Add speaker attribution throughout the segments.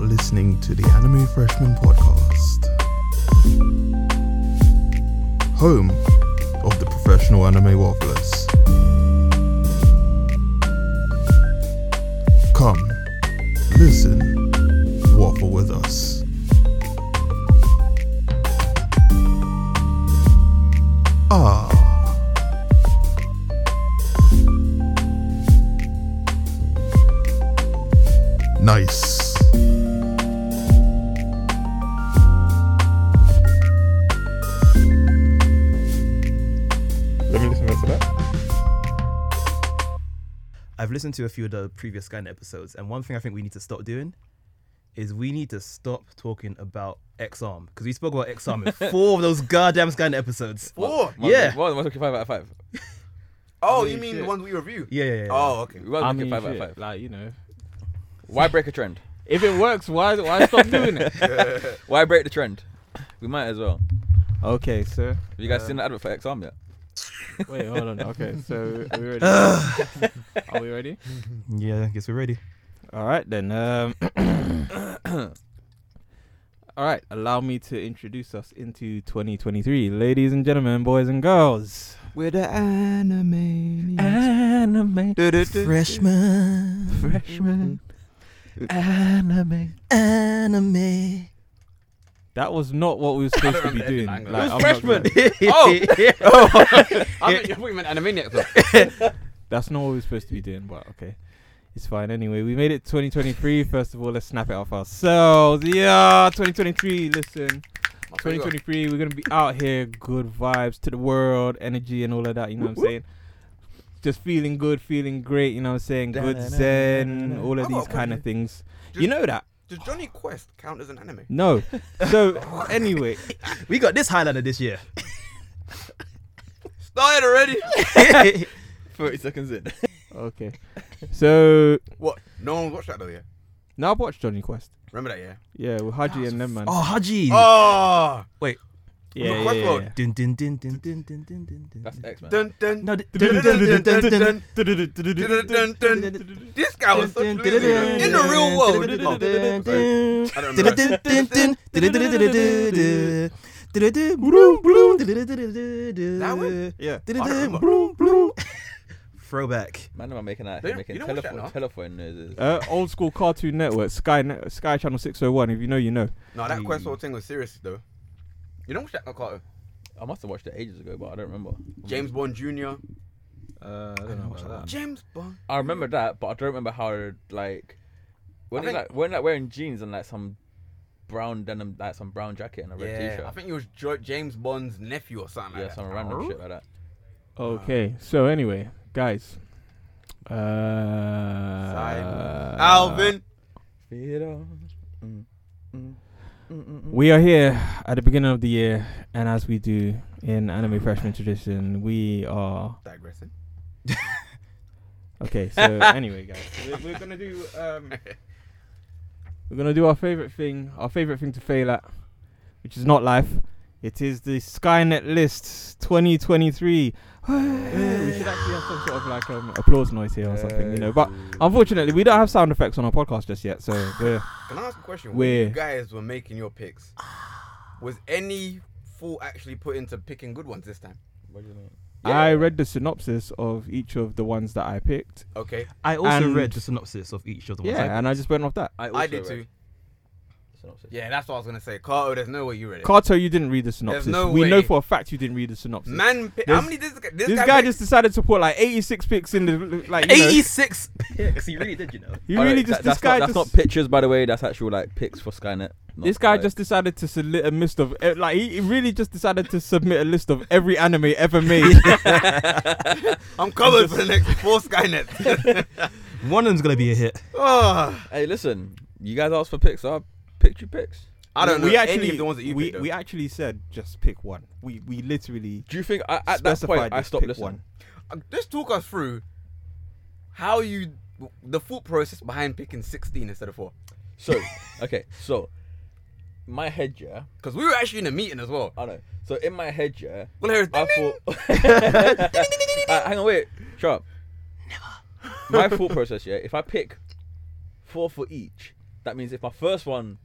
Speaker 1: listening to the Anime Freshman Podcast, home of the professional anime wafflers. Come, listen, waffle with us. Ah. Nice.
Speaker 2: Let me listen to that.
Speaker 3: I've listened to a few of the previous Skynet episodes, and one thing I think we need to stop doing is we need to stop talking about X Arm because we spoke about X Arm in four of those goddamn Skynet episodes.
Speaker 4: Four.
Speaker 3: Yeah.
Speaker 4: One was five out of five.
Speaker 5: Oh,
Speaker 4: Holy
Speaker 5: you mean the
Speaker 4: shit.
Speaker 5: ones we review?
Speaker 3: Yeah, yeah, yeah.
Speaker 5: Oh, okay.
Speaker 4: We was
Speaker 6: I
Speaker 4: looking
Speaker 6: mean,
Speaker 4: five out of
Speaker 6: shit,
Speaker 4: five.
Speaker 6: like you know,
Speaker 4: Why break a trend?
Speaker 6: if it works, why why stop doing it?
Speaker 4: Why break the trend? We might as well.
Speaker 6: Okay, so
Speaker 4: Have you guys seen the advert for X Arm yet?
Speaker 6: wait, hold on. Okay, so are we ready? are we ready?
Speaker 3: Yeah, I guess we're ready.
Speaker 6: All right then. Um, all right, allow me to introduce us into 2023, ladies and gentlemen, boys and girls.
Speaker 5: We're the anime.
Speaker 6: Anime
Speaker 3: Freshman,
Speaker 6: freshman.
Speaker 3: anime, anime.
Speaker 6: That was not what we were supposed to be doing.
Speaker 5: headline, but-
Speaker 6: Like,
Speaker 4: Who's
Speaker 6: I'm not
Speaker 4: freshman?
Speaker 6: gonna-
Speaker 3: oh,
Speaker 6: I thought you- I thought you meant Animaniacs, though. That's not what we're supposed to be doing, but okay. It's fine anyway. We made it 2023. First of all, let's snap it off ourselves. Yeah, 2023. Listen, 2023, we're going to be out here, good vibes to the world, energy and all of that. You know what I'm saying? Just feeling good, feeling great. You know what I'm saying? Good zen, all of
Speaker 5: I got a
Speaker 6: these kind
Speaker 5: question.
Speaker 6: of things.
Speaker 5: Just-
Speaker 6: You know that?
Speaker 5: Does Johnny Quest count as an anime?
Speaker 6: No. So, anyway,
Speaker 3: we got this Highlander this year.
Speaker 5: Started already.
Speaker 4: Thirty seconds in.
Speaker 6: okay. So,
Speaker 5: what? No one watched that though. Yeah.
Speaker 6: now I've watched Johnny Quest.
Speaker 5: Remember that? Yeah.
Speaker 6: Yeah, with Haji and them, man.
Speaker 3: oh, Haji.
Speaker 6: yeah,
Speaker 5: Oh. Quest
Speaker 6: yeah, yeah,
Speaker 5: Lord.
Speaker 6: yeah.
Speaker 3: Dun, dun, dun, dun, dun, dun, dun, dun, dun.
Speaker 4: That's X Man.
Speaker 5: Dun dun.
Speaker 3: No, d-
Speaker 5: dun, dun, dun, dun, dun, dun, dun, dun.
Speaker 6: Dun,
Speaker 5: This guy was so lazy. though. In the real world. Oh, I don't remember. that. That one?
Speaker 6: Yeah.
Speaker 5: I don't remember.
Speaker 3: Throwback.
Speaker 4: Man, am I making that?
Speaker 5: They-
Speaker 4: making
Speaker 5: you don't watch that,
Speaker 4: telephone,
Speaker 5: no?
Speaker 4: telephone noises.
Speaker 6: Uh, old school Cartoon Network, Sky Net- Sky Channel 601. If you know, you know.
Speaker 5: No, that Quest Lord thing was serious though. You don't watch that Carter.
Speaker 4: I must have watched it ages ago, but I don't remember.
Speaker 5: James Bond Jr.
Speaker 6: Uh, I don't know about
Speaker 5: James Bond.
Speaker 4: I remember that, but I don't remember how like when
Speaker 5: I
Speaker 4: he's
Speaker 5: think-
Speaker 4: like when like wearing jeans and like some brown denim, like some brown jacket and a red
Speaker 5: Yeah.
Speaker 4: t-shirt.
Speaker 5: I think he was jo- James Bond's nephew or something.
Speaker 4: yeah,
Speaker 5: like that. Oh.
Speaker 4: some random shit like that.
Speaker 6: Okay, so anyway, guys. Uh,
Speaker 5: Alvin.
Speaker 4: Mm,
Speaker 6: We are here at the beginning of the year, and as we do in anime freshman tradition, we are
Speaker 5: Digressing.
Speaker 6: Okay, so anyway, guys, we're, we're gonna do um, we're gonna do our favorite thing, our favorite thing to fail at, which is not life. It is the Skynet list 2023. we should actually have some sort of like um, applause noise here or something, you know.
Speaker 4: Uh,
Speaker 6: But unfortunately, we don't have sound effects on our podcast just yet, so we're
Speaker 5: Can I ask a question?
Speaker 6: Where?
Speaker 5: When you guys were making your picks, was any thought actually put into picking good ones this time?
Speaker 6: I read the synopsis of each of the ones that I picked.
Speaker 5: Okay,
Speaker 3: I also
Speaker 6: And-
Speaker 3: read the synopsis of each of the ones.
Speaker 6: yeah, and I just went off that.
Speaker 5: I did too. Yeah, that's what I was gonna say. Carter, there's no way you read it.
Speaker 6: Carto, you didn't read the synopsis.
Speaker 5: no
Speaker 6: we know
Speaker 5: way.
Speaker 6: for a fact you didn't read the synopsis.
Speaker 5: Man, pi- how
Speaker 6: There's-
Speaker 5: many did this guy? This,
Speaker 6: this guy
Speaker 5: picked?
Speaker 6: just decided to put like 86 picks in the like you know,
Speaker 3: 86 picks. He really did, you know.
Speaker 6: He really just this
Speaker 4: that's
Speaker 6: guy
Speaker 4: Not,
Speaker 6: just
Speaker 4: that's not pictures, by the way. That's actual like pics for Skynet. not,
Speaker 6: this guy
Speaker 4: like-
Speaker 6: just decided to submit a list of eh, like he he really just decided to submit a list of every anime ever made.
Speaker 5: I'm covered for the next four Skynet.
Speaker 3: One of them's gonna be a hit.
Speaker 5: oh,
Speaker 4: Hey, listen. You guys asked for pics, so I picked you pics.
Speaker 5: I don't
Speaker 6: we
Speaker 5: know
Speaker 6: actually
Speaker 5: any of the ones that you
Speaker 6: we,
Speaker 5: picked. though.
Speaker 6: we actually said just pick one. We we literally
Speaker 4: Do you think I, at that
Speaker 6: specified
Speaker 4: point I
Speaker 6: this,
Speaker 4: stopped
Speaker 6: pick
Speaker 4: listening?
Speaker 6: one.
Speaker 5: Uh, just talk us through how you the thought process behind picking 16 instead of four.
Speaker 4: So okay, so my head, yeah.
Speaker 5: Because we were actually in a meeting as
Speaker 6: Uh,
Speaker 5: well.
Speaker 4: I know. So in my head, yeah.
Speaker 5: Well, here's
Speaker 4: I thought. Uh, hang on, wait. Shut up. My thought process, yeah. If I pick four for each, That means if my first one,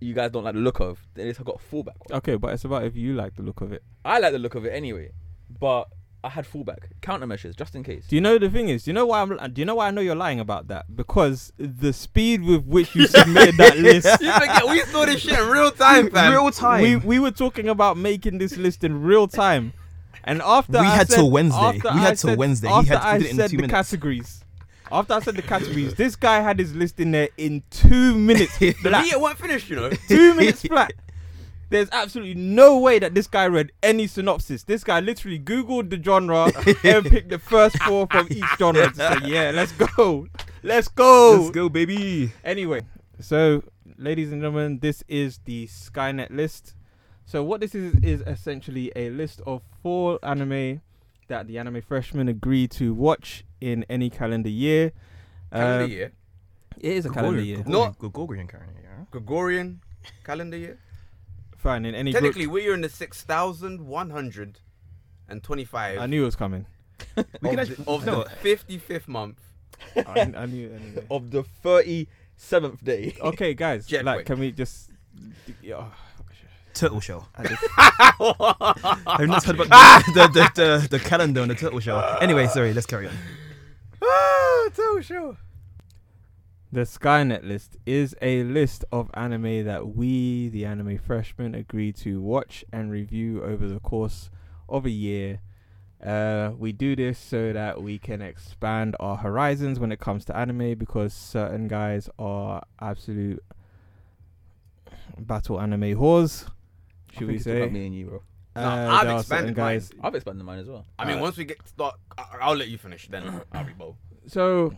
Speaker 4: you guys don't like the look of, then it's got a fallback one.
Speaker 6: Okay, but it's about if you like the look of it.
Speaker 4: I like the look of it anyway, but I had fallback countermeasures just in case.
Speaker 6: Do you know the thing is? Do you know why I'm? Do you know why I know you're lying about that? Because the speed with which you submitted that list.
Speaker 5: You forget we saw this shit in real time, fam.
Speaker 3: Real time.
Speaker 6: We we were talking about making this list in real time, and after
Speaker 3: We
Speaker 6: I
Speaker 3: had
Speaker 6: said-
Speaker 3: till Wednesday.
Speaker 6: after
Speaker 3: We had
Speaker 6: I
Speaker 3: till
Speaker 6: said-
Speaker 3: Wednesday. He
Speaker 6: After
Speaker 3: had to
Speaker 6: I
Speaker 3: do it in
Speaker 6: said
Speaker 3: two
Speaker 6: the
Speaker 3: minutes.
Speaker 6: categories, after I said the categories, this guy had his list in there in two minutes.
Speaker 5: the
Speaker 6: flat.
Speaker 5: media weren't finished, you know.
Speaker 6: two minutes flat. There's absolutely no way that this guy read any synopsis. This guy literally Googled the genre and picked the first four from each genre to say, yeah, let's go. Let's go.
Speaker 3: Let's go, baby.
Speaker 6: Anyway, so ladies and gentlemen, this is the Skynet list. So what this is is essentially a list of four anime that the anime freshmen agree to watch in any calendar year.
Speaker 5: Calendar
Speaker 6: Um,
Speaker 5: year,
Speaker 6: It is a calendar year.
Speaker 5: No.
Speaker 3: Gregorian calendar year.
Speaker 5: Gregorian calendar year.
Speaker 6: Fine, in any group.
Speaker 5: Technically, we're in the six thousand one hundred and twenty-five.
Speaker 6: I knew it was coming.
Speaker 3: We
Speaker 5: of
Speaker 3: can
Speaker 5: the-
Speaker 3: actually.
Speaker 5: of
Speaker 3: no,
Speaker 5: the fifty-fifth month.
Speaker 6: I, I knew it anyway.
Speaker 4: Of the thirty seventh day.
Speaker 6: Okay, guys,
Speaker 5: Jet
Speaker 6: like,
Speaker 5: break.
Speaker 6: can we just? Yeah,
Speaker 3: turtle shell.
Speaker 6: I just-
Speaker 3: I've not heard
Speaker 5: Ah!
Speaker 3: about the, the, the, the calendar and the turtle shell. Anyway, sorry, let's carry on.
Speaker 5: Ah, so sure.
Speaker 6: the Skynet list is a list of anime that we, the anime freshmen, agree to watch and review over the course of a year. Uh, we do this so that we can expand our horizons when it comes to anime because certain guys are absolute battle anime whores, should we say?
Speaker 4: Me and you, bro.
Speaker 5: No,
Speaker 6: Uh,
Speaker 5: I've
Speaker 6: there are certain
Speaker 5: expanded mine.
Speaker 6: guys
Speaker 4: I've expanded mine as well.
Speaker 5: I
Speaker 3: Uh,
Speaker 5: mean, once we get start, I- I'll let you finish. Then I'll be bold.
Speaker 6: so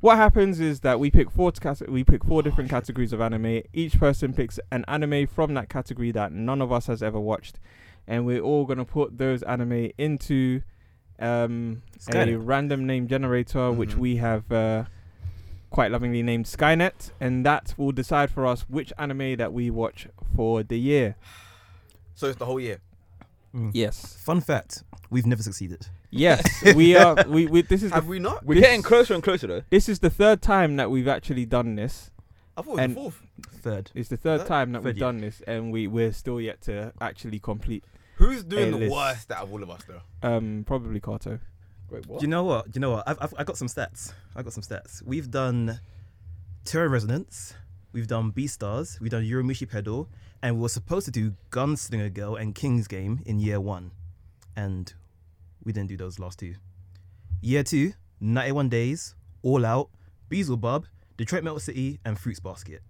Speaker 6: what happens is that we pick four cate- we pick four different categories of anime. Each person picks an anime from that category that none of us has ever watched, and we're all gonna put those anime into um, a
Speaker 3: Skynet.
Speaker 6: random name generator, which
Speaker 5: Mhm.
Speaker 6: we have uh, quite lovingly named Skynet, and that will decide for us which anime that we watch for the year.
Speaker 5: So it's the whole year.
Speaker 6: Yes,
Speaker 3: Fun fact we've never succeeded.
Speaker 6: yes, we are. We, we this is the,
Speaker 5: Have we not?
Speaker 4: We're
Speaker 6: This-
Speaker 4: getting closer and closer though.
Speaker 6: this is the third time that we've actually done this.
Speaker 5: I thought it was
Speaker 6: And-
Speaker 5: the fourth.
Speaker 3: Third.
Speaker 6: It's the third
Speaker 5: Third-
Speaker 6: time that we
Speaker 3: third
Speaker 6: we've
Speaker 3: year.
Speaker 6: done this, and we we're still yet to actually complete.
Speaker 5: Who's doing the
Speaker 6: A-list.
Speaker 5: worst out of all of us, though?
Speaker 6: Um, probably Kato.
Speaker 4: Wait, what?
Speaker 3: Do you know what? Do you know what? I've, I've, i got some stats. i got some stats. We've done Terror Resonance, we've done Beastars, we've done Yuromishi Pedal, and we were supposed to do Gunslinger Girl and King's Game in year one. And we didn't do those last two. Year two, 91 Days, All Out, Beelzebub, Detroit Metal City, and Fruits Basket.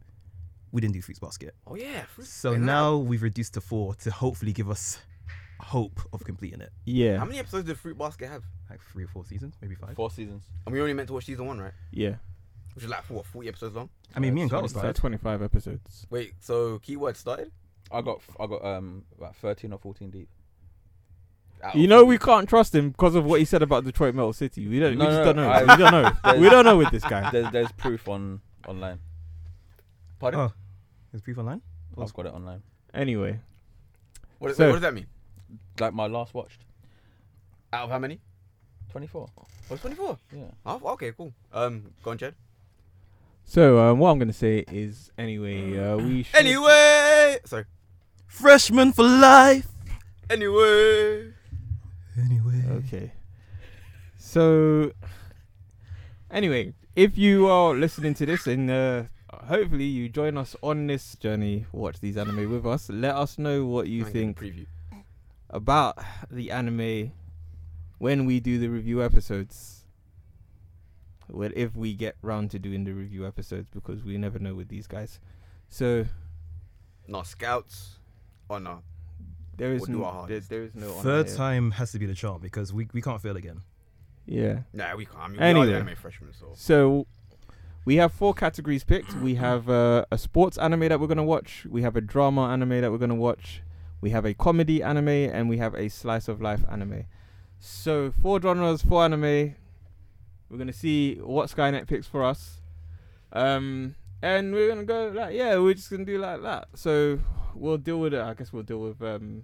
Speaker 3: We didn't do Fruits Basket.
Speaker 5: Oh yeah. Fruit-
Speaker 3: So
Speaker 5: Wait,
Speaker 3: now we've reduced to four to hopefully give us hope of completing it.
Speaker 6: Yeah,
Speaker 5: How many episodes did Fruit Basket have?
Speaker 3: Like three or four seasons, maybe five.
Speaker 4: Four seasons.
Speaker 5: And we only meant to watch season one, right?
Speaker 6: yeah.
Speaker 5: Which is like what, forty episodes long?
Speaker 3: I mean, me and Carl
Speaker 6: So
Speaker 3: started.
Speaker 6: twenty-five episodes.
Speaker 5: Wait, so keyword started?
Speaker 4: I got I got um about thirteen or fourteen deep.
Speaker 5: Out
Speaker 6: You
Speaker 5: of
Speaker 6: know
Speaker 5: 40.
Speaker 6: we can't trust him because of what he said about Detroit Metal City. We don't.
Speaker 4: No,
Speaker 6: we just
Speaker 4: no,
Speaker 6: don't know.
Speaker 4: I-
Speaker 6: we don't know. we don't know with this guy.
Speaker 4: There's there's proof on online.
Speaker 5: Pardon?
Speaker 3: Oh, is brief online?
Speaker 4: I've got it online.
Speaker 6: Anyway,
Speaker 5: what, does-
Speaker 6: so-
Speaker 5: what does that mean?
Speaker 4: Like my last watched.
Speaker 5: Out of how many?
Speaker 4: Twenty four.
Speaker 5: Oh, it's twenty-four.
Speaker 4: Yeah.
Speaker 5: Oh, okay, cool. Um, go on, Chad.
Speaker 6: so um, what I'm gonna say is anyway, uh, we should,
Speaker 3: Eh,
Speaker 5: Anyway, sorry.
Speaker 3: Freshman for life.
Speaker 5: Anyway,
Speaker 3: Anyway.
Speaker 6: Okay. So, anyway, if you are listening to this and uh, hopefully you join us on this journey, watch these anime with us. Let us know what you
Speaker 5: I'm getting
Speaker 6: think
Speaker 5: preview?
Speaker 6: about the anime when we do the review episodes. Well, if we get round to doing the review episodes, because we never know with these guys. So
Speaker 5: No scouts. Oh no.
Speaker 6: there is
Speaker 5: We'll do our
Speaker 6: no,
Speaker 5: hardest.
Speaker 6: there, there is no on
Speaker 3: Third
Speaker 6: here.
Speaker 3: time has to be the charm because we, we can't fail again.
Speaker 6: Yeah.
Speaker 5: Nah, we can't. I mean, we
Speaker 6: Anyway.
Speaker 5: are the anime freshmen, so
Speaker 6: So we have four categories picked. We have uh, a sports anime that we're going to watch, we have a drama anime that we're going to watch, we have a comedy anime, and we have a slice of life anime. So four genres, four anime. We're going to see what Skynet picks for us. Um and we're going to go like yeah, we're just going to do like that. So we'll deal with it. I guess we'll deal with um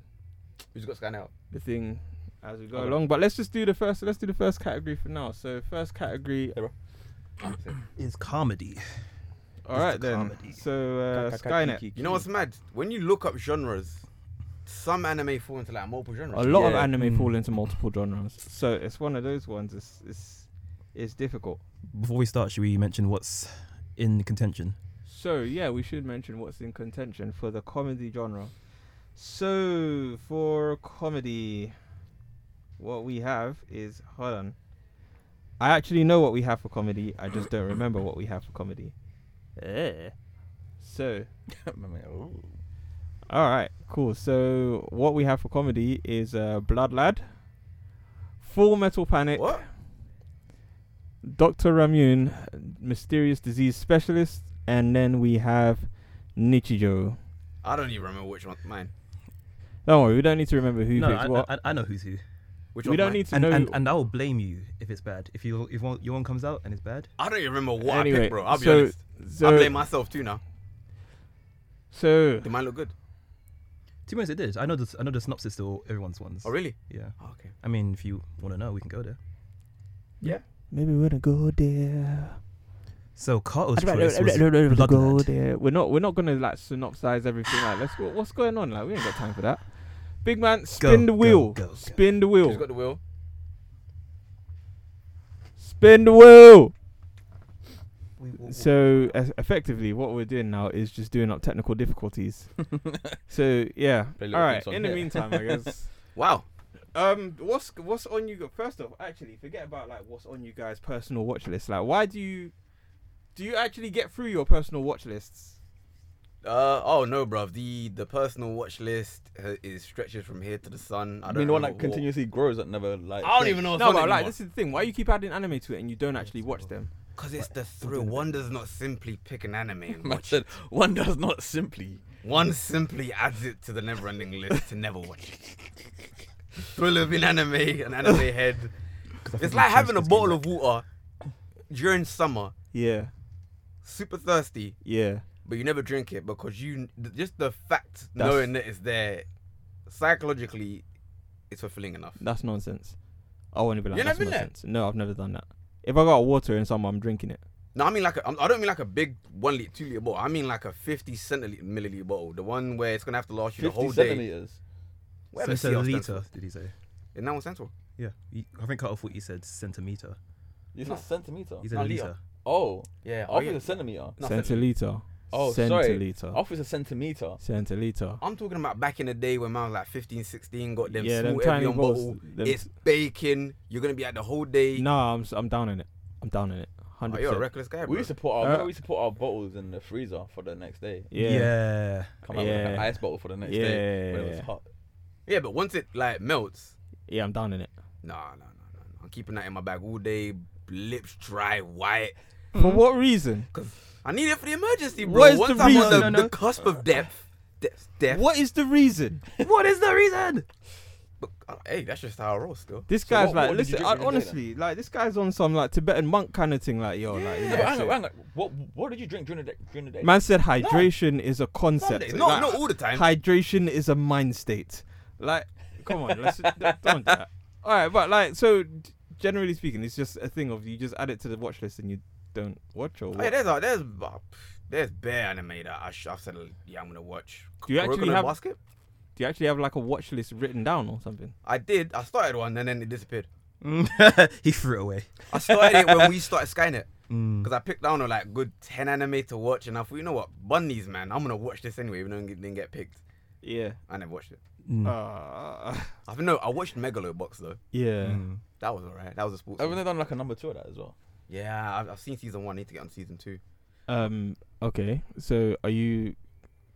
Speaker 5: who's got scan out?
Speaker 6: the thing as we go
Speaker 4: Okay.
Speaker 6: along, but let's just do the first let's do the first category for now. So first category
Speaker 3: Is comedy.
Speaker 6: All right
Speaker 3: the
Speaker 6: then.
Speaker 3: comedy.
Speaker 6: So uh, Skynet.
Speaker 5: You know what's mad? When you look up genres, some anime fall into like multiple
Speaker 6: A
Speaker 5: genres.
Speaker 6: lot of
Speaker 4: Yeah.
Speaker 6: anime
Speaker 3: Mm.
Speaker 6: fall into multiple genres, so it's one of those ones. It's it's it's difficult.
Speaker 3: Before we start, should we mention what's in contention?
Speaker 6: So yeah, we should mention what's in contention for the comedy genre. So for comedy, what we have is hold on. I actually know what we have for comedy. I just don't remember what we have for comedy. Eh. So
Speaker 5: oh.
Speaker 6: all right, cool. So what we have for comedy is uh, Blood Lad, Full Metal Panic,
Speaker 5: What?
Speaker 6: Dr. Ramune, Mysterious Disease Specialist, and then we have Nichijou.
Speaker 5: I don't even remember which one mine.
Speaker 6: Don't worry, we don't need to remember who
Speaker 3: No,
Speaker 6: picked
Speaker 3: I,
Speaker 6: what.
Speaker 3: I, I know who's who,
Speaker 5: Which
Speaker 6: we
Speaker 5: one's
Speaker 6: don't
Speaker 5: mine?
Speaker 6: need to
Speaker 3: and,
Speaker 6: know.
Speaker 3: and and I will blame you if it's bad. If you if one, your one comes out and it's bad,
Speaker 5: I don't even remember what I
Speaker 6: Anyway,
Speaker 5: picked, bro. I'll be
Speaker 6: so-
Speaker 5: honest.
Speaker 6: so,
Speaker 5: I blame myself too now.
Speaker 6: so
Speaker 5: Did mine look good?
Speaker 3: to be honest, it did. I know the I know the synopsis to all- everyone's ones.
Speaker 5: Oh really?
Speaker 3: Yeah,
Speaker 5: Oh, okay.
Speaker 3: I mean, if you want to know, we can go there.
Speaker 6: maybe we're gonna go there.
Speaker 3: So Carl's choice was
Speaker 6: Go
Speaker 3: Bloodlad.
Speaker 6: there. We're not. We're not gonna like synopsize everything. Like, let's go. What's going on? Like, we ain't got time for that. Big man, spin the
Speaker 3: go,
Speaker 6: wheel.
Speaker 3: go, go.
Speaker 6: Spin the
Speaker 5: Who's
Speaker 6: wheel.
Speaker 5: got the wheel?
Speaker 6: Spin the wheel. So e- effectively, what we're doing now is just doing up technical difficulties. so yeah.
Speaker 4: Play
Speaker 6: All
Speaker 4: little
Speaker 6: right.
Speaker 4: things on
Speaker 6: In the
Speaker 4: here.
Speaker 6: meantime, I guess.
Speaker 5: Wow.
Speaker 6: Um, what's what's on you? First off, actually, forget about like what's on you guys' personal watch list. Like, why do you do you actually get through your personal watch lists?
Speaker 5: Uh oh no, bruv. The the personal watch list uh, is stretches from here to the sun.
Speaker 4: I
Speaker 5: I don't
Speaker 4: mean, the
Speaker 5: know
Speaker 4: one
Speaker 5: what-
Speaker 4: that continuously grows that never like.
Speaker 5: I don't even know. what's
Speaker 6: No,
Speaker 5: on it
Speaker 6: but like
Speaker 5: anymore.
Speaker 6: this is the thing. Why you keep adding anime to it and you don't actually watch them?
Speaker 5: Because it's the thrill. One does not simply pick an anime and
Speaker 4: Man
Speaker 5: watch
Speaker 4: said
Speaker 5: it.
Speaker 4: one does not simply.
Speaker 5: One simply adds it to the never ending list to never watch it. thrill of an anime, an anime head. It's like having a bottle of water during summer,
Speaker 6: Yeah,
Speaker 5: super thirsty,
Speaker 6: yeah.
Speaker 5: but you never drink it because you just the fact
Speaker 6: That's-
Speaker 5: knowing that it's there psychologically it's fulfilling enough.
Speaker 6: That's nonsense. I won't even. Like,
Speaker 5: You
Speaker 6: that's
Speaker 5: never done that?
Speaker 6: nonsense. No, I've never done that. If I got water in somewhere, I'm drinking it.
Speaker 5: No, I mean like a, I don't mean like a big one liter, two liter bottle. I mean like a fifty centiliter milliliter bottle, the one where it's gonna have to last you the
Speaker 4: Fifty
Speaker 5: whole day.
Speaker 4: centimeters.
Speaker 5: Whatever
Speaker 3: So
Speaker 5: CL
Speaker 3: it's a
Speaker 5: stands
Speaker 3: liter,
Speaker 5: for.
Speaker 3: did he say?
Speaker 5: Isn't that one central?
Speaker 3: Yeah, You- I think Carl thought you said centimeter.
Speaker 4: You said centimeter.
Speaker 3: He said
Speaker 4: No,
Speaker 3: a
Speaker 4: liter.
Speaker 3: liter.
Speaker 4: Oh,
Speaker 5: Yeah.
Speaker 4: I thought it was centimeter.
Speaker 5: No,
Speaker 6: Centiliter.
Speaker 4: Oh, sorry.
Speaker 6: Centiliter.
Speaker 4: Off is a centimeter.
Speaker 6: Centiliter.
Speaker 5: I'm talking about back in the day when man was like 15, 16, got them
Speaker 6: Yeah, them
Speaker 5: small
Speaker 6: tiny
Speaker 5: Evian
Speaker 6: bottles,
Speaker 5: bottle.
Speaker 6: them-
Speaker 5: it's baking. You're gonna be out the whole day.
Speaker 6: No, I'm s- I'm down in it. I'm down in it.
Speaker 5: Oh,
Speaker 6: Hundred
Speaker 5: you're a
Speaker 6: percent.
Speaker 5: reckless guy, bro.
Speaker 4: We used to put our
Speaker 6: Uh,
Speaker 4: remember we used to put our bottles in the freezer for the next day.
Speaker 6: Yeah.
Speaker 4: Come out with like an
Speaker 6: Yeah.
Speaker 4: ice bottle for the next
Speaker 6: Yeah.
Speaker 4: day when it was hot.
Speaker 5: Yeah, but once it like melts,
Speaker 6: Yeah, I'm down in it.
Speaker 5: nah, nah, nah, nah. nah. I'm keeping that in my bag all day. Lips dry, white.
Speaker 6: For what reason?
Speaker 5: I need it for the emergency, bro.
Speaker 6: What is
Speaker 5: Once
Speaker 6: the
Speaker 5: I'm on
Speaker 6: reason?
Speaker 5: the,
Speaker 6: No, no.
Speaker 5: the cusp of death, death, death.
Speaker 6: What is the reason?
Speaker 3: What is the reason?
Speaker 5: But, uh, hey, that's just how I roll still.
Speaker 6: This
Speaker 4: So
Speaker 6: guy's
Speaker 4: what-
Speaker 6: like,
Speaker 4: what did you
Speaker 6: listen,
Speaker 4: drink
Speaker 6: I,
Speaker 4: in the day then?
Speaker 6: honestly, like this guy's on some like Tibetan monk kind of thing. Like, yo, like, you
Speaker 4: Yeah,
Speaker 6: know,
Speaker 4: but hang
Speaker 6: shit.
Speaker 4: on, hang on. What what did you drink during the day? During the day?
Speaker 6: man said hydration is a concept.
Speaker 5: Sunday. No,
Speaker 6: Like,
Speaker 5: not all the time.
Speaker 6: Hydration is a mind state. Like, come on, let's don't do that. All right, but like, so d- generally speaking, it's just a thing of you just add it to the watch list and you don't watch or what?
Speaker 5: Hey, there's a, there's uh, pff, there's bear anime that I sh- I've said yeah I'm gonna watch.
Speaker 6: Do you
Speaker 5: Kuroko
Speaker 6: actually
Speaker 5: no
Speaker 6: have-
Speaker 5: basket?
Speaker 6: Do you actually have like a watch list written down or something?
Speaker 5: I did. I started one and then it disappeared.
Speaker 3: he threw it away.
Speaker 5: I started it when we started Skynet
Speaker 3: Mm.
Speaker 5: because I picked down a like good ten anime to watch and I thought you know what bun these man I'm gonna watch this anyway even though it didn't get picked.
Speaker 6: Yeah.
Speaker 5: I never watched it.
Speaker 3: Mm.
Speaker 6: Uh,
Speaker 5: I know I watched Megalobox though.
Speaker 6: yeah.
Speaker 3: Mm.
Speaker 5: That was alright. That was a sports.
Speaker 4: Haven't
Speaker 5: one.
Speaker 4: they done like a number two of that as well?
Speaker 5: Yeah, I've, I've seen season one. I need to get on season two.
Speaker 6: Um. Okay. So, are you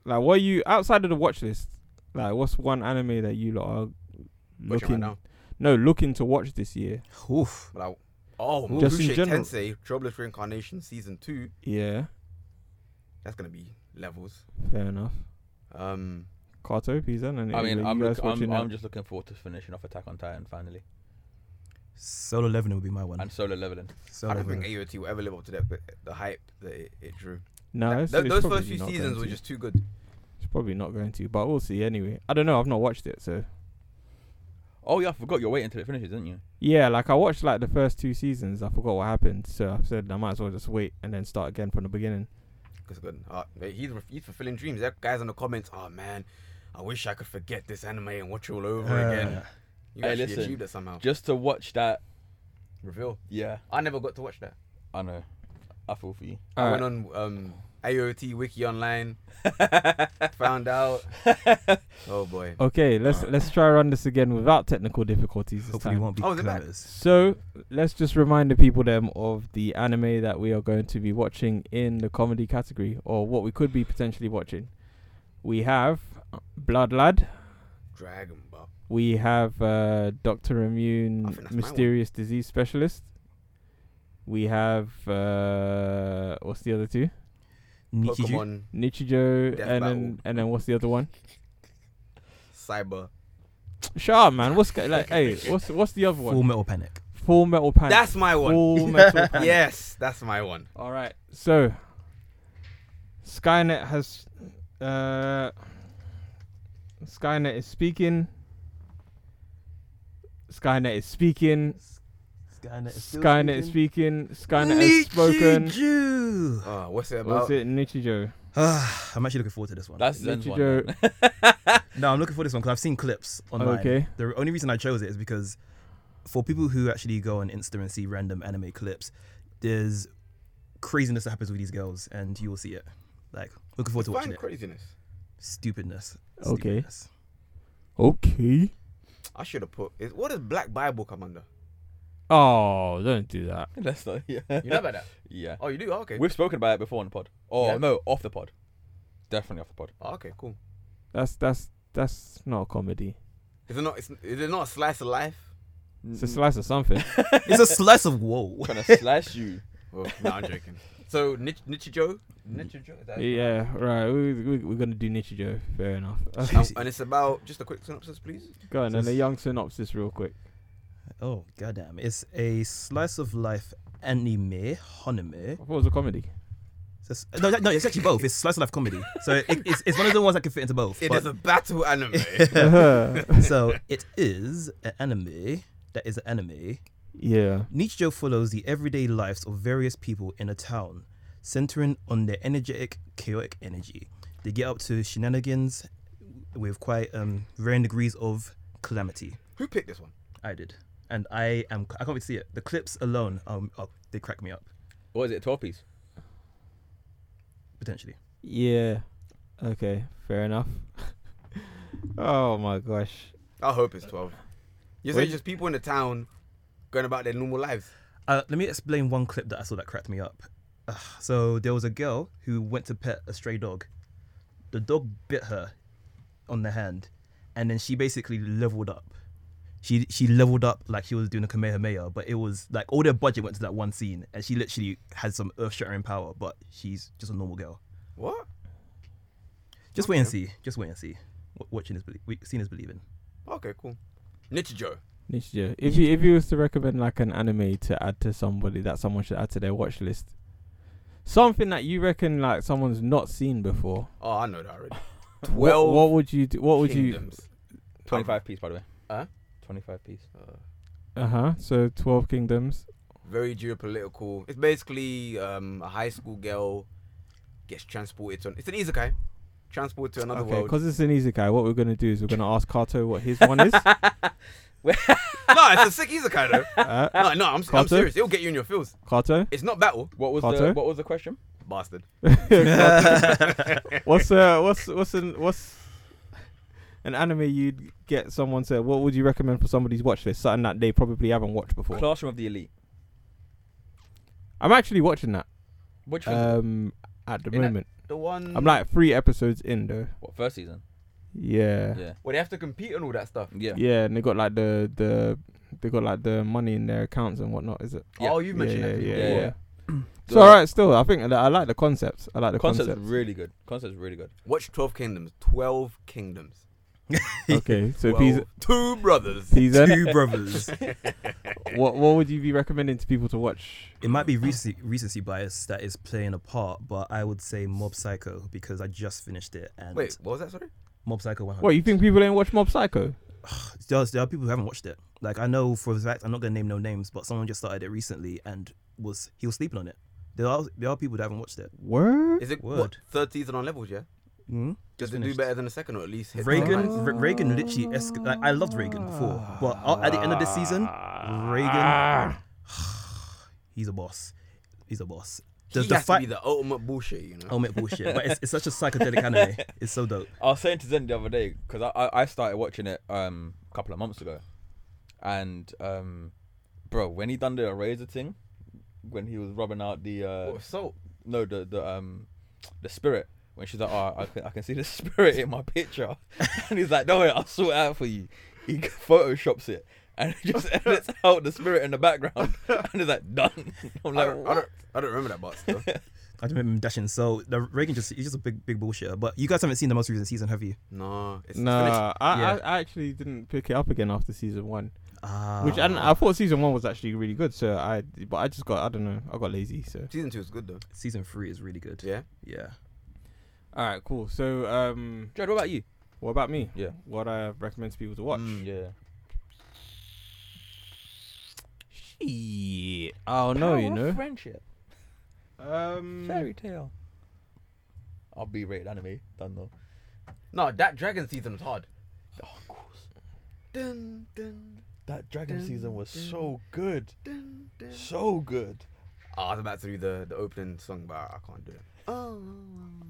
Speaker 6: like, what are you outside of the watch list? Like, what's one anime that you lot are
Speaker 5: Watching right
Speaker 6: looking?
Speaker 5: now.
Speaker 6: no, looking to watch this year.
Speaker 3: Oof.
Speaker 5: But I, oh,
Speaker 6: Just in
Speaker 5: Mushoku
Speaker 6: general.
Speaker 5: Tensei Troublous Reincarnation season two.
Speaker 6: Yeah.
Speaker 5: That's gonna be levels.
Speaker 6: Fair enough.
Speaker 5: Um,
Speaker 6: Cartopies, then.
Speaker 4: I mean,
Speaker 6: you
Speaker 4: I'm,
Speaker 6: guys
Speaker 4: look, I'm,
Speaker 6: watching
Speaker 4: I'm
Speaker 6: that?
Speaker 4: just looking forward to finishing off Attack on Titan finally
Speaker 3: Solo leveling would be my one.
Speaker 4: and solo leveling.
Speaker 3: Solo
Speaker 5: I don't think
Speaker 3: leveling.
Speaker 5: AOT will ever live up to that, the hype that it, it drew.
Speaker 6: no.
Speaker 5: That-
Speaker 6: it's-
Speaker 5: tho-
Speaker 6: it's
Speaker 5: those
Speaker 6: probably
Speaker 5: first few
Speaker 6: not
Speaker 5: seasons
Speaker 6: going
Speaker 5: were
Speaker 6: to.
Speaker 5: just too good.
Speaker 6: It's probably not going to, but we'll see anyway. I don't know. I've not watched it, so
Speaker 4: Oh yeah, I forgot you're waiting until it finishes, didn't you?
Speaker 6: yeah. Like I watched like the first two seasons. I forgot what happened, so I said I might as well just wait and then start again from the beginning.
Speaker 5: It's good. Uh, he's he's fulfilling dreams. That guy's in the comments. Oh man, I wish I could forget this anime and watch it all over again.
Speaker 3: Uh,
Speaker 5: You
Speaker 4: Hey,
Speaker 5: actually
Speaker 4: listen.
Speaker 5: achieved it somehow.
Speaker 4: Just to watch that,
Speaker 6: Oh.
Speaker 5: Reveal.
Speaker 4: yeah,
Speaker 5: I never got to watch that.
Speaker 4: I know. I feel for you.
Speaker 5: I
Speaker 6: Alright.
Speaker 5: went on um, AOT Wiki online, found out. Oh boy.
Speaker 6: Okay, let's let's try run this again without technical difficulties this
Speaker 3: Hopefully,
Speaker 6: time.
Speaker 3: it won't be
Speaker 5: Oh, is it back?
Speaker 3: clatters.
Speaker 6: So let's just remind the people them of the anime that we are going to be watching in the comedy category, or what we could be potentially watching. We have Blood Lad.
Speaker 5: Dragon Ball.
Speaker 6: We have uh, Doctor
Speaker 5: I
Speaker 6: Immune,
Speaker 5: think that's my one.
Speaker 6: Mysterious Disease Specialist. We have uh, what's the other two?
Speaker 3: Nichiju.
Speaker 5: Pokemon
Speaker 6: Nichijou,
Speaker 5: Death
Speaker 6: and then
Speaker 5: Battle.
Speaker 6: and then what's the other one?
Speaker 5: Cyber.
Speaker 6: Sharp man, what's go- like? hey, what's what's the other
Speaker 3: Full
Speaker 6: one?
Speaker 3: Metal Panic.
Speaker 6: Full Metal Panic.
Speaker 5: That's my one.
Speaker 6: Full Metal Panic.
Speaker 5: Yes, that's my one.
Speaker 6: All right. So Skynet has uh Skynet is speaking. Skynet is speaking.
Speaker 3: Skynet
Speaker 6: Skynet is speaking. Skynet has spoken.
Speaker 3: Nichiju.
Speaker 5: Uh, what's it about?
Speaker 6: What's it? Nichijou.
Speaker 3: Ah, I'm actually looking forward to this one.
Speaker 4: That's Zen's one. man.
Speaker 6: Nichijou.
Speaker 3: No, I'm looking for this one because I've seen clips online.
Speaker 6: Okay.
Speaker 3: The only reason I chose it is because for people who actually go on Insta and see random anime clips, there's craziness that happens with these girls, and you will see it. Like, looking forward to watching
Speaker 5: Find
Speaker 3: it.
Speaker 5: craziness.
Speaker 3: Stupidness.
Speaker 6: Okay.
Speaker 3: Stupidness.
Speaker 6: Okay.
Speaker 5: I should have put. Is, what does Black Bible come under?
Speaker 6: Oh, don't do that.
Speaker 4: Let's not. Yeah.
Speaker 5: You know about that?
Speaker 4: Yeah.
Speaker 5: Oh, you do. Oh, okay.
Speaker 4: We've spoken about it before on the pod. Oh
Speaker 5: Yeah.
Speaker 4: no, off the pod. Definitely off the pod.
Speaker 5: Oh, okay, cool.
Speaker 6: That's that's that's not a comedy.
Speaker 5: Is it not? Is, is it not a slice of life?
Speaker 6: It's a slice of something.
Speaker 3: It's a slice of woe.
Speaker 4: Gonna slash you.
Speaker 5: Well, no, I'm joking. Oh. So Nich- Nichijou, Nichijou, is that-
Speaker 6: yeah. Right. We, we, we're gonna do Nichijou. Fair enough. Okay.
Speaker 5: um, and, and it's about just a quick synopsis, please.
Speaker 6: Go on. And a young synopsis, real quick.
Speaker 3: Oh, goddamn. It's a slice of life anime, honime.
Speaker 6: I thought it was a comedy.
Speaker 3: It's a s- no, no, it's actually both. It's slice of life comedy. So it, it's, it's one of the ones that can fit into both.
Speaker 5: It is
Speaker 3: but-
Speaker 5: a battle anime.
Speaker 3: so it is an anime that is an anime
Speaker 6: yeah.
Speaker 3: Nichijou follows the everyday lives of various people in a town, centering on their energetic, chaotic energy. They get up to shenanigans with quite um, varying degrees of calamity.
Speaker 5: Who picked this one?
Speaker 3: I did, and I am. I can't wait to see it. The clips alone, um, oh, they crack me up
Speaker 4: What is it? Twelve piece.
Speaker 3: potentially.
Speaker 6: Yeah. Okay. Fair enough. oh my gosh.
Speaker 5: I hope it's twelve. You say
Speaker 6: Wait.
Speaker 5: just people in the town going about their normal lives.
Speaker 3: Uh, let me explain one clip that I saw that cracked me up. Ugh, so there was a girl who went to pet a stray dog. The dog bit her on the hand, and then she basically leveled up. She she leveled up like she was doing a kamehameha, but it was like all their budget went to that one scene, and she literally had some earth-shattering power. But she's just a normal girl.
Speaker 5: What?
Speaker 3: Just wait and see. Just wait and see. Wa- Watching is belie- seeing is believing.
Speaker 5: Okay, cool. Nichijou.
Speaker 6: Nichijou. If you if you was to recommend like an anime to add to somebody that someone should add to their watch list, something that you reckon like someone's not seen before.
Speaker 5: Oh, I know that already.
Speaker 6: Well,
Speaker 5: Twelve
Speaker 6: what, would you do? What would
Speaker 5: kingdoms.
Speaker 4: Twenty five piece, by the way.
Speaker 5: Huh?
Speaker 4: Twenty five piece.
Speaker 5: Uh,
Speaker 6: you? Uh huh. So twelve kingdoms.
Speaker 5: very geopolitical. It's basically um, a high school girl gets transported to. An, it's an isekai. Transported to another
Speaker 6: Okay.
Speaker 5: world.
Speaker 6: Because it's an isekai. What we're gonna do is we're gonna ask Kato what his one is.
Speaker 5: no, it's a sick isekai though.
Speaker 6: Uh,
Speaker 5: No, no, I'm, I'm
Speaker 6: Carter?
Speaker 5: serious. It'll get you in your feels.
Speaker 6: Kato.
Speaker 5: It's not battle,
Speaker 4: What was
Speaker 6: Carter?
Speaker 4: the What was the question?
Speaker 5: bastard.
Speaker 6: what's uh what's what's an what's an anime you'd get someone to what would you recommend for somebody's watch list something that they probably haven't watched before
Speaker 4: Classroom of the Elite.
Speaker 6: i'm actually watching that
Speaker 4: Which one?
Speaker 6: um at the
Speaker 5: In Mm. that-
Speaker 6: moment
Speaker 5: The one.
Speaker 6: i'm like three episodes in though
Speaker 4: what first season?
Speaker 6: yeah. yeah
Speaker 4: Yeah.
Speaker 5: Well, they have to compete and all that stuff.
Speaker 4: Yeah.
Speaker 6: and they got like the the they got like the money in their accounts and whatnot is it
Speaker 4: Yeah.
Speaker 5: Oh, you
Speaker 6: yeah
Speaker 5: mentioned
Speaker 6: yeah
Speaker 5: that.
Speaker 6: yeah,
Speaker 5: before.
Speaker 6: yeah.
Speaker 4: yeah.
Speaker 6: so all right still i think I, I like the concept i like the
Speaker 4: Concept's
Speaker 6: concept,
Speaker 4: really good. Concept's really good.
Speaker 5: Watch Twelve Kingdoms. Twelve Kingdoms.
Speaker 6: okay so if he's
Speaker 5: Well, two brothers.
Speaker 6: he's then
Speaker 3: Two brothers.
Speaker 6: what what would you be recommending to people to watch
Speaker 3: It might be recency, recency bias that is playing a part, but I would say Mob Psycho because I just finished it and
Speaker 5: Wait, what was that? Sorry.
Speaker 3: Mob Psycho 100.
Speaker 6: what you think people ain't watch mob psycho
Speaker 3: There's, there are people who haven't watched it. Like I know for a fact, I'm not gonna name no names, but someone just started it recently and was he was sleeping on it. There are there are people that haven't watched it.
Speaker 6: Word.
Speaker 5: Is it what
Speaker 3: Word.
Speaker 5: third season on levels? Yeah,
Speaker 6: Hmm?
Speaker 3: Mm-hmm.
Speaker 5: does it do better than the second or at least hit the
Speaker 3: Reagan,
Speaker 5: headlines?
Speaker 3: Re- Reagan literally. Esc- like, I loved Reagan before, but a- at the end of this season, Reagan, he's a boss. He's a boss. The,
Speaker 5: he
Speaker 3: the
Speaker 5: has to be
Speaker 3: fight,
Speaker 5: the ultimate bullshit, you
Speaker 4: Oh,
Speaker 5: know.
Speaker 3: helmet bullshit, but it's, it's such a psychedelic anime. It's so dope.
Speaker 4: I was saying to Zen the other day because I, I I started watching it um a couple of months ago, and um, bro, when he done the eraser thing, when he was rubbing out the uh
Speaker 5: What, salt?
Speaker 4: no the the um the spirit when she's like oh I can, I can see the spirit in my picture and he's like no worry, I'll sort it out for you he photoshops it and it just edits out the spirit in the background and it's like done I'm
Speaker 5: I
Speaker 4: like
Speaker 5: don't, I
Speaker 4: what?
Speaker 5: don't, I don't remember that part still.
Speaker 3: I remember him dashing. So the Reagan just he's just a big big bullshitter. But you guys haven't seen the most recent season, have you?
Speaker 5: no, it's,
Speaker 6: Nah, I,
Speaker 3: Yeah.
Speaker 6: I, I actually didn't pick it up again after season one,
Speaker 3: Ah,
Speaker 6: which I, don't- I thought season one was actually really good. So I, but I just got I don't know, I got lazy. So
Speaker 5: it's finished. season two is good though.
Speaker 3: Ah, season three is really good.
Speaker 5: Yeah,
Speaker 3: Yeah.
Speaker 6: all right, cool. So um,
Speaker 4: Jared, what about you
Speaker 6: what about me?
Speaker 4: Yeah.
Speaker 6: What I recommend to people to watch?
Speaker 5: Mm.
Speaker 4: yeah
Speaker 6: Shit. I don't know, you know.
Speaker 4: friendship
Speaker 6: Um,
Speaker 4: fairy tale I'll be rated anime done though
Speaker 5: no, that dragon season was hard.
Speaker 4: oh, of course.
Speaker 5: Dun, dun,
Speaker 4: that dragon
Speaker 5: Dun,
Speaker 4: season was
Speaker 5: dun.
Speaker 4: so good
Speaker 5: dun, dun.
Speaker 4: so good
Speaker 5: Oh, I was about to do the, the opening song, but I can't do it. Oh,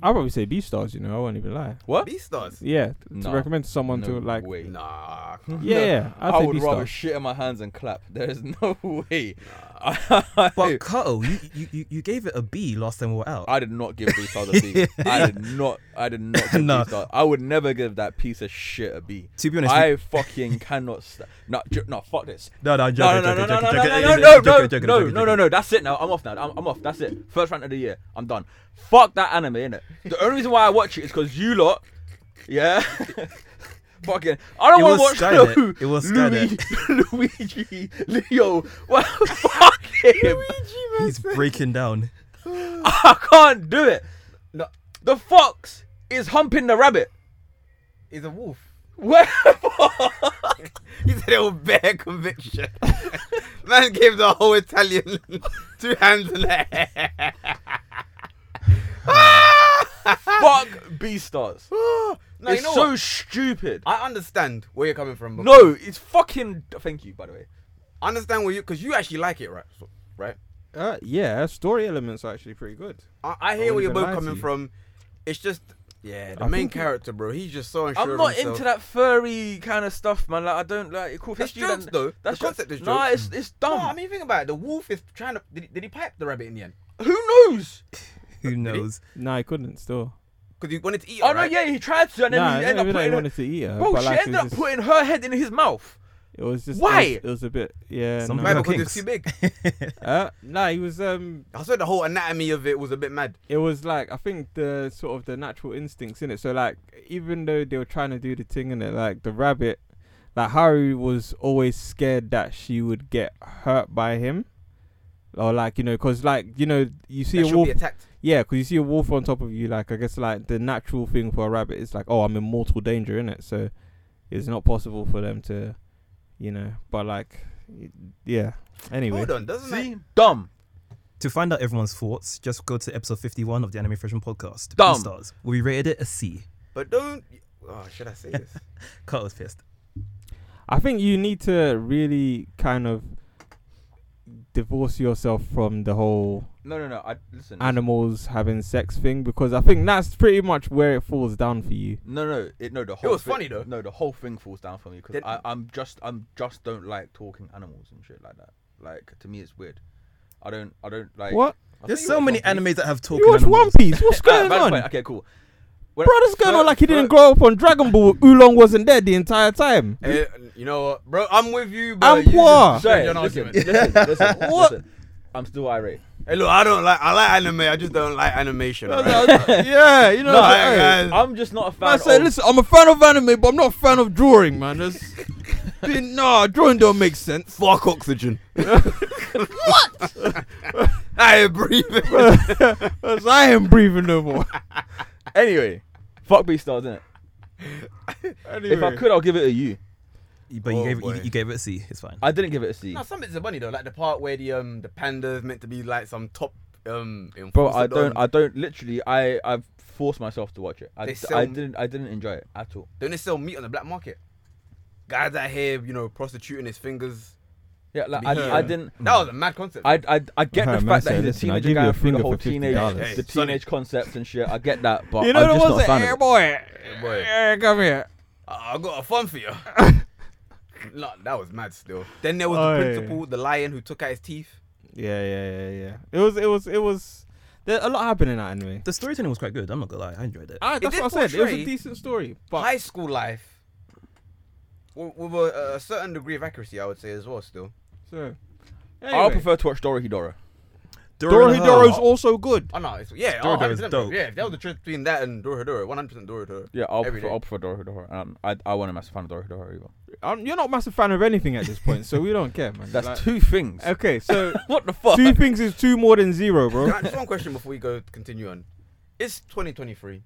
Speaker 6: I'll probably say B stars. You know, I won't even lie.
Speaker 4: what
Speaker 5: Beastars.
Speaker 6: Yeah, t-
Speaker 4: Nah.
Speaker 6: to recommend to someone to like.
Speaker 4: way.
Speaker 5: Nah,
Speaker 6: Yeah, yeah. I'd
Speaker 4: I
Speaker 6: say
Speaker 4: would
Speaker 6: B
Speaker 4: rather
Speaker 6: stars.
Speaker 4: shit in my hands and clap. There is no way.
Speaker 3: But Kato, you, you- you you gave it a B last time we were out.
Speaker 4: I did not give B Stars a B. I did not. I did not give
Speaker 3: No.
Speaker 4: B Stars. I would never give that piece of shit a B.
Speaker 3: To be honest, we-
Speaker 4: I fucking cannot. St- no, ju- no, fuck this.
Speaker 3: no, no, I'm
Speaker 4: No,
Speaker 3: joking,
Speaker 4: no, no,
Speaker 3: joking,
Speaker 4: no, no, no,
Speaker 3: joking, joking,
Speaker 4: no, no, no,
Speaker 3: joking, joking,
Speaker 4: no,
Speaker 3: joking,
Speaker 4: no,
Speaker 3: joking,
Speaker 4: no, no, no. That's it now. I'm off now. I'm, I'm off. That's it. First round of the year. I'm done. Fuck that anime, innit? The only reason why I watch it is because you lot, yeah. Fucking, I don't
Speaker 3: It
Speaker 4: want
Speaker 3: was
Speaker 4: to watch
Speaker 3: Skynet.
Speaker 4: no
Speaker 3: It was
Speaker 4: Louis, Luigi, Leo. What? Fuck him.
Speaker 3: joking. He's breaking down.
Speaker 4: I can't do it.
Speaker 5: No.
Speaker 4: The fox is humping the rabbit.
Speaker 5: he's a wolf.
Speaker 4: Where?
Speaker 5: He's a little bare conviction. Man gave the whole Italian two hands in the air.
Speaker 4: Fuck Beastars.
Speaker 5: no,
Speaker 4: it's
Speaker 5: you know
Speaker 4: so
Speaker 5: what?
Speaker 4: stupid.
Speaker 5: I understand where you're coming from. because-
Speaker 4: no, it's fucking. Thank you, by the way.
Speaker 5: I understand where you because you actually like it, right? So- Right.
Speaker 6: Uh, yeah, story elements are actually pretty good.
Speaker 5: I, I hear where
Speaker 6: wouldn't
Speaker 5: you're
Speaker 6: even
Speaker 5: both
Speaker 6: lie to
Speaker 5: coming
Speaker 6: you.
Speaker 5: from. It's just yeah, the
Speaker 6: I
Speaker 5: main
Speaker 6: think it-
Speaker 5: character, bro. He's just so unsure.
Speaker 4: I'm
Speaker 5: of
Speaker 4: not
Speaker 5: himself.
Speaker 4: into that furry kind of stuff, man. Like, I don't like it. Cool.
Speaker 5: It's
Speaker 4: That's you,
Speaker 5: jokes,
Speaker 4: then-
Speaker 5: though. The
Speaker 4: That's
Speaker 5: concept is
Speaker 4: Nah,
Speaker 5: jokes.
Speaker 4: it's it's
Speaker 5: No,
Speaker 4: dumb.
Speaker 5: I mean, think about it. The wolf is trying to. Did, did he pipe the rabbit in the end?
Speaker 4: who knows?
Speaker 3: Who knows?
Speaker 6: Nah, I couldn't still.
Speaker 5: Because he wanted to eat.
Speaker 4: Oh
Speaker 5: her,
Speaker 4: no,
Speaker 5: right?
Speaker 4: yeah, he tried to, and then
Speaker 6: Nah,
Speaker 4: he
Speaker 6: I
Speaker 4: ended
Speaker 6: never
Speaker 4: up
Speaker 6: really
Speaker 4: putting.
Speaker 6: wanted to eat her.
Speaker 4: Bro,
Speaker 6: but
Speaker 4: she
Speaker 6: like, it
Speaker 4: ended
Speaker 6: was
Speaker 4: up
Speaker 6: just-
Speaker 4: putting her head in his mouth.
Speaker 6: It was just.
Speaker 4: Why?
Speaker 6: It was, it was a bit. Yeah.
Speaker 3: Some
Speaker 6: no.
Speaker 5: Maybe
Speaker 3: people-
Speaker 5: because
Speaker 3: Kinks.
Speaker 5: it's too big.
Speaker 6: Uh, nah, he was. Um,
Speaker 5: I swear the whole anatomy of it was a bit mad.
Speaker 6: it was like I think the sort of the natural instincts in it. So like, even though they were trying to do the thing in it, like the rabbit, like Harry was always scared that she would get hurt by him, or like you know, cause like you know, you see
Speaker 5: That
Speaker 6: a
Speaker 5: should
Speaker 6: wolf.
Speaker 5: be attacked.
Speaker 6: Yeah, because you see a wolf on top of you, like I guess like the natural thing for a rabbit is like, oh, I'm in mortal danger, in it. So it's not possible for them to, you know. But like, y- yeah. Anyway,
Speaker 5: Hold on, doesn't that-
Speaker 4: See, dumb.
Speaker 3: To find out everyone's thoughts, just go to episode 51 of the Anime Freshman Podcast.
Speaker 4: Dumb.
Speaker 3: Two stars. We rated it a C.
Speaker 5: But don't. Oh, should I say this?
Speaker 3: Kato's pissed.
Speaker 6: I think you need to really kind of divorce yourself from the whole
Speaker 4: No, no, no. I listen.
Speaker 6: animals having sex thing because I think that's pretty much where it falls down for you.
Speaker 4: No, no, it no. The whole
Speaker 5: was
Speaker 4: thi-
Speaker 5: funny, though.
Speaker 4: No, the whole thing falls down for me because
Speaker 5: Did-
Speaker 4: I I'm just I'm just don't like talking animals and shit like that. Like to me, it's weird. I don't I don't like.
Speaker 6: What?
Speaker 5: I
Speaker 3: There's
Speaker 5: think
Speaker 3: so
Speaker 5: you
Speaker 3: many
Speaker 5: watched One Piece.
Speaker 3: animes that have talking
Speaker 6: You watch One
Speaker 3: animals.
Speaker 6: Piece? What's
Speaker 4: Ah,
Speaker 6: going
Speaker 4: by the
Speaker 6: on?
Speaker 4: way, Okay, cool. When-
Speaker 6: Bro, this going
Speaker 4: Fir-
Speaker 6: on like he didn't
Speaker 4: fir-
Speaker 6: grow up on Dragon Ball. Oolong wasn't there the entire time.
Speaker 5: Eh, you know what, bro? I'm with you, but
Speaker 6: I'm
Speaker 5: you just-
Speaker 6: poor.
Speaker 4: Sorry,
Speaker 5: You're not
Speaker 4: listen,
Speaker 5: arguing.
Speaker 4: listen, listen,
Speaker 6: What?
Speaker 4: listen. I'm still irate.
Speaker 5: Hey, look, I don't like. I like anime. I just don't like animation. Right?
Speaker 6: yeah, you know.
Speaker 5: No,
Speaker 6: it's like,
Speaker 5: I-
Speaker 6: hey.
Speaker 5: I-
Speaker 4: I'm just not a fan.
Speaker 6: I said,
Speaker 4: of,
Speaker 6: listen, I'm a fan of anime, but I'm not a fan of drawing, man. That's, Didn't- nah, drawing don't make sense.
Speaker 5: Fuck oxygen. what? I ain't breathing.
Speaker 6: That's- I ain't breathing no more.
Speaker 4: Anyway, fuck Beastars, innit? If I
Speaker 6: Anyway.
Speaker 4: could, I'll give it a U.
Speaker 3: But you
Speaker 5: Oh,
Speaker 3: gave, it- you,
Speaker 5: boy.
Speaker 3: you gave it a C. It's fine.
Speaker 4: I didn't give it a C.
Speaker 5: No, some bits are funny though, like the part where the um the panda's meant to be like some top um. enforce
Speaker 4: Bro, I
Speaker 5: it
Speaker 4: don't.
Speaker 5: on-
Speaker 4: I don't. Literally, I I've forced myself to watch it. I,
Speaker 5: They
Speaker 4: d-
Speaker 5: sell-
Speaker 4: I didn't. I didn't enjoy it at all.
Speaker 5: don't they sell meat on the black market? Guys out here, you know, prostituting his fingers.
Speaker 4: Yeah, like
Speaker 5: be fair.
Speaker 4: I, I didn't.
Speaker 5: That was a mad concept.
Speaker 4: Hmm. I, I, I get
Speaker 6: Okay,
Speaker 4: the
Speaker 6: man,
Speaker 4: fact
Speaker 6: so
Speaker 4: that he's
Speaker 6: Uh-huh,
Speaker 4: a
Speaker 6: listen, I'll
Speaker 4: teenager
Speaker 6: give you a
Speaker 4: guy through
Speaker 6: finger
Speaker 4: the
Speaker 6: for
Speaker 4: whole
Speaker 6: $50.
Speaker 4: teenage,
Speaker 6: Hey,
Speaker 4: the
Speaker 5: Sonny.
Speaker 4: teenage concept and shit. I get that, but
Speaker 6: You know
Speaker 4: I'm
Speaker 6: the
Speaker 4: just
Speaker 6: ones
Speaker 4: not a
Speaker 6: that,
Speaker 4: fan
Speaker 6: hey
Speaker 4: of it.
Speaker 6: boy,
Speaker 5: boy.
Speaker 6: hey, come here.
Speaker 5: I, I got a fun for you. no, that was mad still. Then there was
Speaker 6: Oi.
Speaker 5: the principal, the lion who took out his teeth.
Speaker 6: Yeah, yeah, yeah, yeah. It was, it was, it was. There a lot happened in that anime.
Speaker 3: The storytelling was quite good. I'm not gonna lie, I enjoyed it.
Speaker 6: Ah,
Speaker 5: It
Speaker 6: that's
Speaker 5: did
Speaker 6: what I said. It was a
Speaker 5: portray-
Speaker 6: decent story, but
Speaker 5: High school life. With, with a, a certain degree of accuracy, I would say as well. Still,
Speaker 6: so.
Speaker 4: I
Speaker 6: Anyway,
Speaker 4: prefer to watch Dorohedoro.
Speaker 6: Dorohedoro's also good.
Speaker 5: oh no, it's, yeah,
Speaker 3: Dora
Speaker 5: oh,
Speaker 3: Dora is
Speaker 5: 100%, bro.
Speaker 3: dope.
Speaker 5: Yeah, if that was the difference between that and Dorohedoro, one hundred percent Dorohedoro.
Speaker 4: Yeah, I'll
Speaker 5: Every
Speaker 4: prefer,
Speaker 5: day.
Speaker 4: I'll prefer Dorohedoro. Um, I I wasn't a massive fan of Dorohedoro either.
Speaker 6: Um, you're not a massive fan of anything at this point, so we don't care, man.
Speaker 4: That's
Speaker 6: Like-
Speaker 4: two things.
Speaker 6: Okay, so
Speaker 4: What the fuck?
Speaker 6: two things is two more than zero, bro.
Speaker 5: Can I- Just one question before we go continue on. It's 2023.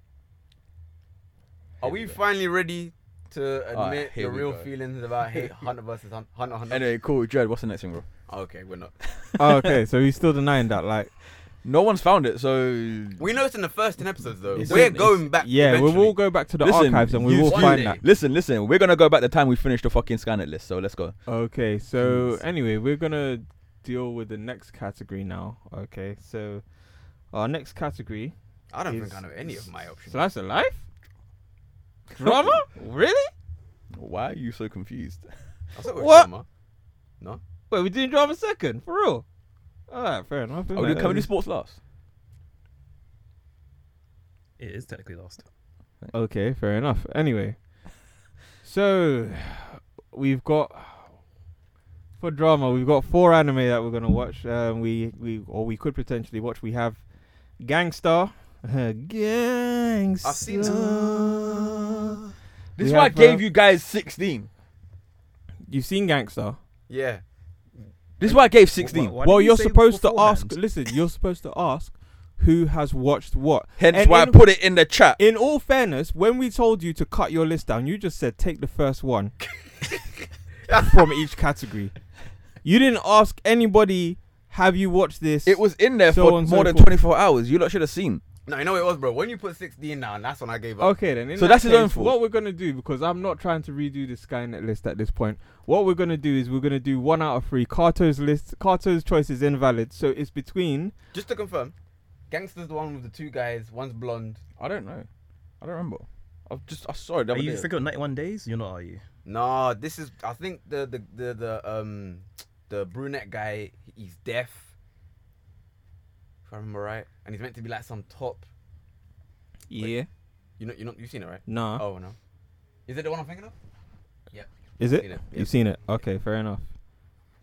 Speaker 5: Are we finally ready to
Speaker 4: Alright,
Speaker 5: admit
Speaker 4: here
Speaker 5: the
Speaker 4: we
Speaker 5: real
Speaker 4: go.
Speaker 5: feelings about hate Hunter versus Hun- Hunter Hunter?
Speaker 4: Anyway, cool. Jared, what's the next thing, bro?
Speaker 5: Okay, we're not.
Speaker 6: oh, okay, so he's still denying that. Like,
Speaker 4: No one's found it, so
Speaker 5: We know it's in the first 10 episodes though.
Speaker 4: It's-
Speaker 5: we're
Speaker 4: it's-
Speaker 5: going back.
Speaker 6: yeah,
Speaker 5: eventually.
Speaker 6: we will go back to the
Speaker 4: Listen,
Speaker 6: archives and we
Speaker 4: you
Speaker 6: will
Speaker 5: one
Speaker 6: find
Speaker 5: day-
Speaker 6: that.
Speaker 4: listen, listen. We're gonna go back the time we finished the fucking scan it list. So let's go.
Speaker 6: Okay, so
Speaker 4: Jeez.
Speaker 6: anyway, we're gonna deal with the next category now. Okay, so our next category.
Speaker 5: I don't think
Speaker 6: is-
Speaker 5: I know any of my options.
Speaker 6: Slice of life. Drama? really?
Speaker 4: Why are you so confused?
Speaker 5: I thought we were
Speaker 6: What?
Speaker 5: drama.
Speaker 6: Wait, we didn't drama second for real. Alright, fair enough.
Speaker 4: Oh,
Speaker 6: Like,
Speaker 4: can we do
Speaker 6: um,
Speaker 4: sports last?
Speaker 3: It is technically lost.
Speaker 6: Okay, fair enough. Anyway, so we've got for drama, we've got four anime that we're gonna watch. Um, we we or we could potentially watch. We have Gangstar. Gangstar.
Speaker 5: I've seen
Speaker 6: Uh.
Speaker 4: This
Speaker 6: We
Speaker 4: is why I
Speaker 6: have,
Speaker 4: gave
Speaker 6: uh,
Speaker 4: you guys 16.
Speaker 6: You've seen Gangstar.
Speaker 5: Yeah.
Speaker 4: This is why I gave
Speaker 3: why
Speaker 4: 16.
Speaker 6: well,
Speaker 3: didn't you
Speaker 6: you're
Speaker 3: say
Speaker 6: supposed to ask.
Speaker 3: beforehand?
Speaker 6: Listen, you're supposed to ask who has watched what.
Speaker 4: Hence
Speaker 6: And
Speaker 4: why I
Speaker 6: in-
Speaker 4: put it in the chat.
Speaker 6: In all fairness, when we told you to cut your list down, you just said take the first one from each category. You didn't ask anybody, have you watched this?
Speaker 4: It was in there
Speaker 6: So
Speaker 4: for
Speaker 6: on, so
Speaker 4: more than
Speaker 6: forth.
Speaker 4: 24 hours. You lot should have seen.
Speaker 5: No, you know what it was, bro. When you put 16 down, that's when I gave up.
Speaker 6: Okay, then. In
Speaker 4: So
Speaker 6: that
Speaker 4: that's his own
Speaker 6: case,
Speaker 4: fault.
Speaker 6: What we're gonna do, because I'm not trying to redo the Skynet list at this point. What we're gonna do is we're gonna do one out of three. Kato's list, Kato's choice is invalid, so it's between.
Speaker 5: Just to confirm, Gangster's the one with the two guys. One's blonde.
Speaker 4: I don't know. I don't remember. I just I saw it. The
Speaker 3: Are
Speaker 4: other
Speaker 3: you
Speaker 4: day.
Speaker 3: thinking of 91 days? You're not, are you?
Speaker 5: Nah, this is. I think the the the, the um the brunette guy. He's deaf. If I remember right, and he's meant to be like some top.
Speaker 4: uh,
Speaker 6: Yeah.
Speaker 5: You know, you know, you've seen it, right?
Speaker 6: Nah.
Speaker 5: Oh no, is it the one I'm thinking of?
Speaker 6: is it?
Speaker 5: seen it, yeah.
Speaker 6: You've seen it. Okay, fair enough.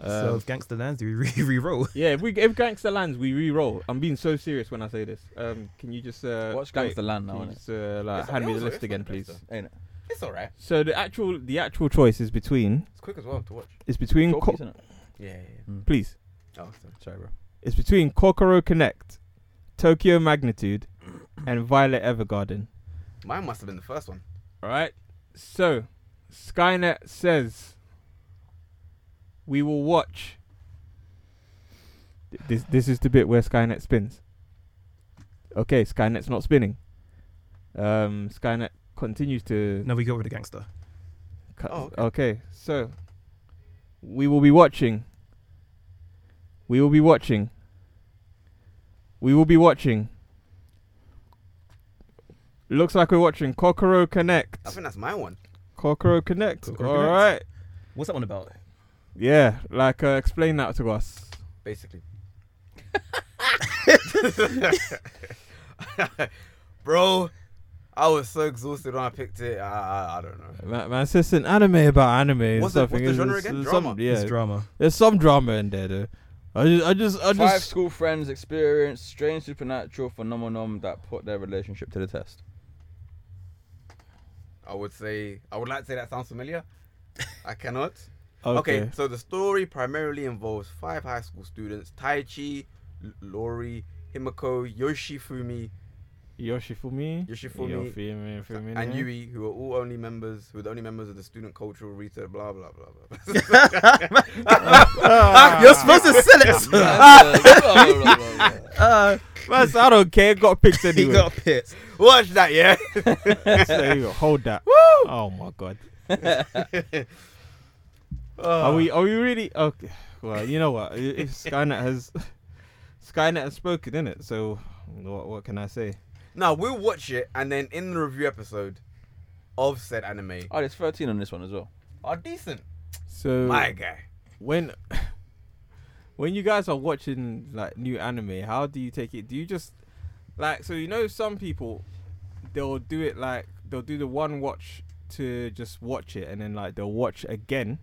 Speaker 6: Um,
Speaker 3: so if Gangster Lands, do we re- re-roll?
Speaker 6: Yeah, if we if Gangster lands, we re-roll. I'm being so serious when I say this. Um, can you just uh,
Speaker 4: Watch
Speaker 6: wait,
Speaker 4: Gangs the Land now,
Speaker 6: can you
Speaker 4: innit?
Speaker 6: just, uh, like,
Speaker 5: It's-
Speaker 6: hand
Speaker 5: it
Speaker 6: me the
Speaker 5: was-
Speaker 6: list
Speaker 5: it's
Speaker 6: again,
Speaker 5: not the
Speaker 6: please.
Speaker 5: best
Speaker 4: Ain't it?
Speaker 5: It's all right.
Speaker 6: So the actual the actual choice is between
Speaker 5: It's quick as well to watch.
Speaker 6: is between
Speaker 4: Short
Speaker 6: Ko-
Speaker 4: piece, innit?
Speaker 5: Yeah, yeah.
Speaker 4: Mm.
Speaker 6: please
Speaker 5: yeah. Oh, so-
Speaker 4: Sorry, bro.
Speaker 6: it's between Kokoro Connect, Tokyo Magnitude, and Violet Evergarden.
Speaker 5: mine must have been the first one.
Speaker 6: All right. So Skynet says we will watch. Th- This this is the bit where Skynet spins. Okay, Skynet's not spinning. Um, Skynet continues to.
Speaker 3: No, we go with the Gangster.
Speaker 6: cut-
Speaker 5: Oh,
Speaker 6: okay. so we will be watching. We will be watching. We will be watching. Looks like we're watching Kokoro Connect.
Speaker 5: I think that's my one.
Speaker 6: Kokoro Connect. All right.
Speaker 3: Kokoro Connect. What's that one about?
Speaker 6: Yeah, like uh, explain that to us.
Speaker 5: basically. Bro, I was so exhausted when I picked it. I, I, I don't know.
Speaker 6: Man, man, it's just an anime about anime. and
Speaker 5: What's the-
Speaker 6: stuff.
Speaker 5: what's the
Speaker 6: It's-
Speaker 5: genre
Speaker 6: it's-
Speaker 5: again?
Speaker 6: it's Some,
Speaker 5: Drama?
Speaker 6: yeah,
Speaker 3: It's drama.
Speaker 6: there's some drama in there though. I just, I just, I
Speaker 4: Five
Speaker 6: just.
Speaker 4: school friends experience strange supernatural phenomenon that put their relationship to the test.
Speaker 5: I would say I would like to say that sounds familiar. I cannot.
Speaker 6: Okay.
Speaker 5: Okay. so the story primarily involves five high school students: Taichi, L- Lori, Himiko, Yoshifumi,
Speaker 6: Yoshifumi.
Speaker 5: Yoshifumi,
Speaker 6: Yoshifumi. Yoshifumi.
Speaker 5: and Yui, who are all only members, who are the only members of the student cultural research. Blah blah blah blah.
Speaker 3: Ah, You're supposed to sell it.
Speaker 4: That's, uh, blah, blah, blah, blah.
Speaker 3: Uh,
Speaker 6: Man, I don't care. Got picked
Speaker 3: he
Speaker 6: anyway.
Speaker 3: got pissed.
Speaker 5: Watch that, yeah.
Speaker 6: so you go, hold that. Oh my god. Are
Speaker 5: Ah.
Speaker 6: we? Are we really? Okay. Well, you know what? I- If Skynet has, Skynet has spoken in it. So, what? What can I say?
Speaker 5: No, we'll watch it and then in the review episode of said anime
Speaker 4: Oh, there's 13 on this one as well.
Speaker 5: are decent.
Speaker 6: So
Speaker 5: My guy.
Speaker 6: when, when you guys are watching like new anime, how do you take it? Do you just like so you know some people, they'll do it like they'll do the one watch to just watch it, and then like they'll watch again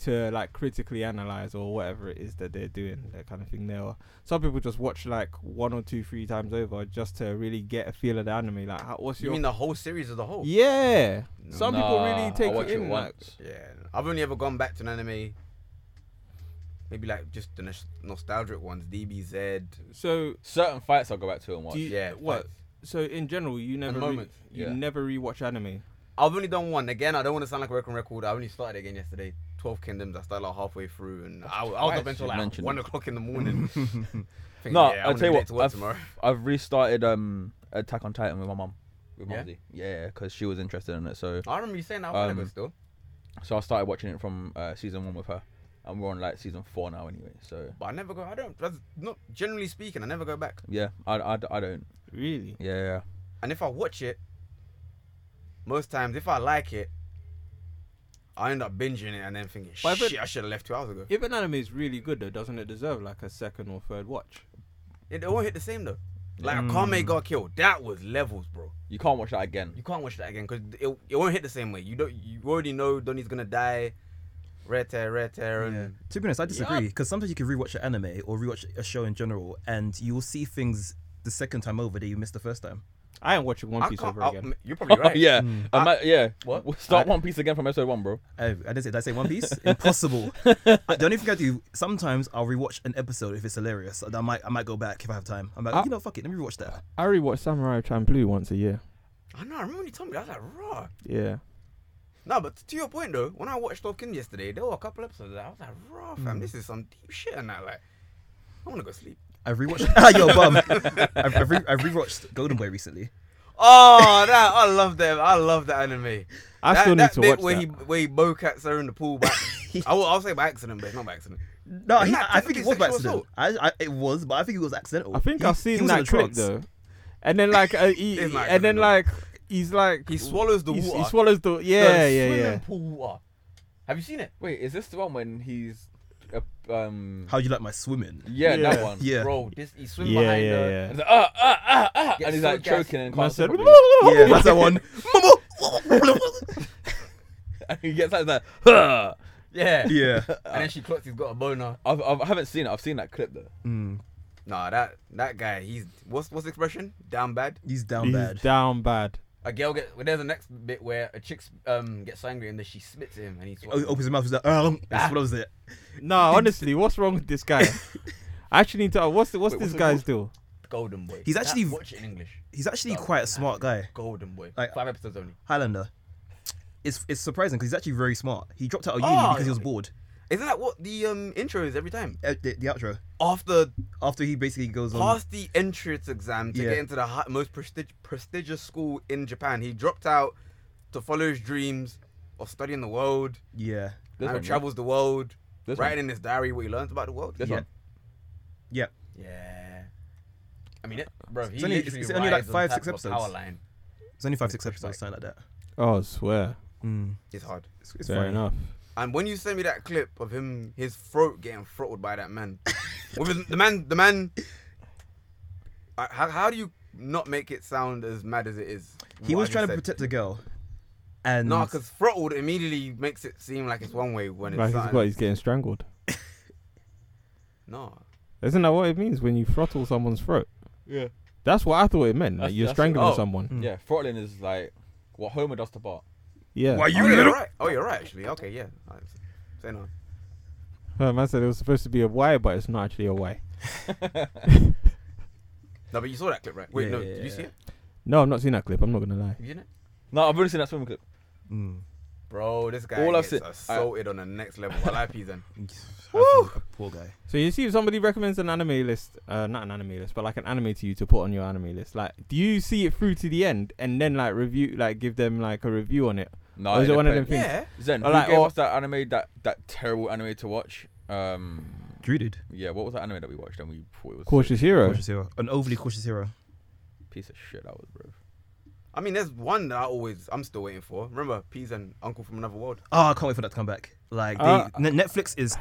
Speaker 6: to like critically analyze or whatever it is that they're doing that kind of thing there or some people just watch like one or two three times over just to really get a feel of the anime like how, what's
Speaker 5: You
Speaker 6: your
Speaker 5: mean the whole series as a whole?
Speaker 6: yeah
Speaker 5: No.
Speaker 6: some people really
Speaker 4: Nah,
Speaker 6: take
Speaker 4: I watch
Speaker 6: it in like
Speaker 4: once.
Speaker 5: Yeah, I've only ever gone back to an anime. Maybe like just the nos- nostalgic ones, DBZ.
Speaker 6: so
Speaker 4: Certain fights I'll go back to and watch.
Speaker 6: do you,
Speaker 5: Yeah,
Speaker 6: what
Speaker 5: facts.
Speaker 6: so in general you never re-
Speaker 5: moment,
Speaker 6: you
Speaker 4: yeah.
Speaker 6: never rewatch anime
Speaker 5: I've only done one. Again, I don't want to sound like a record record. I only started again yesterday. Twelve Kingdoms. I started like halfway through, and I, I was
Speaker 4: twice
Speaker 5: up until
Speaker 4: you've
Speaker 5: like
Speaker 4: mentioned
Speaker 5: one
Speaker 4: it.
Speaker 5: o'clock in the morning. Thinking,
Speaker 4: no,
Speaker 5: yeah, I
Speaker 4: I'll tell you
Speaker 5: wanna be
Speaker 4: what.
Speaker 5: late to work
Speaker 4: I've,
Speaker 5: tomorrow.
Speaker 4: I've restarted um Attack on Titan with my mum. With
Speaker 5: Yeah?
Speaker 4: Mumsy. Yeah, because she was interested in it. So
Speaker 5: I remember you saying that a while ago
Speaker 4: Um,
Speaker 5: still.
Speaker 4: so I started watching it from uh, season one with her, and we're on like season four now anyway. So
Speaker 5: But I never go. I don't. That's not generally speaking. I never go back.
Speaker 4: yeah, I, I, I don't.
Speaker 6: really
Speaker 4: Yeah, yeah.
Speaker 5: And if I watch it, most times if I like it, I end up binging it and then thinking,
Speaker 6: But if it-
Speaker 5: shit, I should have left two hours ago.
Speaker 6: if an anime is really good though doesn't it deserve like a second or third watch
Speaker 5: It won't hit the same though. Like
Speaker 6: Mm.
Speaker 5: Akame got killed. That was levels, bro.
Speaker 4: You can't watch that again.
Speaker 5: You can't watch that again because it, it won't hit the same way. You don't. You already know Donnie's gonna die. Rare tear, rare tear, and
Speaker 3: To be honest, I disagree because sometimes you can rewatch an anime or rewatch a show in general, and you will see things the second time over that you missed the first time.
Speaker 6: i ain't watching one
Speaker 5: I
Speaker 6: piece
Speaker 5: can't.
Speaker 6: over
Speaker 5: I-
Speaker 6: again
Speaker 5: you're probably
Speaker 4: Oh
Speaker 5: right.
Speaker 4: yeah,
Speaker 6: Hmm.
Speaker 4: Ima- yeah.
Speaker 5: What?
Speaker 4: We'll start One Piece again from episode one, bro.
Speaker 3: I, Uh, I didn't say. Did I say One Piece? Impossible. I, the only thing I do sometimes I'll rewatch an episode if it's hilarious. and I might I might go back if I have time. I'm like,
Speaker 6: Ah.
Speaker 3: you know, fuck it, let me rewatch that.
Speaker 6: i rewatch samurai champloo once a year
Speaker 5: I know. I remember when you told me. That. I was like, raw.
Speaker 6: yeah
Speaker 5: No, but to your point though, when I watched Top King yesterday, there were a couple episodes. That I was like, raw, fam.
Speaker 6: Mm.
Speaker 5: This is some deep shit, and I like. I wanna go sleep.
Speaker 3: I've rewatched. ah, yo, bum. I've, I've, re- I've rewatched Golden Boy recently.
Speaker 5: Oh, that I love that. I love that anime.
Speaker 6: I
Speaker 5: that,
Speaker 6: still need
Speaker 5: that
Speaker 6: to
Speaker 5: bit
Speaker 6: watch
Speaker 5: where
Speaker 6: that.
Speaker 5: he where he bow cats her in the pool. By, I will, I'll say by accident, but it's not by accident.
Speaker 3: No,
Speaker 5: Isn't
Speaker 3: he,
Speaker 5: that
Speaker 3: I I think it
Speaker 5: technically
Speaker 3: was by
Speaker 5: sexual
Speaker 3: accident. I, I, it was, but I think it was accidental.
Speaker 6: I think
Speaker 3: He-
Speaker 6: I've
Speaker 3: he
Speaker 6: seen
Speaker 3: was in
Speaker 6: that
Speaker 3: a
Speaker 6: clip
Speaker 3: trance.
Speaker 6: though. And then like uh, he,
Speaker 5: It's not
Speaker 6: and then
Speaker 5: gonna
Speaker 6: like he's like
Speaker 5: He swallows the
Speaker 6: he's- He
Speaker 5: water.
Speaker 6: swallows the yeah
Speaker 5: The
Speaker 6: yeah
Speaker 5: swimming
Speaker 6: yeah.
Speaker 5: Pool water. Have you seen it?
Speaker 4: Wait, is this the one when he's uh, um?
Speaker 3: How do you like my swimming?
Speaker 4: Yeah, that
Speaker 6: Yeah.
Speaker 4: one.
Speaker 3: Yeah.
Speaker 5: Bro, this he's swimming
Speaker 6: Yeah,
Speaker 5: behind
Speaker 6: yeah,
Speaker 5: her.
Speaker 6: yeah.
Speaker 4: And he's like, ah, ah, ah, ah,
Speaker 5: Get
Speaker 4: and he's
Speaker 5: so
Speaker 4: like
Speaker 5: gassed.
Speaker 4: choking and
Speaker 6: Man
Speaker 4: can't
Speaker 6: said,
Speaker 4: said,
Speaker 3: Yeah, that's that one. Mama.
Speaker 4: and he gets out he's like, huh.
Speaker 5: Yeah.
Speaker 3: yeah.
Speaker 5: And then she clocks he's got a boner.
Speaker 4: I've, I've, I haven't seen it. I've seen that clip though.
Speaker 3: Mm,
Speaker 5: Nah, that that guy, he's what's what's the expression? Down bad.
Speaker 3: he's down
Speaker 6: he's
Speaker 3: bad.
Speaker 6: down bad.
Speaker 5: A girl get well, there's the next bit where a chick um gets angry and then she spits at him and he's
Speaker 3: Oh, he opens his mouth. He's like,
Speaker 6: ah.
Speaker 3: um, and swallows it.
Speaker 6: No, honestly, what's wrong with this guy? I actually need to. uh, What's the, what's
Speaker 4: Wait,
Speaker 6: this
Speaker 4: what's it
Speaker 6: guy's deal?
Speaker 5: golden boy.
Speaker 3: He's
Speaker 5: That-
Speaker 3: actually-
Speaker 5: watch it in English.
Speaker 3: He's actually
Speaker 5: Down
Speaker 3: quite a
Speaker 5: bad.
Speaker 3: smart guy.
Speaker 5: Golden boy.
Speaker 3: Like-
Speaker 5: Five episodes only.
Speaker 3: Highlander. It's it's surprising because he's actually very smart. He dropped out of uni
Speaker 5: Oh,
Speaker 3: because he was
Speaker 5: yeah.
Speaker 3: bored.
Speaker 5: Isn't that what the um intro is every time?
Speaker 3: Uh, The, the outro
Speaker 5: After
Speaker 3: after he basically goes on.
Speaker 5: passed the entrance exam to
Speaker 3: Um, Yeah.
Speaker 5: get into the hi- most prestig- prestigious school in Japan. He dropped out to follow his dreams of studying the world.
Speaker 3: Yeah,
Speaker 4: This
Speaker 5: now
Speaker 4: one,
Speaker 5: he
Speaker 4: yeah.
Speaker 5: travels the world,
Speaker 4: This
Speaker 5: writing in his diary what he learns about the world.
Speaker 4: This
Speaker 3: yeah,
Speaker 4: one.
Speaker 3: yeah.
Speaker 5: Yeah. I mean, it, bro, he
Speaker 3: It's only-
Speaker 5: literally
Speaker 3: it's only like
Speaker 5: rides on
Speaker 3: five,
Speaker 5: top
Speaker 3: six
Speaker 5: of a
Speaker 3: episodes.
Speaker 5: Power line.
Speaker 3: It's only five six episodes, something like that.
Speaker 6: Oh, I swear.
Speaker 3: Mm.
Speaker 5: It's hard.
Speaker 3: It's, it's
Speaker 6: Fair
Speaker 3: funny.
Speaker 6: enough.
Speaker 5: And when you send me that clip of him, his throat getting throttled by that man, with his- the man, the man. I- How, how do you not make it sound as mad as it is?
Speaker 3: He
Speaker 5: What
Speaker 3: was
Speaker 5: I just
Speaker 3: trying to
Speaker 5: said.
Speaker 3: protect a girl, and
Speaker 5: No, because throttled immediately makes it seem like it's one way when it's
Speaker 6: Like he's
Speaker 5: something-
Speaker 6: what he's getting strangled.
Speaker 5: no.
Speaker 6: Isn't that what it means when you throttle someone's throat?
Speaker 4: Yeah.
Speaker 6: That's what I thought it meant. Like
Speaker 4: That's-
Speaker 6: you're
Speaker 4: that's-
Speaker 6: strangling
Speaker 5: oh.
Speaker 6: someone.
Speaker 3: Mm.
Speaker 4: Yeah, throttling is like what Homer does to Bart.
Speaker 6: Yeah.
Speaker 1: Why
Speaker 5: Oh,
Speaker 1: you
Speaker 5: you're
Speaker 1: little?
Speaker 5: right. Oh, you're right. Actually, okay, yeah. All right, Say no.
Speaker 6: Uh, Man said it was supposed to be a Y, but it's not actually a Y.
Speaker 5: No, but you saw that clip, right? Wait,
Speaker 3: Yeah,
Speaker 5: no.
Speaker 3: yeah,
Speaker 5: Did you see
Speaker 3: yeah.
Speaker 5: it?
Speaker 6: No, I've not seen that clip. I'm not gonna lie.
Speaker 5: Have you seen it? Hmm.
Speaker 4: No, I've only seen that swimming clip.
Speaker 3: Mm.
Speaker 5: Bro, this guy
Speaker 4: All I've seen-
Speaker 5: gets assaulted on the next level. I like he's in.
Speaker 3: Woo! Poor guy.
Speaker 6: So you see, if somebody recommends an anime list, uh, not an anime list, but like an anime to you to put on your anime list, like, do you see it through to the end and then like review, like give them like a review on it?
Speaker 4: No,
Speaker 6: Or is it
Speaker 4: independent.
Speaker 6: one of them things?
Speaker 5: Yeah.
Speaker 4: Zen,
Speaker 6: Or
Speaker 4: who
Speaker 6: like-
Speaker 4: gave
Speaker 6: or-
Speaker 4: us that anime, that that terrible anime to watch? Um,
Speaker 3: Drew did.
Speaker 4: yeah, what was that anime that we watched and we thought it was
Speaker 6: Cautious Hero.
Speaker 3: Cautious hero. An overly cautious hero.
Speaker 4: piece of shit? That was bro.
Speaker 5: I mean, there's one that I always, I'm still waiting for. Remember, P's and Uncle from Another World.
Speaker 3: Oh, I can't wait for that to come back. Like they,
Speaker 6: Uh,
Speaker 3: Ne- Netflix is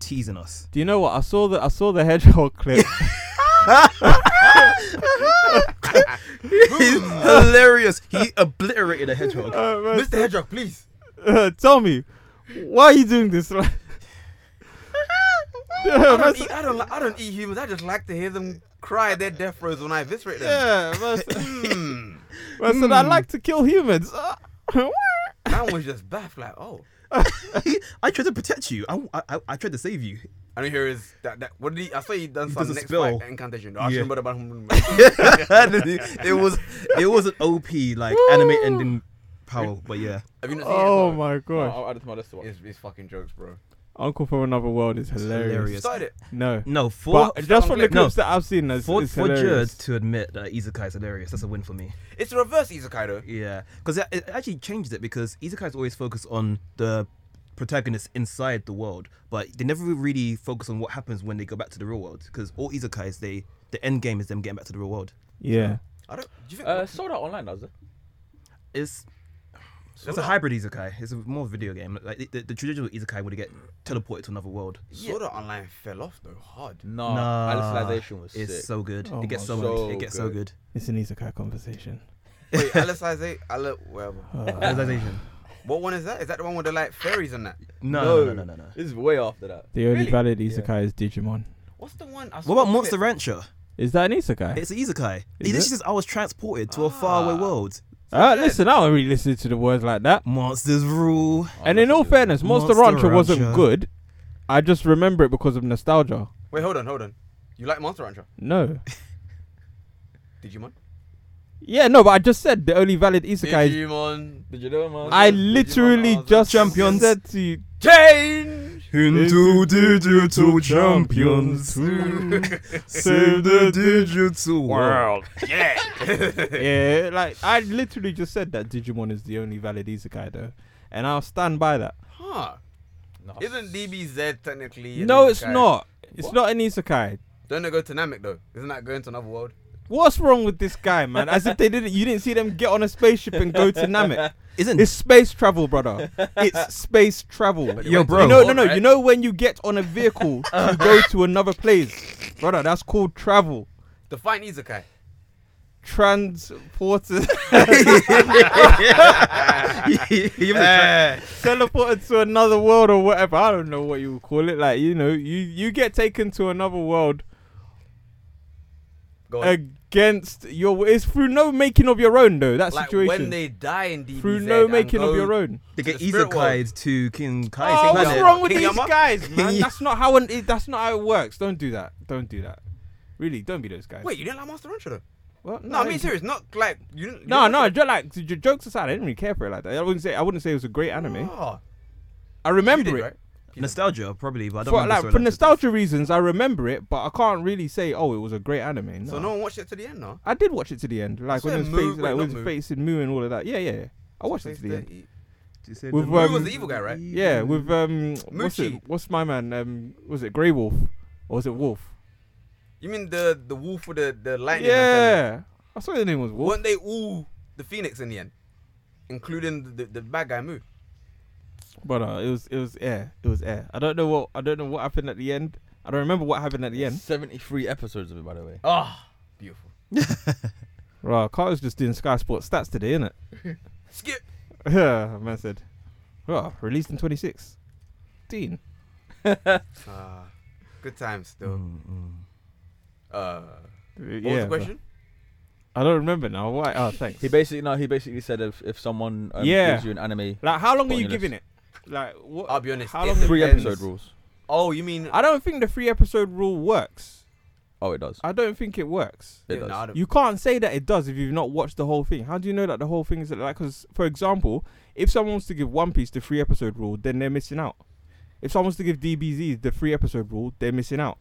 Speaker 3: teasing us.
Speaker 6: Do you know what I saw? The I saw the hedgehog clip.
Speaker 3: He's hilarious. He obliterated a hedgehog.
Speaker 5: Mr. Hedgehog, please.
Speaker 6: Uh, tell me, why are you doing this? Like-
Speaker 5: I
Speaker 6: yeah,
Speaker 5: don't, e-
Speaker 6: that's-
Speaker 5: eat, I, don't, li- I don't eat humans. I just like to hear them cry their death throes when I eviscerate them.
Speaker 6: yeah, that's-
Speaker 5: Hmm.
Speaker 6: that's- and I like to kill humans. Ah.
Speaker 5: that one was just baffed, like, oh.
Speaker 3: I tried to protect you. I, I, I- I tried to save you.
Speaker 5: And here is that. that what did he? I saw he done
Speaker 3: He
Speaker 5: some
Speaker 3: does a
Speaker 5: next
Speaker 3: spell.
Speaker 5: fight incantation. Oh,
Speaker 3: Yeah.
Speaker 5: Yeah.
Speaker 3: it was it was an OP like anime ending power. But yeah,
Speaker 5: Have you not seen
Speaker 6: oh
Speaker 5: it?
Speaker 6: my
Speaker 4: No,
Speaker 6: gosh!
Speaker 4: I'll add it to my list to watch.
Speaker 5: It's, it's fucking jokes, bro.
Speaker 6: Uncle from Another World is hilarious.
Speaker 5: You
Speaker 3: hilarious.
Speaker 5: started it.
Speaker 6: No,
Speaker 3: no for
Speaker 6: but just from the
Speaker 3: clip. No.
Speaker 6: clips that I've seen, it's,
Speaker 3: for
Speaker 6: it's
Speaker 3: for Jared
Speaker 6: hilarious.
Speaker 3: to admit that Izakai is hilarious. That's a win for me.
Speaker 5: It's reverse Izakai though.
Speaker 3: Yeah, because it, it actually changed it because Izakai's always focused on the protagonist inside the world, but they never really focus on what happens when they go back to the real world. Because all Izakai's, they the end game is them getting back to the real world.
Speaker 6: yeah.
Speaker 5: I don't. Do you think?
Speaker 4: Uh, sold out online, does it?
Speaker 3: It's
Speaker 5: Sword
Speaker 3: it's a
Speaker 5: Art-
Speaker 3: hybrid Izakai. It's a more video game. Like the, the, the traditional Izakai would get teleported to another world.
Speaker 5: Sword Art Online fell off though hard.
Speaker 4: No,
Speaker 3: Nah,
Speaker 4: Alicization was
Speaker 3: It's
Speaker 4: sick.
Speaker 3: so good.
Speaker 6: Oh
Speaker 3: it gets
Speaker 6: my
Speaker 3: so,
Speaker 4: God.
Speaker 3: good. It gets
Speaker 4: So
Speaker 3: so good.
Speaker 6: It's an isekai conversation.
Speaker 5: Wait, Alicization, Ale, whatever.
Speaker 6: Uh,
Speaker 3: Realization.
Speaker 5: What one is that? Is that the one with the like fairies and that?
Speaker 3: No, no, no, no, no, no.
Speaker 4: This is way after that.
Speaker 6: the only
Speaker 5: Really?
Speaker 6: valid isekai is Digimon.
Speaker 5: What's the one? I saw
Speaker 3: What about
Speaker 5: a
Speaker 3: Monster
Speaker 5: clip-
Speaker 3: Rancher?
Speaker 6: Is that an isekai?
Speaker 3: It's an Izakai.
Speaker 6: Is it?
Speaker 3: he literally says, I was transported
Speaker 4: Ah.
Speaker 3: to a faraway world.
Speaker 6: Uh, listen, I don't really listen to the words like that.
Speaker 3: Monsters rule.
Speaker 4: Oh,
Speaker 6: and in all fairness, Monster,
Speaker 3: Monster
Speaker 6: Rancher wasn't
Speaker 3: Rancher.
Speaker 6: good. I just remember it because of nostalgia.
Speaker 5: Wait, hold on, hold on. You like Monster Rancher?
Speaker 6: No.
Speaker 5: Digimon?
Speaker 6: Yeah, no, but I just said the only valid isekai is.
Speaker 5: Digimon.
Speaker 4: Did you know, man?
Speaker 6: I
Speaker 5: Digimon
Speaker 6: literally
Speaker 5: are the
Speaker 6: just
Speaker 3: champions.
Speaker 6: said to you.
Speaker 5: Change.
Speaker 6: Into
Speaker 1: digital
Speaker 6: champions.
Speaker 1: Save the digital
Speaker 5: Yeah.
Speaker 6: yeah, like, I literally just said that Digimon is the only valid isekai, though. And I'll stand by that.
Speaker 5: huh.
Speaker 4: No.
Speaker 5: Isn't DBZ technically? an
Speaker 6: no, it's
Speaker 5: isekai?
Speaker 6: not. It's not an isekai.
Speaker 5: Don't they go to Namek though? Isn't that going to another world?
Speaker 6: What's wrong with this guy, man? As if they didn't, you didn't see them get on a spaceship and go to Namek.
Speaker 3: Isn't
Speaker 6: It's space travel, brother. It's space travel.
Speaker 5: But they
Speaker 3: Yo,
Speaker 5: went to
Speaker 3: bro.
Speaker 6: You
Speaker 5: the
Speaker 6: know,
Speaker 5: world,
Speaker 6: no, no. You
Speaker 5: right?
Speaker 6: know when you get on a vehicle to go to another place, brother. That's called travel.
Speaker 5: Define Izakai.
Speaker 6: Transported,
Speaker 3: Even the tra-
Speaker 5: Yeah.
Speaker 6: teleported to another world or whatever. I don't know what you would call it. Like you know, you you get taken to another world
Speaker 5: Go on.
Speaker 6: against your. It's through no making of your own though. That
Speaker 5: like when
Speaker 6: situation
Speaker 5: they die in DBZ.
Speaker 6: through no
Speaker 5: and
Speaker 6: making of
Speaker 5: go-
Speaker 6: your own.
Speaker 3: they get
Speaker 5: the spirit
Speaker 3: Izakai'd to King Kai's
Speaker 6: Oh,
Speaker 5: think
Speaker 6: what's
Speaker 5: that's it.
Speaker 6: wrong with
Speaker 5: King
Speaker 6: these
Speaker 5: Yama?
Speaker 6: guys, man?
Speaker 3: Yeah.
Speaker 6: That's not how an, it, that's not how it works. Don't do that. Don't do that. Really, don't be those guys.
Speaker 5: Wait, you didn't like Monster Rancher though?
Speaker 6: Well,
Speaker 5: No, I mean
Speaker 6: didn't-
Speaker 5: serious. Not like you. Didn't, you
Speaker 6: No,
Speaker 5: didn't
Speaker 6: no,
Speaker 5: like
Speaker 6: jo- like j- jokes aside, I didn't really care for it like that. I wouldn't say I wouldn't say it was a great anime.
Speaker 5: Oh,
Speaker 6: I
Speaker 5: you
Speaker 6: remember
Speaker 5: did,
Speaker 6: it
Speaker 5: right?
Speaker 3: nostalgia, probably, but I don't
Speaker 6: for
Speaker 3: remember
Speaker 6: like
Speaker 3: storyline
Speaker 6: for
Speaker 3: to
Speaker 6: nostalgia reasons. I remember it, but I can't really say oh it was a great anime. No.
Speaker 5: So no one watched it to the end, no.
Speaker 6: I did watch it to the end, like
Speaker 5: So
Speaker 6: when it was,
Speaker 5: Mu-
Speaker 6: face, like,
Speaker 5: wait, not
Speaker 6: when it was
Speaker 5: Mu.
Speaker 6: facing Moo and all of that. Yeah, yeah, yeah. I watched it to the end.
Speaker 3: this. She said
Speaker 6: With,
Speaker 3: the
Speaker 6: um,
Speaker 3: Lord-
Speaker 5: Who was the evil guy, right?
Speaker 6: Yeah, with um, what's it?
Speaker 5: Mushi.
Speaker 6: What's my man? Um, was it Grey Wolf or was it Wolf?
Speaker 5: You mean the the wolf with the the lightning? antenna?
Speaker 6: Yeah, I saw the name was Wolf.
Speaker 5: Weren't they all the phoenix in the end, including the the, the bad guy Moo?
Speaker 6: But uh, it was it was air. It was air. I don't know what I don't know what happened at the end. I don't remember what happened at the end.
Speaker 4: 73 episodes of it, by the way.
Speaker 5: Ah, beautiful.
Speaker 6: Right, Carter's just doing Sky Sports stats today, innit?
Speaker 5: Skip.
Speaker 6: Yeah, man said. Oh, released in 26. Dean.
Speaker 5: Ah, good times though.
Speaker 3: Mm, mm.
Speaker 5: Uh, what
Speaker 6: yeah,
Speaker 5: was the
Speaker 6: bro.
Speaker 5: question?
Speaker 6: I don't remember now. Why? Oh, thanks.
Speaker 4: He basically no, he basically said if, if someone um,
Speaker 6: Yeah.
Speaker 4: gives you an anime
Speaker 6: like, how long
Speaker 4: Put
Speaker 6: are
Speaker 4: on
Speaker 6: you
Speaker 4: your
Speaker 6: giving it? Like, what?
Speaker 5: I'll be honest.
Speaker 6: How
Speaker 5: it
Speaker 6: long-
Speaker 4: three
Speaker 5: depends.
Speaker 4: episode rules.
Speaker 5: Oh, you mean
Speaker 6: I don't think the three episode rule works.
Speaker 4: Oh, it does.
Speaker 6: I don't think it works.
Speaker 4: It
Speaker 5: Yeah,
Speaker 4: does.
Speaker 5: nah, I don't-
Speaker 6: You can't say that it does if you've not watched the whole thing. How do you know that the whole thing is like? Because for example, if someone wants to give One Piece the three episode rule, then they're missing out. If someone wants to give DBZ the three episode rule, they're missing out.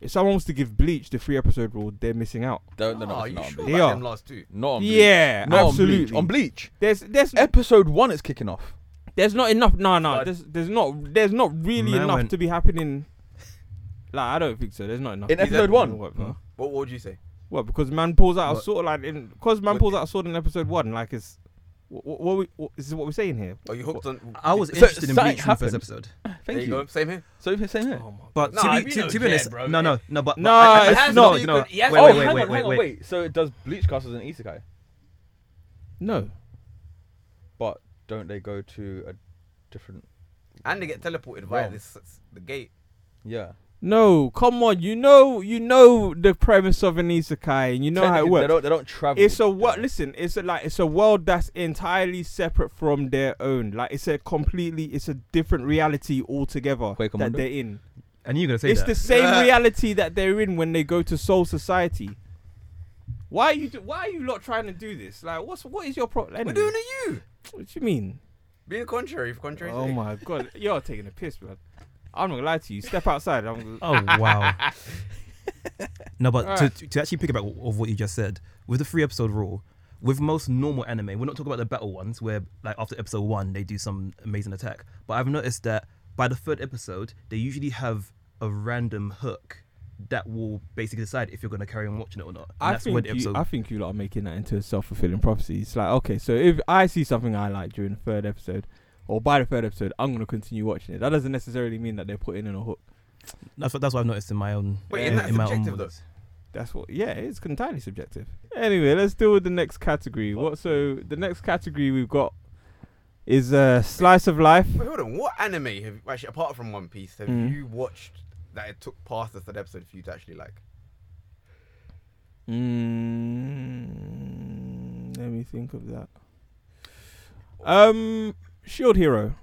Speaker 6: If someone wants to give Bleach the three episode rule, they're missing out.
Speaker 4: Don't, no, no,
Speaker 5: Nah,
Speaker 4: it's
Speaker 5: you
Speaker 4: not on
Speaker 5: sure
Speaker 4: Bleach.
Speaker 6: They
Speaker 5: about
Speaker 6: are.
Speaker 5: them last two?
Speaker 4: Not on Bleach.
Speaker 6: yeah,
Speaker 4: Not on Bleach.
Speaker 6: absolutely.
Speaker 4: On Bleach.
Speaker 6: there's there's
Speaker 4: Episode one is kicking off.
Speaker 6: there's not enough. No, no.
Speaker 5: But-
Speaker 6: There's there's not there's not really
Speaker 3: Man
Speaker 6: enough
Speaker 3: went-
Speaker 6: to be happening. Like I don't think so. There's not enough.
Speaker 4: In
Speaker 6: to be
Speaker 4: episode
Speaker 6: happening
Speaker 4: one?
Speaker 6: What, bro.
Speaker 5: What, what would you say?
Speaker 6: What? Because man pulls out a
Speaker 3: What?
Speaker 6: sword like in because man
Speaker 5: What-
Speaker 6: pulls out a sword in episode one. Like it's what, what, we what is this what we're saying here?
Speaker 5: Are Oh, you hooked on?
Speaker 3: I was
Speaker 4: So-
Speaker 3: interested in
Speaker 4: something
Speaker 3: Bleach from the first
Speaker 4: happened.
Speaker 3: episode,
Speaker 5: There
Speaker 4: Thank
Speaker 5: you
Speaker 4: you.
Speaker 5: go. Oh Same here.
Speaker 4: So same here. Oh,
Speaker 3: but
Speaker 5: Nah,
Speaker 3: to
Speaker 5: if
Speaker 3: be
Speaker 5: you
Speaker 3: to,
Speaker 5: don't
Speaker 3: to be
Speaker 5: care,
Speaker 3: honest,
Speaker 5: bro,
Speaker 3: no, no,
Speaker 5: it-
Speaker 3: no, but but
Speaker 6: No,
Speaker 3: I- I-
Speaker 6: it's
Speaker 3: I-
Speaker 6: not.
Speaker 3: no, no.
Speaker 5: He has
Speaker 3: Wait,
Speaker 5: to
Speaker 4: oh,
Speaker 3: wait,
Speaker 5: be
Speaker 3: wait,
Speaker 4: hang
Speaker 3: wait,
Speaker 4: on, hang
Speaker 3: wait,
Speaker 4: on,
Speaker 3: wait.
Speaker 4: wait. So it does Bleach classes an isekai,
Speaker 6: No.
Speaker 4: but don't they go to a different?
Speaker 5: And they get teleported via
Speaker 4: Wrong.
Speaker 5: this the gate.
Speaker 4: Yeah.
Speaker 6: No, come on. You know you know the premise of an isekai and you know how it
Speaker 4: Technically, They
Speaker 6: works.
Speaker 4: don't, they don't travel.
Speaker 6: It's a what listen, it's a, like it's a world that's entirely separate from their own. Like it's a completely it's a different reality altogether
Speaker 4: Quake
Speaker 6: that
Speaker 4: Commando?
Speaker 6: they're in.
Speaker 3: I knew you were gonna say
Speaker 6: it's
Speaker 3: that.
Speaker 6: the same reality that they're in when they go to Soul Society. Why are you do, why are you not trying to do this? Like what's what is your problem?
Speaker 5: We're doing it, you
Speaker 6: What do you mean?
Speaker 5: being contrary, for contrary.
Speaker 6: Oh
Speaker 5: sake.
Speaker 6: my god, you're taking a piss, man. I'm not gonna lie to you. Step outside. I'm gonna...
Speaker 3: Oh wow. no, but
Speaker 6: Alright.
Speaker 3: to, to actually pick up of what you just said with the three episode rule, with most normal anime, we're not talking about the battle ones where like after episode one they do some amazing attack. But I've noticed that by the third episode they usually have a random hook that will basically decide if you're going to carry on watching it or not. And
Speaker 6: I
Speaker 3: that's when
Speaker 6: think
Speaker 3: the
Speaker 6: you,
Speaker 3: episode.
Speaker 6: I think you lot are making that into a self fulfilling prophecy. It's like okay, so if I see something I like during the third episode, or by the third episode, I'm gonna continue watching it. That doesn't necessarily mean that they're putting in a hook.
Speaker 3: that's what that's what I've noticed in my own.
Speaker 5: Wait,
Speaker 3: in,
Speaker 5: isn't that
Speaker 3: in my own
Speaker 5: subjective, though?
Speaker 3: ones.
Speaker 6: That's what. Yeah, it's entirely subjective. Anyway, let's deal with the next category. What? So the next category we've got is uh, slice of life.
Speaker 5: Wait, hold on. What anime have actually, apart from One Piece, have
Speaker 6: Mm.
Speaker 5: you watched that it took past the third episode for you to actually like?
Speaker 6: Mm, let me think of that. Um, Shield Hero.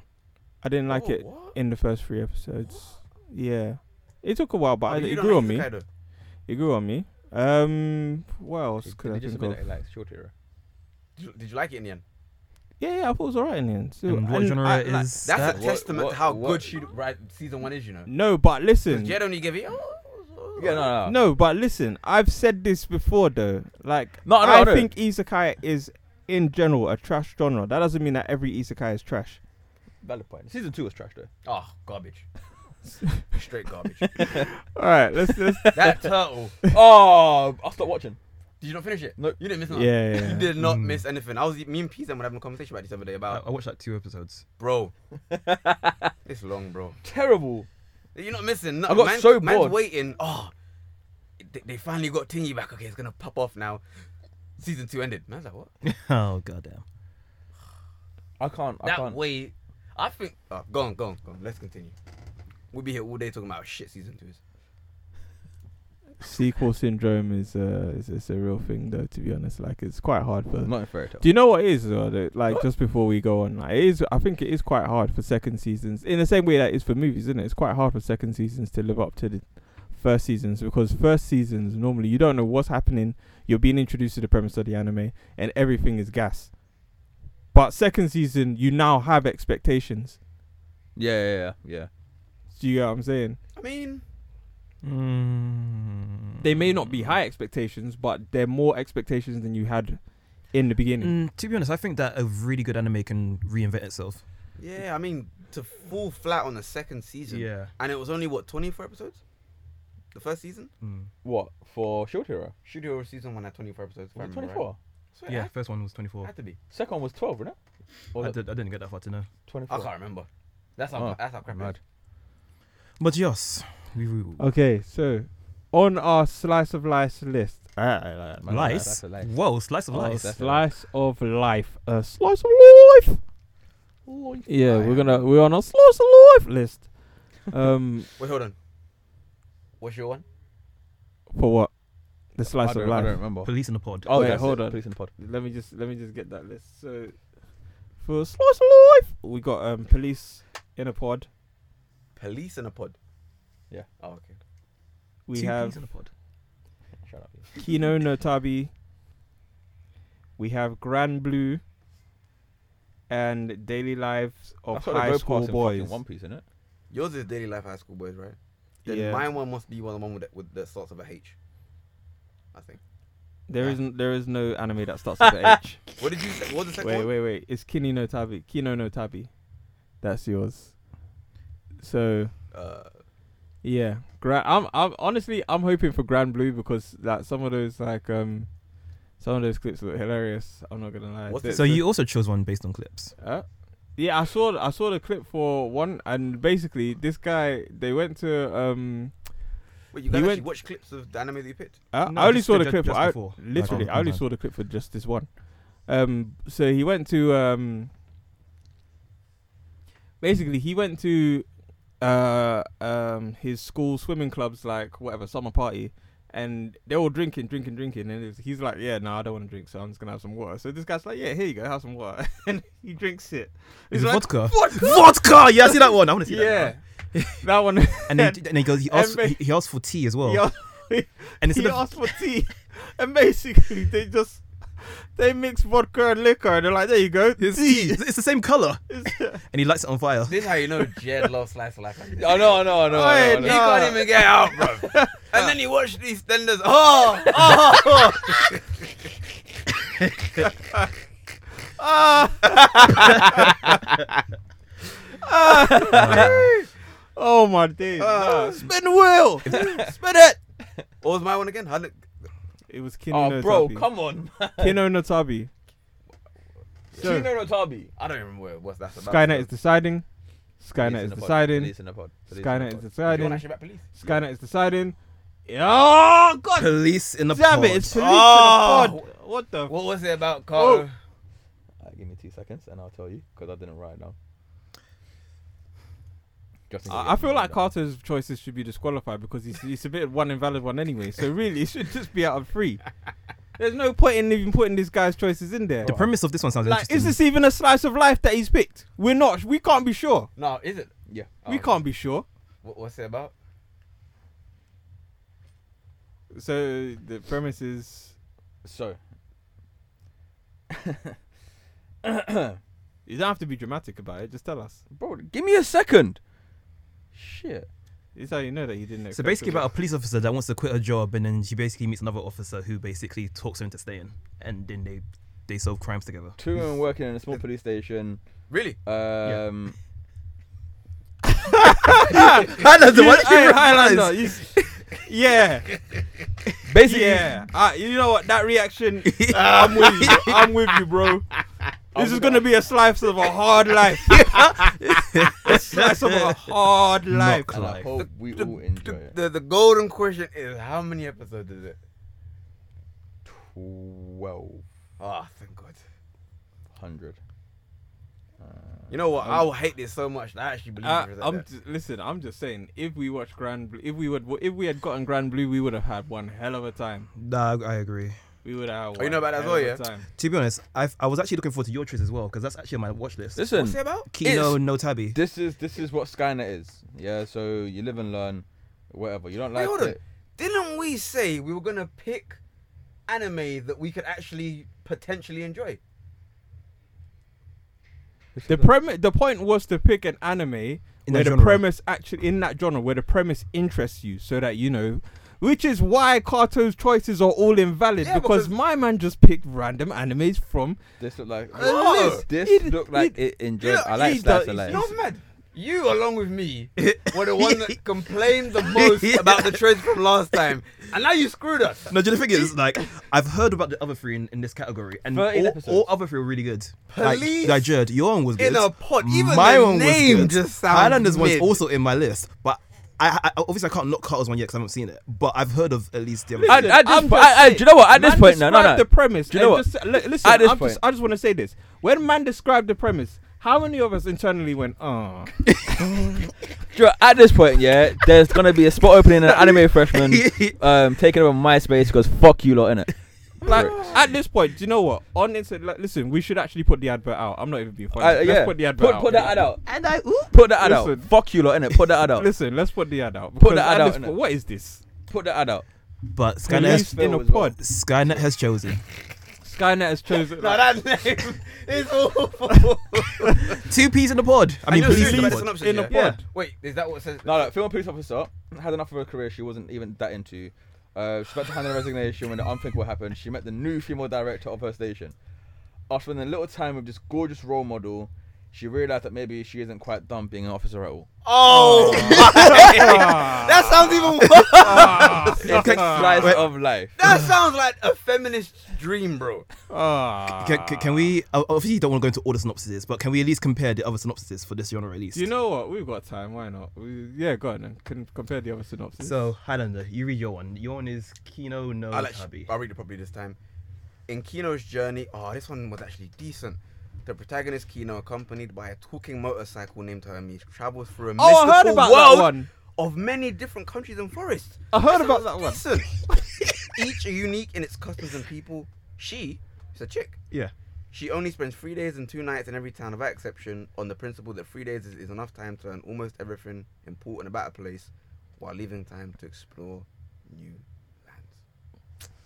Speaker 6: I didn't like
Speaker 5: Oh,
Speaker 6: it
Speaker 5: what?
Speaker 6: in the first three episodes. Yeah, it took a while, but
Speaker 5: Oh,
Speaker 6: I-
Speaker 5: you
Speaker 6: it
Speaker 5: don't
Speaker 6: grew on me.
Speaker 5: like Isekai though?
Speaker 6: It grew on me. Um, what else
Speaker 4: Did
Speaker 6: could I
Speaker 4: you just
Speaker 6: think
Speaker 4: admit
Speaker 6: of?
Speaker 4: that it likes short hero?
Speaker 5: Did you, did you like it in the end?
Speaker 6: Yeah, yeah, I thought it was alright in the end. So-
Speaker 3: And what
Speaker 6: and
Speaker 3: genre
Speaker 6: I-
Speaker 3: is
Speaker 6: like-
Speaker 5: That's a
Speaker 4: Uh, What-
Speaker 5: testament
Speaker 4: what-
Speaker 5: to how
Speaker 4: what-
Speaker 5: good she, right, season one is, you know.
Speaker 6: no, but listen.
Speaker 5: Because Jed only gave it. Oh,
Speaker 4: Yeah, no, no.
Speaker 6: No, but listen, I've said this before though. Like,
Speaker 4: No, no,
Speaker 6: Oh, I
Speaker 4: I don't.
Speaker 6: think isekai is, in general, a trash genre. That doesn't mean that every isekai is trash.
Speaker 4: Valid point. Season two was trash though.
Speaker 5: oh garbage. Straight garbage.
Speaker 6: All right, let's let's.
Speaker 5: that turtle.
Speaker 4: oh, I'll stop watching.
Speaker 5: Did you not finish it?
Speaker 4: No.
Speaker 5: You didn't miss
Speaker 6: yeah,
Speaker 5: nothing.
Speaker 6: yeah,
Speaker 5: You
Speaker 6: yeah.
Speaker 5: did not
Speaker 3: Mm.
Speaker 5: miss anything. I was me and Pizza were having a conversation about this the other day
Speaker 3: I,
Speaker 5: about
Speaker 3: I watched like two episodes.
Speaker 5: bro. it's long, bro.
Speaker 4: Terrible.
Speaker 5: You're not missing. No,
Speaker 4: I got
Speaker 5: man,
Speaker 4: so
Speaker 5: man's
Speaker 4: bored.
Speaker 5: waiting. Oh, they, they finally got Tingy back. Okay, it's gonna pop off now. Season two ended. Man's like, what?
Speaker 3: Oh goddamn.
Speaker 4: I can't. I
Speaker 5: that
Speaker 4: can't.
Speaker 5: way, I think. Oh, go on, go on, go on. Let's continue. We'll be here all day talking about how shit season two is.
Speaker 6: Sequel syndrome is uh, is, is a real thing though. To be honest, like it's quite hard for.
Speaker 4: Not in fairy tale.
Speaker 6: Do you know what it is though? that, Like just before we go on, like it is. I think it is quite hard for second seasons in the same way that it is for movies, isn't it? It's quite hard for second seasons to live up to the first seasons because first seasons normally you don't know what's happening. You're being introduced to the premise of the anime, and everything is gas. But second season, you now have expectations.
Speaker 4: Yeah, yeah, yeah, yeah.
Speaker 6: Do you get what I'm saying?
Speaker 5: I mean,
Speaker 3: Mm.
Speaker 6: they may not be high expectations, but they're more expectations than you had in the beginning.
Speaker 3: Mm, to be honest, I think that a really good anime can reinvent itself.
Speaker 5: yeah, I mean to fall flat on the second season. And it was only what 24 episodes. The first season.
Speaker 3: Mm.
Speaker 4: What for? Shield hero.
Speaker 5: Shoot Hero season one had 24 episodes. if I
Speaker 4: Was it
Speaker 5: remember right.
Speaker 4: 24?
Speaker 5: Swear,
Speaker 3: Yeah,
Speaker 5: it
Speaker 3: first one was
Speaker 5: had-
Speaker 3: 24.
Speaker 5: had to be.
Speaker 4: Second one was 12, wasn't it? Or
Speaker 3: I,
Speaker 4: was it
Speaker 3: did, I didn't get that far to know.
Speaker 4: 24?
Speaker 5: I can't remember. That's how
Speaker 4: Oh,
Speaker 5: that's how crap it is.
Speaker 4: mad.
Speaker 3: But yes, we will.
Speaker 6: Okay, so on our slice of life list,
Speaker 4: Man,
Speaker 3: lice?
Speaker 4: That's a lice.
Speaker 3: Whoa, slice of
Speaker 6: our
Speaker 3: life.
Speaker 4: that's-
Speaker 6: slice of life, a slice of life. Yeah, we're gonna we're on our slice of life list. Um,
Speaker 5: Wait, hold on. What's your one?
Speaker 6: for what? The
Speaker 4: I
Speaker 6: slice
Speaker 4: don't,
Speaker 6: of
Speaker 4: I don't
Speaker 6: life.
Speaker 4: remember.
Speaker 3: Police in the pod.
Speaker 4: Oh,
Speaker 6: Wait,
Speaker 4: that's
Speaker 6: hold
Speaker 4: it.
Speaker 6: on.
Speaker 4: Police in the pod.
Speaker 6: Let me just let me just get that list. So for slice of life, we got um police in a pod.
Speaker 5: Police in a pod.
Speaker 4: Yeah.
Speaker 5: Oh, okay.
Speaker 6: We
Speaker 3: Two
Speaker 6: have
Speaker 3: police in the pod.
Speaker 4: Shout out. Pete.
Speaker 6: Kino Notabi. We have Grand Blue and Daily Lives of
Speaker 4: That's what they
Speaker 6: Oh, High
Speaker 4: go
Speaker 6: School
Speaker 4: past in fucking
Speaker 6: Boys.
Speaker 4: One Piece, isn't it?
Speaker 5: Yours is Daily Life High School Boys, right? Then
Speaker 6: Yeah.
Speaker 5: mine one must be one of the one with the, with the starts of a H. I think.
Speaker 6: There isn't there is no anime that starts with a H.
Speaker 5: What did you say? What was the second
Speaker 6: Wait,
Speaker 5: one?
Speaker 6: wait, wait. It's Kino Notabi. Kino Notabi. That's yours. So
Speaker 5: Uh,
Speaker 6: yeah. Gra- I'm I'm honestly I'm hoping for Grand Blue because like some of those like um some of those clips look hilarious. I'm not gonna lie.
Speaker 5: What's
Speaker 6: The-
Speaker 5: it-
Speaker 3: So
Speaker 6: the-
Speaker 3: you also chose one based on clips.
Speaker 6: Uh, yeah, I saw I saw the clip for one, and basically this guy they went to um.
Speaker 5: wait,
Speaker 6: He
Speaker 5: you guys actually
Speaker 6: went-
Speaker 5: watch clips of the anime that you picked?
Speaker 6: I,
Speaker 3: No,
Speaker 6: I only
Speaker 3: just-
Speaker 6: saw the
Speaker 3: ju-
Speaker 6: clip.
Speaker 3: just
Speaker 6: for, I,
Speaker 3: before.
Speaker 6: literally,
Speaker 3: Okay.
Speaker 6: I only
Speaker 3: Okay.
Speaker 6: saw the clip for just this one. Um, so he went to um. Basically, he went to, uh, um, his school swimming club's like whatever summer party, and they're all drinking, drinking, drinking, and it's- he's like, "Yeah, no, I don't want to drink, so I'm just gonna have some water." So this guy's like, "Yeah, here you go, have some water," and he drinks it. He's
Speaker 3: Is
Speaker 6: like,
Speaker 3: it vodka? Vodka! Vodka! Yeah, I see that one. I want to see
Speaker 6: Yeah,
Speaker 3: that.
Speaker 6: that one.
Speaker 3: Yeah. And then, and he goes, he
Speaker 6: And
Speaker 3: asks,
Speaker 6: ba-
Speaker 3: he, he asks for tea as well.
Speaker 6: He asked,
Speaker 3: and
Speaker 6: he
Speaker 3: instead of
Speaker 6: asked for tea, and basically they just they mix vodka and liquor, and they're like, "There you go,
Speaker 3: It's tea. It's the same color. And he lights it on fire.
Speaker 5: This is how you know Jed loves Slice of Life. Like this.
Speaker 4: I know, I know, I know. I
Speaker 6: Oi,
Speaker 4: know, I
Speaker 5: eh? He
Speaker 4: know.
Speaker 6: no.
Speaker 5: can't even get out, bro. and then you watch these tenders. Oh, oh,
Speaker 6: oh my days!"
Speaker 3: Ah.
Speaker 5: oh.
Speaker 6: spin the wheel.
Speaker 5: spit it. What was my one again? How did-
Speaker 6: It was Kino
Speaker 3: Ah,
Speaker 4: Oh, bro,
Speaker 6: Notabi.
Speaker 4: come on. man.
Speaker 6: Kino Notabi. So,
Speaker 4: Kino Notabi.
Speaker 5: I don't remember what it was. That's about.
Speaker 6: Skynet is deciding.
Speaker 4: Police
Speaker 6: Skynet
Speaker 4: in
Speaker 6: is
Speaker 4: the pod.
Speaker 6: deciding.
Speaker 4: Police in the pod. Police in the
Speaker 6: Skynet is
Speaker 4: pod.
Speaker 5: You want
Speaker 6: deciding.
Speaker 5: actually about police?
Speaker 6: Skynet is deciding. Oh God!
Speaker 3: Police in the
Speaker 6: Damn
Speaker 3: pod. Ah!
Speaker 6: it! It's police in the
Speaker 5: Oh.
Speaker 6: pod. What the?
Speaker 5: What was it about Carter?
Speaker 4: Alright, give me two seconds and I'll tell you because I didn't write it down. Just in case
Speaker 6: I I
Speaker 4: you
Speaker 6: feel
Speaker 4: wrote
Speaker 6: like
Speaker 4: it down.
Speaker 6: Carter's choices should be disqualified because he's, he submitted one invalid one anyway. So really, it should just be out of three. There's no point in even putting this guy's choices in there.
Speaker 3: The premise of this one sounds
Speaker 6: like, is
Speaker 3: interesting.
Speaker 6: this even a slice of life that he's picked? We're not. We can't be sure.
Speaker 5: No, is it?
Speaker 4: Yeah.
Speaker 6: we
Speaker 4: Oh,
Speaker 6: can't be sure.
Speaker 5: What, what's it about?
Speaker 6: So the premise is
Speaker 4: So,
Speaker 6: you don't have to be dramatic about it. Just tell us.
Speaker 4: bro, give me a second. Shit.
Speaker 6: This is how you know that you didn't.
Speaker 3: So
Speaker 6: expect
Speaker 3: basically,
Speaker 6: it.
Speaker 3: about a police officer that wants to quit her job, and then she basically meets another officer who basically talks her into staying, and then they they solve crimes together.
Speaker 4: Two women working in a small police station.
Speaker 5: Really?
Speaker 4: Um,
Speaker 3: Highlander,
Speaker 6: You- hey, Highlander, you s- yeah,
Speaker 4: basically,
Speaker 6: yeah. Ah, you know what? That reaction,
Speaker 5: Ah,
Speaker 6: I'm with you. I'm with you, bro. This is gonna be a slice of a hard life. a slice of a hard life.
Speaker 4: and I hope we all enjoy
Speaker 5: The,
Speaker 4: it.
Speaker 5: the, the golden question is how many episodes is it?
Speaker 4: Twelve
Speaker 5: Oh, thank God.
Speaker 4: hundred.
Speaker 5: You know what? I'll hate this so much that I actually believe
Speaker 6: Uh,
Speaker 5: it.
Speaker 6: I'm ju- listen. I'm just saying, if we watched Grand, Blue, if we would, if we had gotten Grand Blue, we would have had one hell of a time.
Speaker 3: Nah, I agree.
Speaker 6: We would have. Had
Speaker 5: Oh, you
Speaker 6: one
Speaker 5: know about that as
Speaker 6: hell of
Speaker 5: well,
Speaker 6: a
Speaker 5: yeah?
Speaker 6: time.
Speaker 3: To be honest, I I was actually looking forward to your choice as well because that's actually on my watch list.
Speaker 4: Listen,
Speaker 5: what's it about?
Speaker 3: Kino no tabby.
Speaker 4: this is this is what Skynet is. Yeah. So you live and learn. Whatever. You don't
Speaker 5: Wait,
Speaker 4: like
Speaker 5: hold on.
Speaker 4: it.
Speaker 5: Didn't we say we were gonna pick anime that we could actually potentially enjoy?
Speaker 6: The premise, the point was to pick an anime where
Speaker 3: that
Speaker 6: the
Speaker 3: genre.
Speaker 6: premise actually in that genre where the premise interests you, so that you know, which is why Kato's choices are all invalid
Speaker 5: Yeah,
Speaker 6: because,
Speaker 5: because-
Speaker 6: my man just picked random animes from.
Speaker 4: This looked like
Speaker 6: Oh,
Speaker 4: this,
Speaker 6: he-
Speaker 4: looked like
Speaker 6: he-
Speaker 4: it enjoyed.
Speaker 6: yeah,
Speaker 4: I like
Speaker 6: he
Speaker 4: slice
Speaker 6: does-
Speaker 4: of life.
Speaker 6: he's-
Speaker 5: You're mad. You, along with me, were the one that complained the most about the choice from last time, and now you screwed us.
Speaker 3: No, do you know the thing is like I've heard about the other three in, in this category, and
Speaker 4: 13
Speaker 3: all,
Speaker 4: episodes.
Speaker 3: all other three were really good.
Speaker 5: Police
Speaker 3: like, like Jared, your one was good.
Speaker 5: in a pod. Even
Speaker 3: my
Speaker 5: the
Speaker 3: one
Speaker 5: name
Speaker 3: was good.
Speaker 5: just sounds
Speaker 3: Highlanders one's
Speaker 5: mid.
Speaker 3: also in my list, but I, I obviously I can't knock Carter's one yet because I haven't seen it, but I've heard of at least the other.
Speaker 4: At,
Speaker 3: three.
Speaker 6: Listen,
Speaker 4: at this
Speaker 6: I'm
Speaker 4: po-
Speaker 6: just
Speaker 4: at- at-
Speaker 6: saying-
Speaker 4: do you know what? At this
Speaker 6: man
Speaker 4: point, no, no,
Speaker 6: described
Speaker 4: no.
Speaker 6: The premise.
Speaker 4: Do you know
Speaker 6: and
Speaker 4: what?
Speaker 6: Just, li- listen,
Speaker 4: At this
Speaker 6: I'm
Speaker 4: point-
Speaker 6: just, I just want to say this. When man described the premise, how many of us internally went, "Oh,
Speaker 4: Do you know- at this point, yeah, there's gonna be a spot opening in an anime freshman um, taking over MySpace because fuck you lot in it.
Speaker 6: Like at this point, do you know what? On Insta, like, listen, we should actually put the advert out. I'm not even being funny. let's
Speaker 4: Uh, yeah.
Speaker 6: put the advert
Speaker 4: put,
Speaker 6: out.
Speaker 4: put that ad out.
Speaker 3: and I ooh,
Speaker 4: Put that ad out.
Speaker 6: Listen.
Speaker 4: Fuck you lot in it. Put that ad out.
Speaker 6: Listen, let's put the ad out.
Speaker 4: Put the
Speaker 6: because
Speaker 4: ad
Speaker 6: at
Speaker 4: out,
Speaker 6: this
Speaker 4: innit?
Speaker 6: point- What is this?
Speaker 4: Put that ad out.
Speaker 3: But Skynet
Speaker 6: Released
Speaker 3: has,
Speaker 6: in a
Speaker 4: As well.
Speaker 6: pod.
Speaker 3: Skynet has chosen
Speaker 6: Skynet has chosen.
Speaker 5: No, that name is awful.
Speaker 3: two peas in a pod. I mean,
Speaker 5: know it's
Speaker 3: police in a
Speaker 5: used
Speaker 3: pod.
Speaker 5: as an option,
Speaker 6: in a
Speaker 5: yeah.
Speaker 6: pod.
Speaker 5: Yeah. Wait, is that what it says?
Speaker 4: No, no, female police officer had enough of her career she wasn't even that into. Uh, she was about to hand in a resignation when the unthinkable happened. She met the new female director of her station. After spending a little time with this gorgeous role model, she realized that maybe she isn't quite done being an officer at all.
Speaker 5: Oh,
Speaker 4: Ah.
Speaker 5: my. that sounds even worse.
Speaker 4: It's a slice
Speaker 3: Wait.
Speaker 4: of life.
Speaker 5: That sounds like a feminist dream, bro.
Speaker 6: Ah.
Speaker 3: Can, can, can we? uh, Obviously, you don't want to go into all the synopsises, but can we at least compare the other synopsises for this genre at least?
Speaker 6: Do you know what? We've got time. Why not? We, yeah, go on. Then. Can compare the other synopsis.
Speaker 3: So Highlander, you read your one. Your one is Kino
Speaker 6: Oh,
Speaker 3: no
Speaker 5: I'll, actually-
Speaker 3: Tabi.
Speaker 5: I'll read it properly this time. In Kino's journey, oh, this one was actually decent. The protagonist Kino, accompanied by a talking motorcycle named Hermes, travels through a
Speaker 6: Oh, I
Speaker 5: mystical
Speaker 6: heard about that
Speaker 5: world
Speaker 6: one.
Speaker 5: of many different countries and forests.
Speaker 6: I heard
Speaker 5: That
Speaker 6: about that
Speaker 5: sounds
Speaker 6: one.
Speaker 5: decent. Each are unique in its customs and people. She, is a chick.
Speaker 3: Yeah.
Speaker 5: She only spends three days and two nights in every town without exception, on the principle that three days is, is enough time to learn almost everything important about a place, while leaving time to explore new lands.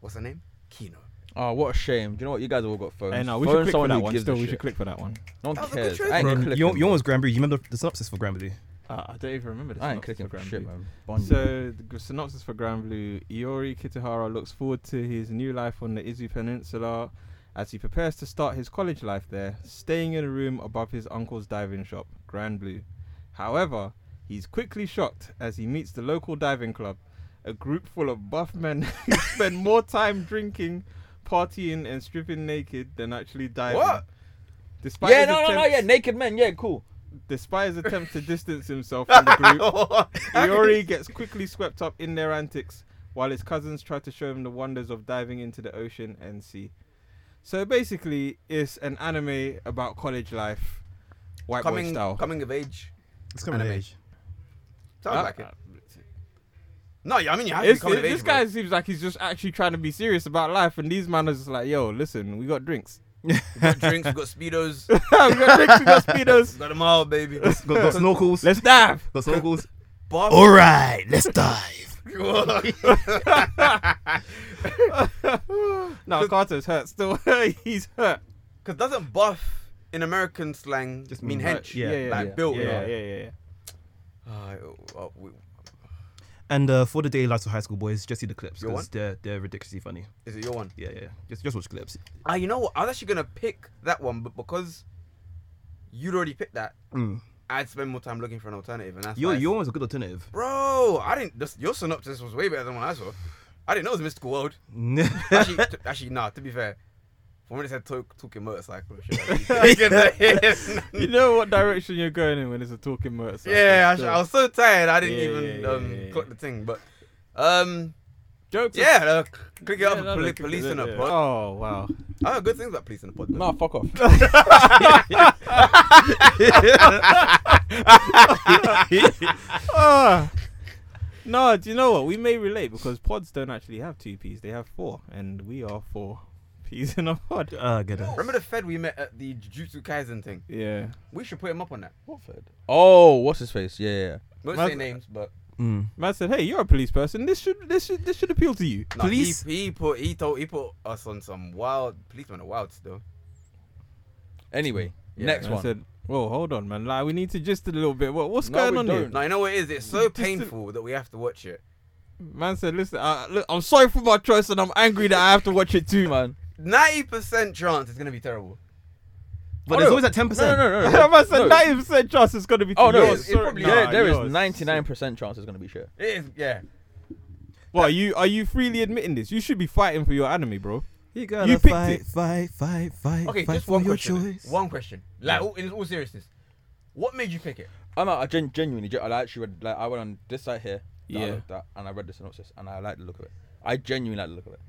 Speaker 5: What's her name? Kino.
Speaker 4: Oh, what a shame. Do you know what? You guys all got phones.
Speaker 6: Hey, no, we
Speaker 4: Phone
Speaker 6: should click for
Speaker 4: someone
Speaker 6: that
Speaker 4: who
Speaker 6: one.
Speaker 4: gives
Speaker 6: Still,
Speaker 4: a
Speaker 6: we
Speaker 4: shit.
Speaker 6: should click for that one.
Speaker 4: No one
Speaker 5: That was a good
Speaker 4: cares.
Speaker 5: choice,
Speaker 4: I ain't
Speaker 5: bro.
Speaker 4: clicking.
Speaker 3: Your,
Speaker 4: bro.
Speaker 3: your one's Granbury. You remember the synopsis for Granbury?
Speaker 6: Uh, I don't even remember this.
Speaker 4: I ain't clicking for shit, man. Bond you.
Speaker 6: So the g- synopsis for Grand Blue: Iori Kitahara looks forward to his new life on the Izu Peninsula as he prepares to start his college life there, staying in a room above his uncle's diving shop, Grand Blue. However, he's quickly shocked as he meets the local diving club, a group full of buff men who spend more time drinking, partying, and stripping naked than actually diving.
Speaker 5: What?
Speaker 6: Despite
Speaker 4: Yeah,
Speaker 6: his
Speaker 4: no, no, no,
Speaker 6: attempts-
Speaker 4: yeah, naked men, yeah, cool.
Speaker 6: Despite his attempts to distance himself from the group, Iori gets quickly swept up in their antics while his cousins try to show him the wonders of diving into the ocean and sea. So basically, it's an anime about college life, white boy
Speaker 5: coming,
Speaker 6: style.
Speaker 5: coming of age.
Speaker 3: It's coming of
Speaker 5: Anime.
Speaker 3: age.
Speaker 5: Sounds
Speaker 6: Uh,
Speaker 5: like it.
Speaker 6: uh,
Speaker 5: No, yeah, I mean, you have to
Speaker 6: it's-
Speaker 5: be coming of
Speaker 6: this
Speaker 5: age, bro.
Speaker 6: guy seems like he's just actually trying to be serious about life, and these man are just like, "Yo, listen, we got drinks,
Speaker 5: We've got drinks, we've got speedos, we've
Speaker 6: we got drinks, we got speedos,
Speaker 5: got them all, baby.
Speaker 3: Got, got snorkels.
Speaker 6: let's dive."
Speaker 3: got snorkels.
Speaker 5: Bar-
Speaker 1: All right, let's dive.
Speaker 6: No, Carter's hurt still. he's hurt.
Speaker 5: Because doesn't buff in American slang just mean
Speaker 3: mean
Speaker 5: hench?
Speaker 3: like- yeah,
Speaker 5: like
Speaker 6: yeah,
Speaker 5: built.
Speaker 6: yeah, yeah, yeah, yeah.
Speaker 5: Ah, oh, oh, we-
Speaker 3: And uh, for the daily lives of high school boys, just see the clips
Speaker 5: Your one?
Speaker 3: because they're they're ridiculously funny.
Speaker 5: is it your one?
Speaker 3: Yeah, yeah. yeah. Just just watch clips.
Speaker 5: Ah, you know what? I was actually gonna pick that one, but because you'd already picked that,
Speaker 3: Mm.
Speaker 5: I'd spend more time looking for an alternative, and that's
Speaker 3: Your
Speaker 5: why I-
Speaker 3: your one's a good alternative.
Speaker 5: bro. I didn't. This, your synopsis was way better than what I saw. I didn't know it was mystical world.
Speaker 3: yeah,
Speaker 5: Actually, t- actually, nah. To be fair, when it said talk, talking motorcycle, and shit, I didn't-
Speaker 6: You know what direction you're going in when it's a talking motorcycle.
Speaker 5: yeah, I, sh-
Speaker 6: still.
Speaker 5: I was so tired. I didn't
Speaker 6: Yeah,
Speaker 5: even
Speaker 6: yeah,
Speaker 5: um,
Speaker 6: yeah, yeah.
Speaker 5: clock the thing, but um.
Speaker 6: Jokes. are-
Speaker 5: Yeah, uh, click it up
Speaker 6: Yeah,
Speaker 5: and
Speaker 6: no,
Speaker 5: poli-
Speaker 6: no,
Speaker 5: police in a
Speaker 6: yeah.
Speaker 5: pod.
Speaker 6: Oh wow.
Speaker 5: I heard good things about police in a pod. though.
Speaker 4: No, fuck off.
Speaker 6: Ah. no, do you know what? We may relate because pods don't actually have two P's; they have four, and we are four P's in a pod.
Speaker 3: uh, get it.
Speaker 5: Remember the Fed we met at the Jujutsu Kaisen thing?
Speaker 6: Yeah.
Speaker 5: We should put him up on that.
Speaker 4: What third? Oh, what's his face? Yeah, yeah.
Speaker 5: We won't
Speaker 6: Mas-
Speaker 5: say names, but
Speaker 3: Mm.
Speaker 6: Man said, "Hey, you're a police person. This should, this should, this should appeal to you."
Speaker 5: nah, he-
Speaker 3: Police-
Speaker 5: He, put he told he put us on some wild policeman, a wild still.
Speaker 4: Anyway,
Speaker 5: Yeah,
Speaker 4: next
Speaker 6: Man
Speaker 4: one.
Speaker 6: said, "Whoa, hold on, man. Like, we need to just a little bit. What, what's
Speaker 4: No,
Speaker 6: going
Speaker 4: we
Speaker 6: on here?"
Speaker 4: don't.
Speaker 5: Now you know what it is. It's so
Speaker 6: Just to-
Speaker 5: painful that we have to watch it.
Speaker 6: Man said, "Listen, uh, look, I'm sorry for my choice, and I'm angry that I have to watch it too, man."
Speaker 5: Ninety percent chance it's gonna be terrible.
Speaker 3: But
Speaker 4: Oh,
Speaker 3: there's
Speaker 4: no.
Speaker 3: always that ten
Speaker 4: No,
Speaker 3: percent.
Speaker 4: no, no, no.
Speaker 6: man said,
Speaker 4: no.
Speaker 6: "Ninety percent chance it's gonna be."
Speaker 4: Oh no,
Speaker 6: yours,
Speaker 4: it's, it's
Speaker 6: sorry."
Speaker 4: probably
Speaker 6: Nah,
Speaker 4: there, there is
Speaker 6: yours.
Speaker 4: ninety nine percent chance it's gonna be shit.
Speaker 5: It is, yeah.
Speaker 6: Well, are you are you freely admitting this? You should be fighting for your anime, bro.
Speaker 3: You gotta
Speaker 6: You picked
Speaker 3: fight,
Speaker 6: it.
Speaker 3: fight, fight, fight,
Speaker 5: Okay,
Speaker 3: fight
Speaker 5: just
Speaker 3: for
Speaker 5: one
Speaker 3: your
Speaker 5: question. then.
Speaker 3: choice.
Speaker 5: One question. Like all, in all seriousness, what made you pick it?
Speaker 4: I'm not, I gen- genuinely, gen- I actually read, like I went on this site here, that I
Speaker 6: Yeah.
Speaker 4: looked at, and I read the synopsis, and I like the look of it. I genuinely like the look of it.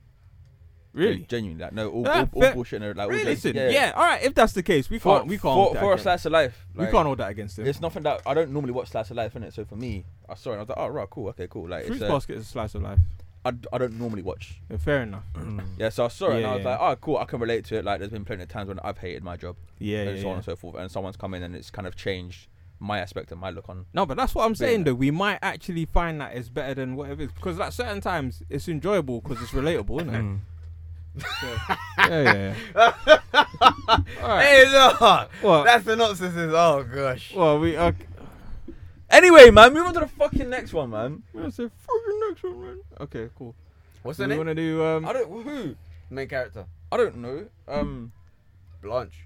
Speaker 4: Gen- genuinely, like no, all,
Speaker 6: Ah,
Speaker 4: all, all
Speaker 6: fair-
Speaker 4: bullshit, no, like all
Speaker 6: Really?
Speaker 4: gen-
Speaker 6: Listen, yeah. All right. If that's the case, we
Speaker 4: For,
Speaker 6: can't. we can't.
Speaker 4: for,
Speaker 6: hold that
Speaker 4: for a
Speaker 6: against-
Speaker 4: slice of life.
Speaker 6: we
Speaker 4: like,
Speaker 6: can't hold that against him.
Speaker 4: It's nothing that I don't normally watch slice of life, innit? So for me, I saw it, and I was like, oh right, cool, okay, cool. Like,
Speaker 6: Fruits
Speaker 4: it's, uh,
Speaker 6: basket is a slice of life.
Speaker 4: I, d- I don't normally watch
Speaker 6: Yeah, fair enough.
Speaker 3: Mm.
Speaker 4: Yeah, so I saw it and
Speaker 6: Yeah,
Speaker 4: I was
Speaker 6: yeah.
Speaker 4: like, oh, cool, I can relate to it. Like, there's been plenty of times when I've hated my job
Speaker 6: Yeah,
Speaker 4: and
Speaker 6: yeah,
Speaker 4: so on
Speaker 6: yeah.
Speaker 4: and so forth. And someone's come in and it's kind of changed my aspect and my look on.
Speaker 6: No, but that's what I'm saying
Speaker 4: Yeah.
Speaker 6: though. We might actually find that it's better than whatever, because at certain times it's enjoyable because it's relatable, isn't it?
Speaker 3: Mm.
Speaker 6: yeah, yeah. yeah. All right.
Speaker 5: Hey, look!
Speaker 6: What?
Speaker 5: That synopsis is, oh gosh.
Speaker 6: Well, we okay.
Speaker 4: Anyway, man, move on to the fucking next one, man.
Speaker 6: We'll say fucking next one, man. Okay, cool.
Speaker 5: What's
Speaker 6: So
Speaker 5: her
Speaker 6: we
Speaker 5: name?
Speaker 6: want to do um.
Speaker 4: I don't who.
Speaker 5: Main character.
Speaker 4: I don't know. Um,
Speaker 5: Blanche.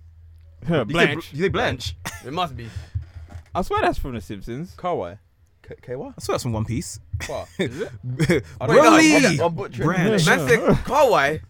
Speaker 3: You say Bl-
Speaker 6: Blanche.
Speaker 3: You say Blanche?
Speaker 5: It must be.
Speaker 6: I swear that's from The Simpsons.
Speaker 4: Kawai. K- Kawa?
Speaker 3: I saw that's from One Piece.
Speaker 4: Fuck.
Speaker 5: Oh
Speaker 4: I don't know.
Speaker 3: Broly!
Speaker 4: I'm butchering
Speaker 3: Branch.
Speaker 5: Man said Kawai.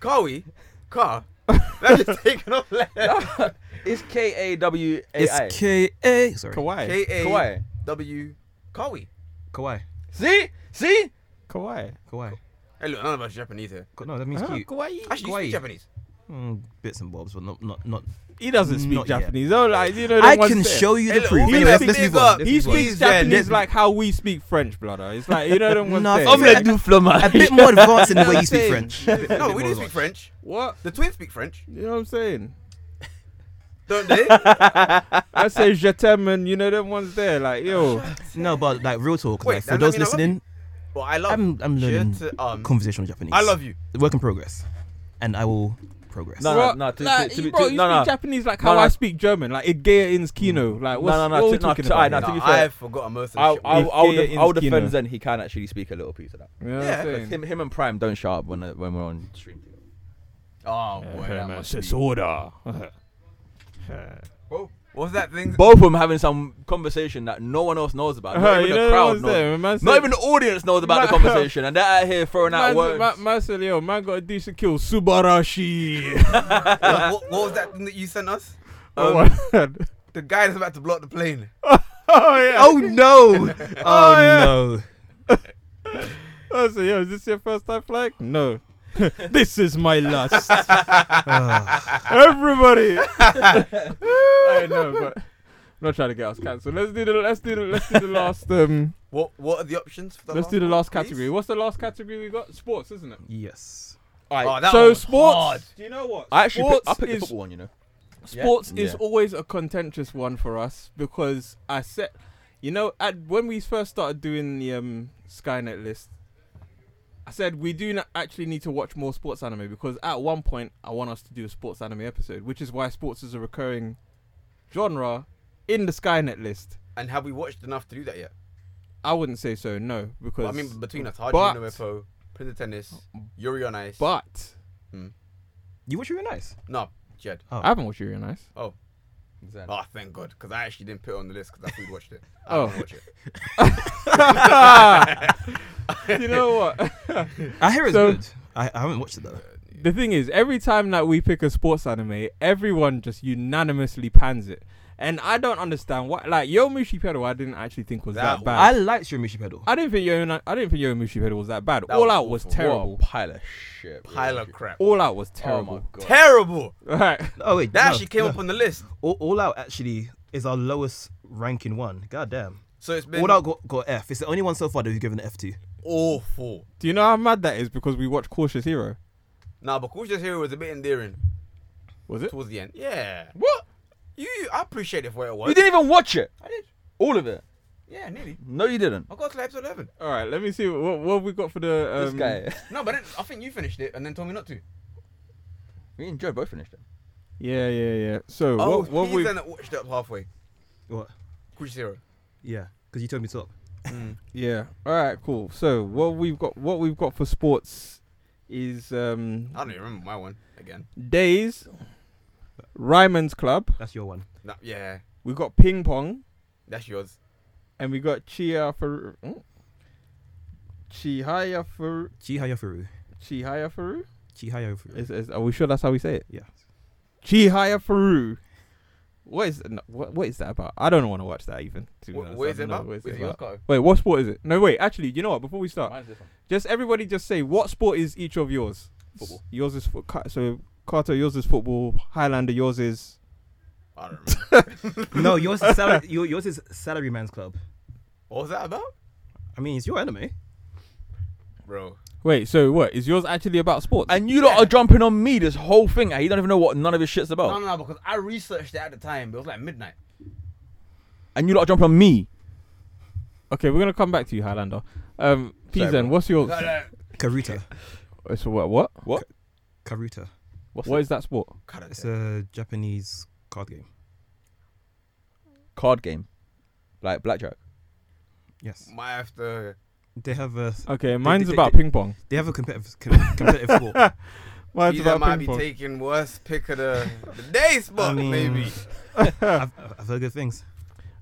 Speaker 5: Kawi. Ka. That's just taken off letters.
Speaker 4: It's K A W A I.
Speaker 3: It's K A. Sorry.
Speaker 6: Kawaii.
Speaker 5: K-A-W.
Speaker 4: Kawai.
Speaker 5: Kawi.
Speaker 3: Kawaii.
Speaker 4: See? See?
Speaker 6: Kawaii.
Speaker 3: Kawaii.
Speaker 5: Hey, look, none of us Japanese here.
Speaker 3: Ka- No, that
Speaker 5: Uh-huh.
Speaker 3: means cute.
Speaker 6: Kawaii.
Speaker 5: Actually, you speak
Speaker 3: Kawaii.
Speaker 5: Japanese.
Speaker 3: Mm, bits and bobs, but not not not.
Speaker 6: He doesn't speak
Speaker 3: Not yet.
Speaker 6: Japanese. Oh, like you know. the
Speaker 3: I
Speaker 6: ones
Speaker 3: can
Speaker 6: there.
Speaker 3: show you
Speaker 5: Hey,
Speaker 3: the
Speaker 5: look,
Speaker 3: proof.
Speaker 5: we
Speaker 3: Anyway, let's,
Speaker 5: made
Speaker 3: let's
Speaker 5: big
Speaker 3: move on.
Speaker 5: up.
Speaker 3: Let's
Speaker 6: He
Speaker 3: move on.
Speaker 6: speaks
Speaker 5: Please, yeah,
Speaker 6: Japanese
Speaker 5: this-
Speaker 6: like how we speak French, brother. It's like you know them ones
Speaker 3: No,
Speaker 6: there.
Speaker 3: I'm like- a bit more advanced in the way you speak
Speaker 6: Same.
Speaker 3: French.
Speaker 5: No, we do speak French.
Speaker 6: What?
Speaker 5: The twins speak French,
Speaker 6: You know what I'm saying?
Speaker 5: don't they?
Speaker 6: I say je t'aime and you know them ones there. Like yo,
Speaker 3: No, but like real talk.
Speaker 5: Wait,
Speaker 3: like, for
Speaker 5: does that
Speaker 3: those
Speaker 5: mean
Speaker 3: listening,
Speaker 5: I love Well, I love
Speaker 3: I'm I'm learning
Speaker 5: Shit, um,
Speaker 3: conversational Japanese.
Speaker 5: I love you.
Speaker 3: work in progress, and I will progress.
Speaker 4: No,
Speaker 6: Bro,
Speaker 4: no, no, to-
Speaker 6: like,
Speaker 4: to- to be-
Speaker 6: bro,
Speaker 4: to-
Speaker 6: you
Speaker 4: no,
Speaker 6: speak
Speaker 4: no.
Speaker 6: Japanese like
Speaker 4: No,
Speaker 6: how
Speaker 4: no. Mm.
Speaker 6: I speak German, like Idea ins Kino. Like what's,
Speaker 4: No, no, no,
Speaker 6: what are we
Speaker 4: to- no,
Speaker 6: talking
Speaker 4: to-
Speaker 6: about?
Speaker 4: alright,
Speaker 6: here?
Speaker 4: to be
Speaker 5: No,
Speaker 4: fair,
Speaker 5: I've forgotten most of
Speaker 4: I'll,
Speaker 5: the
Speaker 4: I'll,
Speaker 6: If
Speaker 4: I'll,
Speaker 6: they're
Speaker 4: def-
Speaker 6: in
Speaker 4: I'll
Speaker 6: Skinner.
Speaker 4: defend Zen. He can actually speak a little piece of that.
Speaker 6: You know what I'm
Speaker 5: Yeah,
Speaker 6: saying?
Speaker 4: Him, him and Prime don't shut up when uh, when we're on stream. together.
Speaker 5: Oh, boy,
Speaker 6: Yeah,
Speaker 5: that
Speaker 6: man,
Speaker 5: must
Speaker 6: it's
Speaker 5: be.
Speaker 6: order.
Speaker 5: What was that thing?
Speaker 4: Both of them having some conversation that no one else knows about. Not
Speaker 6: You
Speaker 4: even
Speaker 6: know
Speaker 4: the
Speaker 6: what
Speaker 4: crowd
Speaker 6: I'm
Speaker 4: knows.
Speaker 6: saying? Man
Speaker 4: Not
Speaker 6: said-
Speaker 4: even the audience knows about the
Speaker 6: Man-
Speaker 4: conversation, and they're out here throwing out
Speaker 6: Man,
Speaker 4: words.
Speaker 6: man, man said, yo, man got a decent kill. Subarashi.
Speaker 4: Um,
Speaker 5: what, what was that thing that you sent us?
Speaker 6: oh, my God.
Speaker 5: The guy that's about to blow up the plane.
Speaker 6: oh, yeah.
Speaker 3: Oh no! Oh,
Speaker 6: yeah.
Speaker 3: no!
Speaker 6: I said, yo, is this your first time flag? No. this is my last. Everybody. I know, but I'm not trying to get us cancelled. Let's do the let's do the let's do the last um
Speaker 5: What What are the options for the
Speaker 6: let's
Speaker 5: last
Speaker 6: do the
Speaker 5: one,
Speaker 6: last
Speaker 5: please?
Speaker 6: category. What's the last category we got? Sports, isn't it?
Speaker 3: Yes.
Speaker 5: Oh, that one
Speaker 6: so
Speaker 5: was
Speaker 6: sports.
Speaker 5: hard.
Speaker 6: Do you know what?
Speaker 4: I actually pick,
Speaker 6: sports
Speaker 4: I picked the
Speaker 6: is
Speaker 4: football one, you know.
Speaker 6: sports is
Speaker 4: Yeah.
Speaker 6: always a contentious one for us because I said, you know, at when we first started doing the um, Skynet list, I said we do not actually need to watch more sports anime because at one point I want us to do a sports anime episode, which is why sports is a recurring genre in the Skynet list.
Speaker 5: And have we watched enough to do that yet?
Speaker 6: I wouldn't say so, no, because
Speaker 5: Well, I mean, between us,
Speaker 6: but-
Speaker 5: Hardly No Repo, Prince of Tennis, Yuri on Ice.
Speaker 6: but
Speaker 3: You wish you were nice.
Speaker 5: no, Jed.
Speaker 3: Oh.
Speaker 6: I haven't watched Yuri on Ice.
Speaker 5: Oh,
Speaker 4: Zen.
Speaker 5: oh, thank God, because I actually didn't put it on the list because I food watched it. I
Speaker 6: Oh.
Speaker 5: oh, watch it.
Speaker 6: you know what?
Speaker 3: I hear it's
Speaker 6: So-
Speaker 3: good. I, I haven't watched it though.
Speaker 6: The thing is, every time that we pick a sports anime, everyone just unanimously pans it. And I don't understand why. Like Yomushi Pedal, I didn't actually think was that,
Speaker 5: That
Speaker 3: I
Speaker 6: bad.
Speaker 3: liked your Mishi pedal.
Speaker 6: I, didn't think Yo, I didn't think Yomushi Pedal was that bad.
Speaker 5: That
Speaker 6: All
Speaker 5: was
Speaker 6: Out was
Speaker 5: awful.
Speaker 6: terrible.
Speaker 4: What a pile of shit. bro.
Speaker 5: Pile of crap.
Speaker 6: All Out was
Speaker 4: Oh my
Speaker 6: terrible.
Speaker 4: god.
Speaker 5: Terrible.
Speaker 6: Right.
Speaker 3: Oh wait,
Speaker 5: That
Speaker 3: no,
Speaker 5: actually came
Speaker 3: no.
Speaker 5: up on the list.
Speaker 3: All, All Out actually is our lowest ranking one. God damn.
Speaker 5: So it's been
Speaker 3: All Out got, got F. It's the only one so far that we've given an F to.
Speaker 5: awful.
Speaker 6: Do you know how mad that is? Because we watched Cautious Hero.
Speaker 5: Nah, but Cautious Hero was a bit endearing
Speaker 6: Was it?
Speaker 5: towards the end. Yeah.
Speaker 4: What?
Speaker 5: You, I appreciate it for what it was.
Speaker 4: You didn't even watch it.
Speaker 5: I did.
Speaker 4: All of it.
Speaker 5: Yeah, nearly.
Speaker 4: No, you didn't.
Speaker 5: I got to like episode 11.
Speaker 6: All right. Let me see what what have we got for the um,
Speaker 4: This guy.
Speaker 5: No, but then, I think you finished it and then told me not to.
Speaker 4: Me and Joe both finished it.
Speaker 6: Yeah, yeah, yeah. So
Speaker 5: Oh,
Speaker 6: what what
Speaker 5: he's
Speaker 6: we
Speaker 5: then that watched it up halfway.
Speaker 3: What?
Speaker 5: Cautious Hero.
Speaker 3: Yeah, because you told me to stop.
Speaker 6: Hmm. yeah. All right. Cool. So what we've got what we've got for sports is um
Speaker 5: I don't even remember my one again.
Speaker 6: Days, Ryman's Club.
Speaker 3: That's your one.
Speaker 5: No, yeah,
Speaker 6: We got ping pong,
Speaker 5: that's yours.
Speaker 6: and we got Chia for mm? Chihaya for
Speaker 3: Chihayafuru.
Speaker 6: Chihaya Faru.
Speaker 3: Chihayafuru.
Speaker 6: Is, is, are we sure that's how we say it?
Speaker 3: Yeah.
Speaker 6: Chihaya Faru. What is no, what, what is that about? I don't want to watch that even. To be
Speaker 5: What,
Speaker 6: honest.
Speaker 5: what
Speaker 6: I
Speaker 5: is it
Speaker 6: don't know
Speaker 5: about?
Speaker 6: what
Speaker 5: With
Speaker 6: it's about.
Speaker 5: Yoko.
Speaker 6: Wait, what sport is it? No, wait. Actually, you know what? Before we start,
Speaker 4: Mine's different.
Speaker 6: just everybody just say what sport is each of yours. S-
Speaker 4: Football.
Speaker 6: Yours is fo- Ka- so Carter. Yours is football. Highlander. Yours is
Speaker 5: I don't remember.
Speaker 3: no, yours is, salary, your- yours is Salary Man's Club.
Speaker 5: what was that about?
Speaker 3: I mean, it's your anime.
Speaker 5: Bro.
Speaker 6: wait. So what is yours actually about sports?
Speaker 4: And you lot are jumping on me this whole thing.
Speaker 6: Oh.
Speaker 5: Um,
Speaker 4: and You don't even know what none of his shit's about.
Speaker 5: No, no, no, because I researched it at the time. It was like midnight.
Speaker 4: and you lot jump on me.
Speaker 6: Okay, we're gonna come back to you, Highlander. Um,
Speaker 4: Sorry,
Speaker 6: Pizen,
Speaker 4: bro.
Speaker 6: what's your?
Speaker 3: Karuta.
Speaker 6: It's a what? What?
Speaker 3: Karuta.
Speaker 4: What's
Speaker 6: What
Speaker 4: the
Speaker 6: is that sport?
Speaker 3: It's a Japanese card game.
Speaker 4: card game? Like blackjack.
Speaker 3: Yes.
Speaker 5: Might have to.
Speaker 3: They have a
Speaker 6: Okay, mine's
Speaker 3: they-
Speaker 6: about
Speaker 3: they-
Speaker 6: ping pong.
Speaker 3: they have a competitive com- competitive sport.
Speaker 6: Mine's
Speaker 5: Either might
Speaker 6: about
Speaker 5: be
Speaker 6: ping pong.
Speaker 5: taking worst pick of the, the day spot,
Speaker 3: I mean,
Speaker 5: maybe.
Speaker 3: I've, I've heard good things.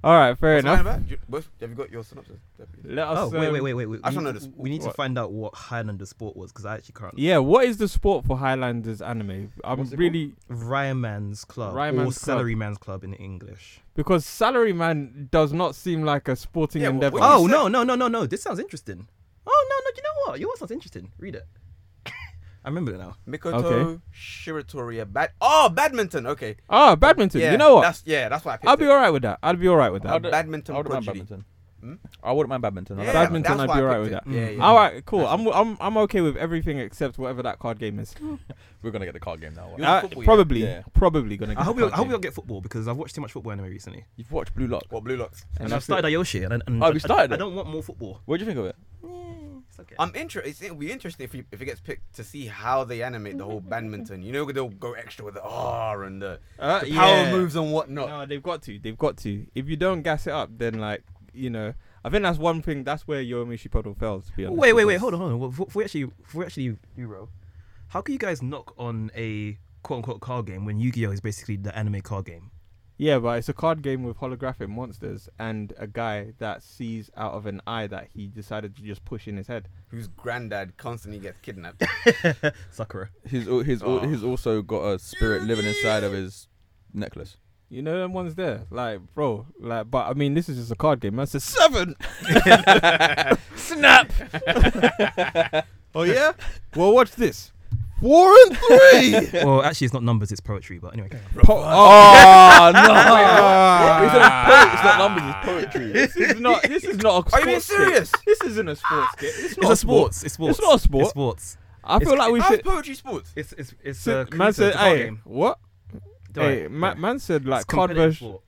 Speaker 6: All right, fair
Speaker 5: What's mine
Speaker 6: enough.
Speaker 5: about? Do you- what's- Have you got your synopsis? Deputy?
Speaker 6: Let us.
Speaker 3: Oh wait,
Speaker 6: um,
Speaker 3: wait, wait, wait. wait.
Speaker 5: I don't
Speaker 3: we,
Speaker 5: know the sport.
Speaker 3: we need to
Speaker 6: What?
Speaker 3: find out what Highlander sport was because I actually can't.
Speaker 6: Yeah, what is the sport for Highlanders anime? I'm
Speaker 4: What's it
Speaker 6: really
Speaker 3: Ryman's Club or
Speaker 6: Ryman's Club.
Speaker 3: Salaryman's Club in English.
Speaker 6: because Salaryman does not seem like a sporting
Speaker 5: Yeah, wh-
Speaker 6: endeavor.
Speaker 5: what
Speaker 3: Oh
Speaker 5: you
Speaker 3: no, no, no, no, no! This sounds interesting. Oh no, no! You know what? You know what sounds interesting? Read it. I remember it now.
Speaker 5: Mikoto
Speaker 6: Okay.
Speaker 5: Shiratoriya bad. Oh, badminton. Okay.
Speaker 6: Ah, badminton.
Speaker 5: Yeah,
Speaker 6: you know what?
Speaker 5: That's, yeah, that's why I picked
Speaker 6: I'll be
Speaker 5: it.
Speaker 6: all right with that. I'll be all right with
Speaker 4: I'll
Speaker 6: that.
Speaker 4: do-
Speaker 5: badminton
Speaker 4: I wouldn't mind
Speaker 5: prodigy.
Speaker 4: badminton.
Speaker 5: Hmm?
Speaker 4: I wouldn't mind badminton. I
Speaker 5: Yeah,
Speaker 4: like
Speaker 6: Badminton,
Speaker 5: that's
Speaker 6: I'd
Speaker 5: why
Speaker 6: be
Speaker 5: I
Speaker 6: alright with
Speaker 5: picked
Speaker 6: that. Mm.
Speaker 5: it. Yeah, yeah.
Speaker 6: All right, cool. I'm I'm I'm okay with everything except whatever that card game is.
Speaker 4: We're gonna get the card game now.
Speaker 5: You-
Speaker 6: Uh,
Speaker 5: football, yeah.
Speaker 6: probably,
Speaker 4: Yeah.
Speaker 6: probably gonna. Get
Speaker 3: I hope,
Speaker 6: the
Speaker 3: we, I
Speaker 6: card
Speaker 3: hope we
Speaker 6: game.
Speaker 3: don't get football because I've watched too much football anime recently.
Speaker 4: You've watched Blue Lock.
Speaker 5: What blue locks?
Speaker 3: And, I've
Speaker 6: that's
Speaker 3: started Ayoshi, and, I- and
Speaker 4: Oh,
Speaker 3: I-
Speaker 4: you started
Speaker 3: I,
Speaker 4: it?
Speaker 3: don't want more football.
Speaker 4: What do you think of it?
Speaker 3: It's okay.
Speaker 5: I'm interested. It'll be interesting if, you, if it gets picked to see how they animate the whole badminton. You know they'll go extra with the R and the,
Speaker 6: it. Uh,
Speaker 5: the power
Speaker 6: yeah.
Speaker 5: moves and whatnot.
Speaker 6: No, they've got to. They've got to. If you don't gas it up, then like you know, I think that's one thing. That's where Yomishi Puddle fails. To be honest.
Speaker 3: wait, wait, wait!
Speaker 6: because-
Speaker 3: Hold on, hold on. Well, Before before we actually, before we actually, Euro, how can you guys knock on a quote unquote card game when Yu-Gi-Oh is basically the anime card game?
Speaker 6: Yeah, but it's a card game with holographic monsters and a guy that sees out of an eye that he decided to just push in his head.
Speaker 5: Whose granddad constantly gets kidnapped.
Speaker 3: Sakura.
Speaker 4: He's al- he's al-
Speaker 5: Oh.
Speaker 4: he's also got a spirit living inside of his necklace.
Speaker 6: You know, them ones there, like bro, like. But I mean, this is just a card game. That's a seven.
Speaker 4: Snap!
Speaker 6: Oh yeah. well, watch this. Four and three.
Speaker 3: well, actually, it's not numbers; it's poetry. But anyway,
Speaker 6: Po-
Speaker 4: Oh no! He said
Speaker 6: Ah.
Speaker 4: it's po- it's not numbers, it's poetry.
Speaker 6: this is not. This is not. A
Speaker 5: Are you being
Speaker 6: sports game.
Speaker 5: serious?
Speaker 6: This isn't a sports game. It's not
Speaker 3: it's a
Speaker 6: a sport.
Speaker 3: sports. It's sports.
Speaker 6: not a sport.
Speaker 3: It's sports.
Speaker 6: I feel
Speaker 3: It's-
Speaker 6: like we
Speaker 5: How's
Speaker 6: should.
Speaker 5: poetry sports?
Speaker 3: It's it's it's
Speaker 6: So,
Speaker 3: a
Speaker 6: man said,
Speaker 3: card
Speaker 6: "Hey,
Speaker 3: game.
Speaker 6: what? Hey, ma- man said like card version.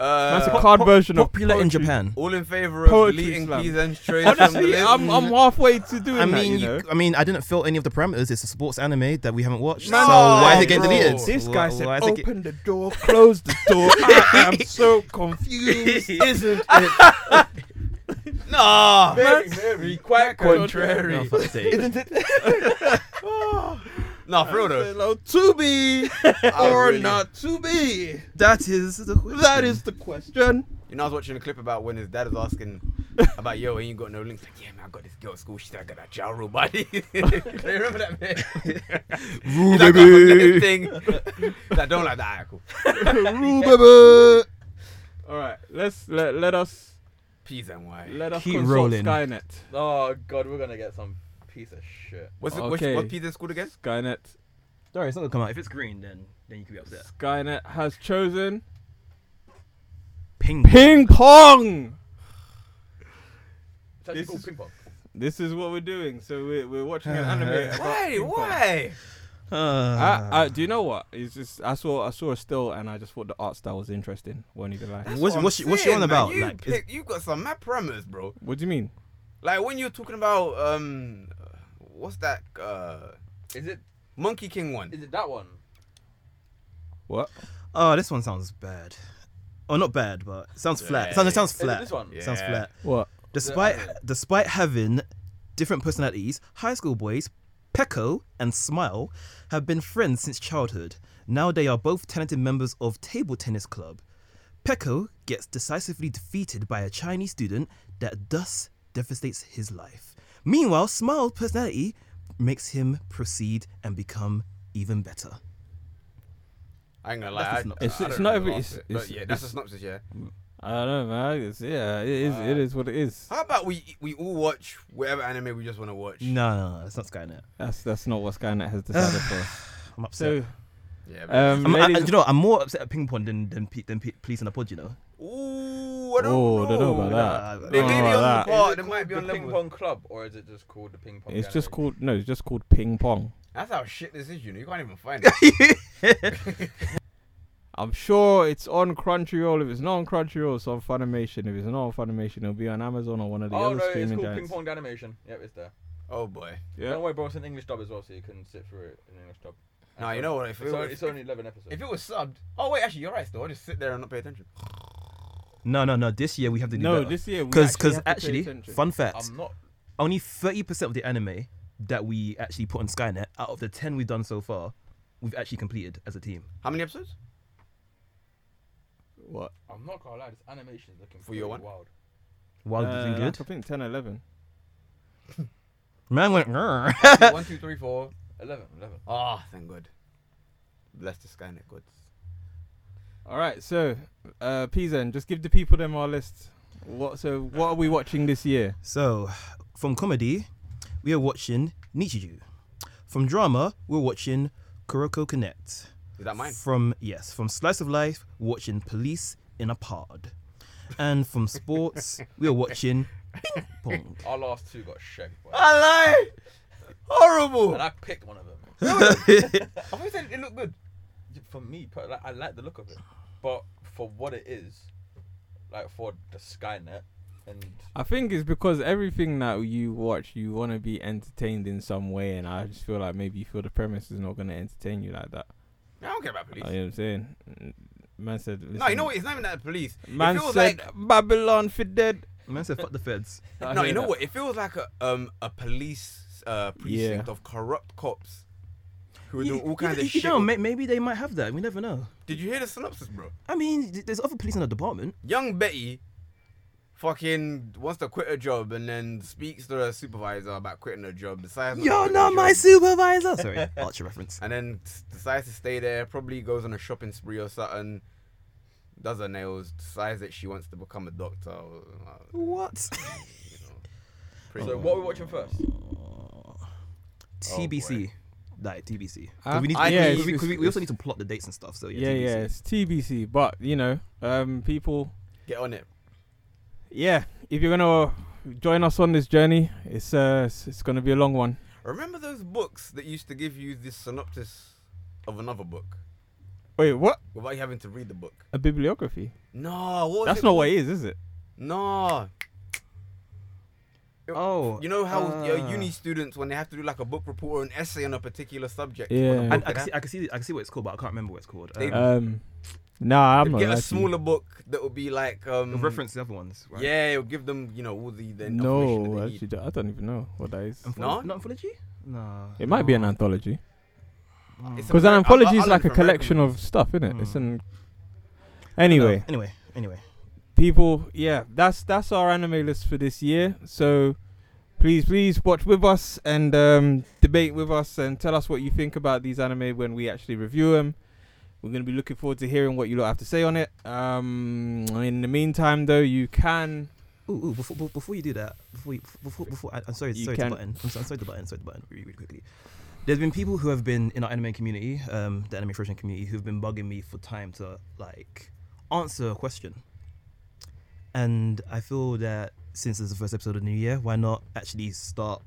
Speaker 5: Uh,
Speaker 6: That's a card version of
Speaker 3: popular in
Speaker 6: poetry.
Speaker 3: Japan.
Speaker 5: all in favor of
Speaker 6: Poetry
Speaker 5: deleting
Speaker 6: slam.
Speaker 5: peas and strays from the
Speaker 6: Honestly,
Speaker 5: list.
Speaker 6: I'm I'm halfway to doing
Speaker 3: I mean,
Speaker 6: that. You
Speaker 3: you-
Speaker 6: know,
Speaker 3: I mean, I didn't fill any of the parameters. It's a sports anime that we haven't watched.
Speaker 5: Man,
Speaker 3: so why is it
Speaker 5: bro.
Speaker 3: getting deleted?
Speaker 6: this
Speaker 3: Wh-
Speaker 6: guy
Speaker 3: why
Speaker 6: said,
Speaker 3: is it get-
Speaker 6: "Open the door, close the door." I am so confused, isn't it?
Speaker 5: no,
Speaker 6: Very,
Speaker 5: quite
Speaker 3: No,
Speaker 5: contrary.
Speaker 3: for fuck's sake.
Speaker 5: No, for real though.
Speaker 6: Hello, to be
Speaker 5: I
Speaker 6: or
Speaker 5: really-
Speaker 6: not to be?
Speaker 3: that is the question.
Speaker 6: That is the question.
Speaker 5: You know, I was watching a clip about when his dad is asking about yo, ain't you got no links? Like, yeah, man, I got this girl at school. She's like, I got a child rule body. you remember that man? Rule baby. Thing. I don't like that. Alright, Cool.
Speaker 6: All right, let's let, let us
Speaker 5: Peas and why?
Speaker 6: let us
Speaker 3: Keep
Speaker 6: consult
Speaker 3: rolling.
Speaker 6: Skynet.
Speaker 4: Oh god, we're gonna get some piece of shit.
Speaker 5: What's it?
Speaker 6: Okay.
Speaker 5: What's, what's peas in school again?
Speaker 6: Skynet.
Speaker 3: Sorry, it's not gonna come out. If it's green, then then you can be upset.
Speaker 6: Skynet has chosen
Speaker 3: Ping.
Speaker 6: ping pong.
Speaker 4: It's actually
Speaker 6: This
Speaker 4: called
Speaker 6: is-
Speaker 4: ping pong.
Speaker 6: This is what we're doing. So we're, we're watching an anime. about
Speaker 5: Why?
Speaker 6: ping pong.
Speaker 5: Why?
Speaker 3: Uh,
Speaker 6: I, I, do you know what? It's just I saw I saw a still and I just thought the art style was interesting. Won't even lie.
Speaker 5: That's
Speaker 3: What's-
Speaker 5: I'm
Speaker 3: what's she- what's she
Speaker 5: saying,
Speaker 3: on
Speaker 5: man.
Speaker 3: about?
Speaker 5: You
Speaker 3: Like, is-
Speaker 5: pick, you got some mad parameters, bro.
Speaker 6: What do you mean?
Speaker 5: Like when you're talking about um, what's that uh,
Speaker 4: Is it
Speaker 5: Monkey King one?
Speaker 4: is it that one?
Speaker 6: What?
Speaker 3: oh, this one sounds bad. Oh, not bad, but it sounds flat.
Speaker 5: Yeah.
Speaker 3: It sounds, it sounds
Speaker 4: Is it
Speaker 3: flat.
Speaker 4: this one?
Speaker 5: Yeah.
Speaker 3: Sounds flat.
Speaker 6: What?
Speaker 3: Despite despite having different personalities, high school boys Peko and Smile have been friends since childhood. Now they are both talented members of table tennis club. Peko gets decisively defeated by a Chinese student that thus devastates his life. Meanwhile, Smile's personality makes him proceed and become even better.
Speaker 5: I ain't gonna
Speaker 3: That's
Speaker 5: lie.
Speaker 3: the
Speaker 5: I,
Speaker 6: synopsis.
Speaker 5: I, I
Speaker 6: It's- it's
Speaker 5: don't
Speaker 6: not
Speaker 5: remember
Speaker 6: every-
Speaker 5: half of
Speaker 6: it's-
Speaker 5: it. But
Speaker 6: it's-
Speaker 5: yeah, that's the
Speaker 6: it's-
Speaker 5: synopsis. Yeah.
Speaker 6: I don't know, man. It's, yeah, it is. it is what it is.
Speaker 5: How about we we all watch whatever anime we just want to watch?
Speaker 3: No, no, no, that's not Skynet.
Speaker 6: That's that's not what Skynet has decided for. us.
Speaker 3: I'm upset.
Speaker 6: So,
Speaker 5: Yeah. but-
Speaker 6: um,
Speaker 3: I'm, I- I-
Speaker 6: ladies-
Speaker 3: you know, what, I'm more upset at ping pong than than, P- than P- police and the pod. You know.
Speaker 5: Ooh, I don't
Speaker 6: oh,
Speaker 5: know.
Speaker 6: don't know about
Speaker 3: Nah,
Speaker 6: that.
Speaker 3: I-
Speaker 5: They
Speaker 6: Don't
Speaker 5: may
Speaker 6: know
Speaker 5: be on
Speaker 6: about
Speaker 5: the
Speaker 6: that.
Speaker 5: bar. They might be on
Speaker 4: the
Speaker 5: level.
Speaker 4: ping pong club, or is it just called the ping pong?
Speaker 6: It's
Speaker 4: gallery?
Speaker 6: just called no. It's just called ping pong.
Speaker 5: That's how shit this is. You know, you can't even find it.
Speaker 6: I- I'm sure it's on Crunchyroll. If it's not on Crunchyroll, it's on Funimation. If it's not on Funimation, it'll be on Amazon or one of the
Speaker 4: Oh
Speaker 6: other
Speaker 4: no, it's
Speaker 6: streaming
Speaker 4: called Ping
Speaker 6: giants.
Speaker 4: Pong Animation. Yep, it's there.
Speaker 5: Oh boy.
Speaker 6: Yeah.
Speaker 4: Don't worry, bro. It's an English dub as well, so you can sit through it in an English dub.
Speaker 5: No, you know what? If
Speaker 4: It's,
Speaker 5: it,
Speaker 4: only,
Speaker 5: was,
Speaker 4: it's only eleven episodes.
Speaker 5: if it was subbed. Oh wait, actually, you're right. Still, I just sit there and not pay attention.
Speaker 3: No, no, no. This year we have to do
Speaker 6: No,
Speaker 3: better.
Speaker 6: this year we
Speaker 3: because
Speaker 6: actually
Speaker 3: because
Speaker 6: have to pay
Speaker 3: actually,
Speaker 6: attention.
Speaker 3: fun fact:
Speaker 5: Um,
Speaker 4: I'm not.
Speaker 3: only thirty percent of the anime that we actually put on Skynet out of the ten we've done so far, we've actually completed as a team.
Speaker 5: How many episodes?
Speaker 6: what?
Speaker 4: I'm not gonna lie. This animation is looking
Speaker 5: For your
Speaker 4: pretty
Speaker 5: one?
Speaker 4: wild.
Speaker 3: Wild
Speaker 6: Uh,
Speaker 3: has been
Speaker 6: like,
Speaker 3: good.
Speaker 6: I think 10, 11.
Speaker 3: Man went. "Grr."
Speaker 5: One, two, three, four.
Speaker 4: Eleven, eleven.
Speaker 5: Ah, thank God. Bless the Skynet gods.
Speaker 6: All right, so uh, Pizen, just give the people them our list. What? So what are we watching this year?
Speaker 3: So, from comedy, we are watching Nichiju. From drama, we're watching Kuroko Connect.
Speaker 5: Is that mine?
Speaker 3: From yes, from slice of life, we're watching Police in a Pod, and from sports, we are watching Ping Pong.
Speaker 4: Our last two got shagged, boy.
Speaker 5: I lied. Horrible.
Speaker 4: and
Speaker 5: I
Speaker 4: I picked one of them.
Speaker 5: thought you said it looked good.
Speaker 4: For me, per- like, I like the look of it, but for what it is, like for the Skynet, and
Speaker 6: I think it's because everything that you watch, you want to be entertained in some way, and I just feel like maybe you feel the premise is not going to entertain you like that.
Speaker 5: I don't care about police.
Speaker 6: You know what I'm saying? Mm, Man said.
Speaker 5: no, you
Speaker 6: listen,
Speaker 5: know what? It's not even that police.
Speaker 6: Man
Speaker 5: it feels
Speaker 6: said
Speaker 5: like
Speaker 6: Babylon for dead.
Speaker 3: Man said, "Fuck the feds."
Speaker 6: I
Speaker 5: no,
Speaker 6: hear
Speaker 5: you know
Speaker 6: that.
Speaker 5: what? It feels like a um a police uh, precinct of corrupt cops who are doing all kinds
Speaker 3: you,
Speaker 5: of
Speaker 3: you
Speaker 5: shit.
Speaker 3: know, may- maybe they might have that. We never know.
Speaker 5: Did you hear the synopsis, bro?
Speaker 3: I mean, th- there's other police in the department.
Speaker 5: Young Betty fucking wants to quit her job and then speaks to her supervisor about quitting her job. Decides to
Speaker 3: You're
Speaker 5: quit
Speaker 3: not
Speaker 5: her
Speaker 3: my
Speaker 5: job,
Speaker 3: supervisor. Sorry, Archer reference.
Speaker 5: And then s- decides to stay there. Probably goes on a shopping spree or something. Does her nails. Decides that she wants to become a doctor. Or, uh,
Speaker 3: What? Oh,
Speaker 5: you know,
Speaker 4: so what are we watching first?
Speaker 3: TBC. Like TBC. 'Cause
Speaker 6: Uh,
Speaker 3: we, need,
Speaker 5: I-
Speaker 3: yeah,
Speaker 5: yeah,
Speaker 3: 'cause we, 'cause we-
Speaker 6: it's-
Speaker 3: we also need to plot the dates and stuff. So yeah,
Speaker 6: Yeah,
Speaker 3: TBC.
Speaker 6: yeah, it's TBC. But you know, um, people,
Speaker 5: Get on it.
Speaker 6: yeah, if you're gonna join us on this journey, it's uh, it's, it's gonna be a long one.
Speaker 5: Remember those books that used to give you this synopsis of another book
Speaker 6: Wait, what?
Speaker 5: without you having to read the book?
Speaker 6: A bibliography?
Speaker 5: No, what was
Speaker 6: That's
Speaker 5: it
Speaker 6: not
Speaker 5: called?
Speaker 6: what it is, is it?
Speaker 5: No.
Speaker 3: Oh,
Speaker 5: You know how
Speaker 4: Ah.
Speaker 5: your
Speaker 3: uh,
Speaker 5: uni students when they have to do like a book report or an essay on a particular subject.
Speaker 6: Yeah.
Speaker 5: on a
Speaker 3: I,
Speaker 5: book
Speaker 3: I, can
Speaker 5: that-
Speaker 3: see, I can see I can see what it's called, but I can't remember what it's called.
Speaker 5: They-
Speaker 3: Um,
Speaker 6: Um, nah, I'm
Speaker 5: they'd
Speaker 6: not.
Speaker 5: get
Speaker 6: gonna
Speaker 5: a
Speaker 6: lie to you.
Speaker 5: smaller book that will be like um
Speaker 3: reference the other ones. Right?
Speaker 5: Yeah, it'll give them you know all the, the information that
Speaker 6: No,
Speaker 5: they need.
Speaker 6: actually, don't- I don't even know what that is.
Speaker 3: Antholo-
Speaker 5: No?
Speaker 3: not anthology. No,
Speaker 6: It might be an
Speaker 3: No.
Speaker 6: anthology
Speaker 5: Oh. It's
Speaker 6: because an
Speaker 5: Ameri- I- I-
Speaker 6: anthology
Speaker 5: I
Speaker 6: is
Speaker 5: learned
Speaker 6: like a
Speaker 5: from American
Speaker 6: collection
Speaker 5: books.
Speaker 6: of stuff, isn't it? It's
Speaker 3: Hmm.
Speaker 6: an. Anyway,
Speaker 3: No, anyway, anyway.
Speaker 6: people yeah that's that's our anime list for this year so please please watch with us and um, debate with us and tell us what you think about these anime when we actually review them we're going to be looking forward to hearing what you lot have to say on it um, in the meantime though you can
Speaker 3: Ooh, ooh before, before before you do that, before you, before before I, I'm sorry,
Speaker 6: You
Speaker 3: sorry
Speaker 6: can-
Speaker 3: to button. I'm, so- I'm sorry to button. Sorry to button. Really, really quickly. There's been people who have been in our anime community, um, the anime frustration community, who've been bugging me for time to like answer a question. And I feel that since it's the first episode of the new year, why not actually start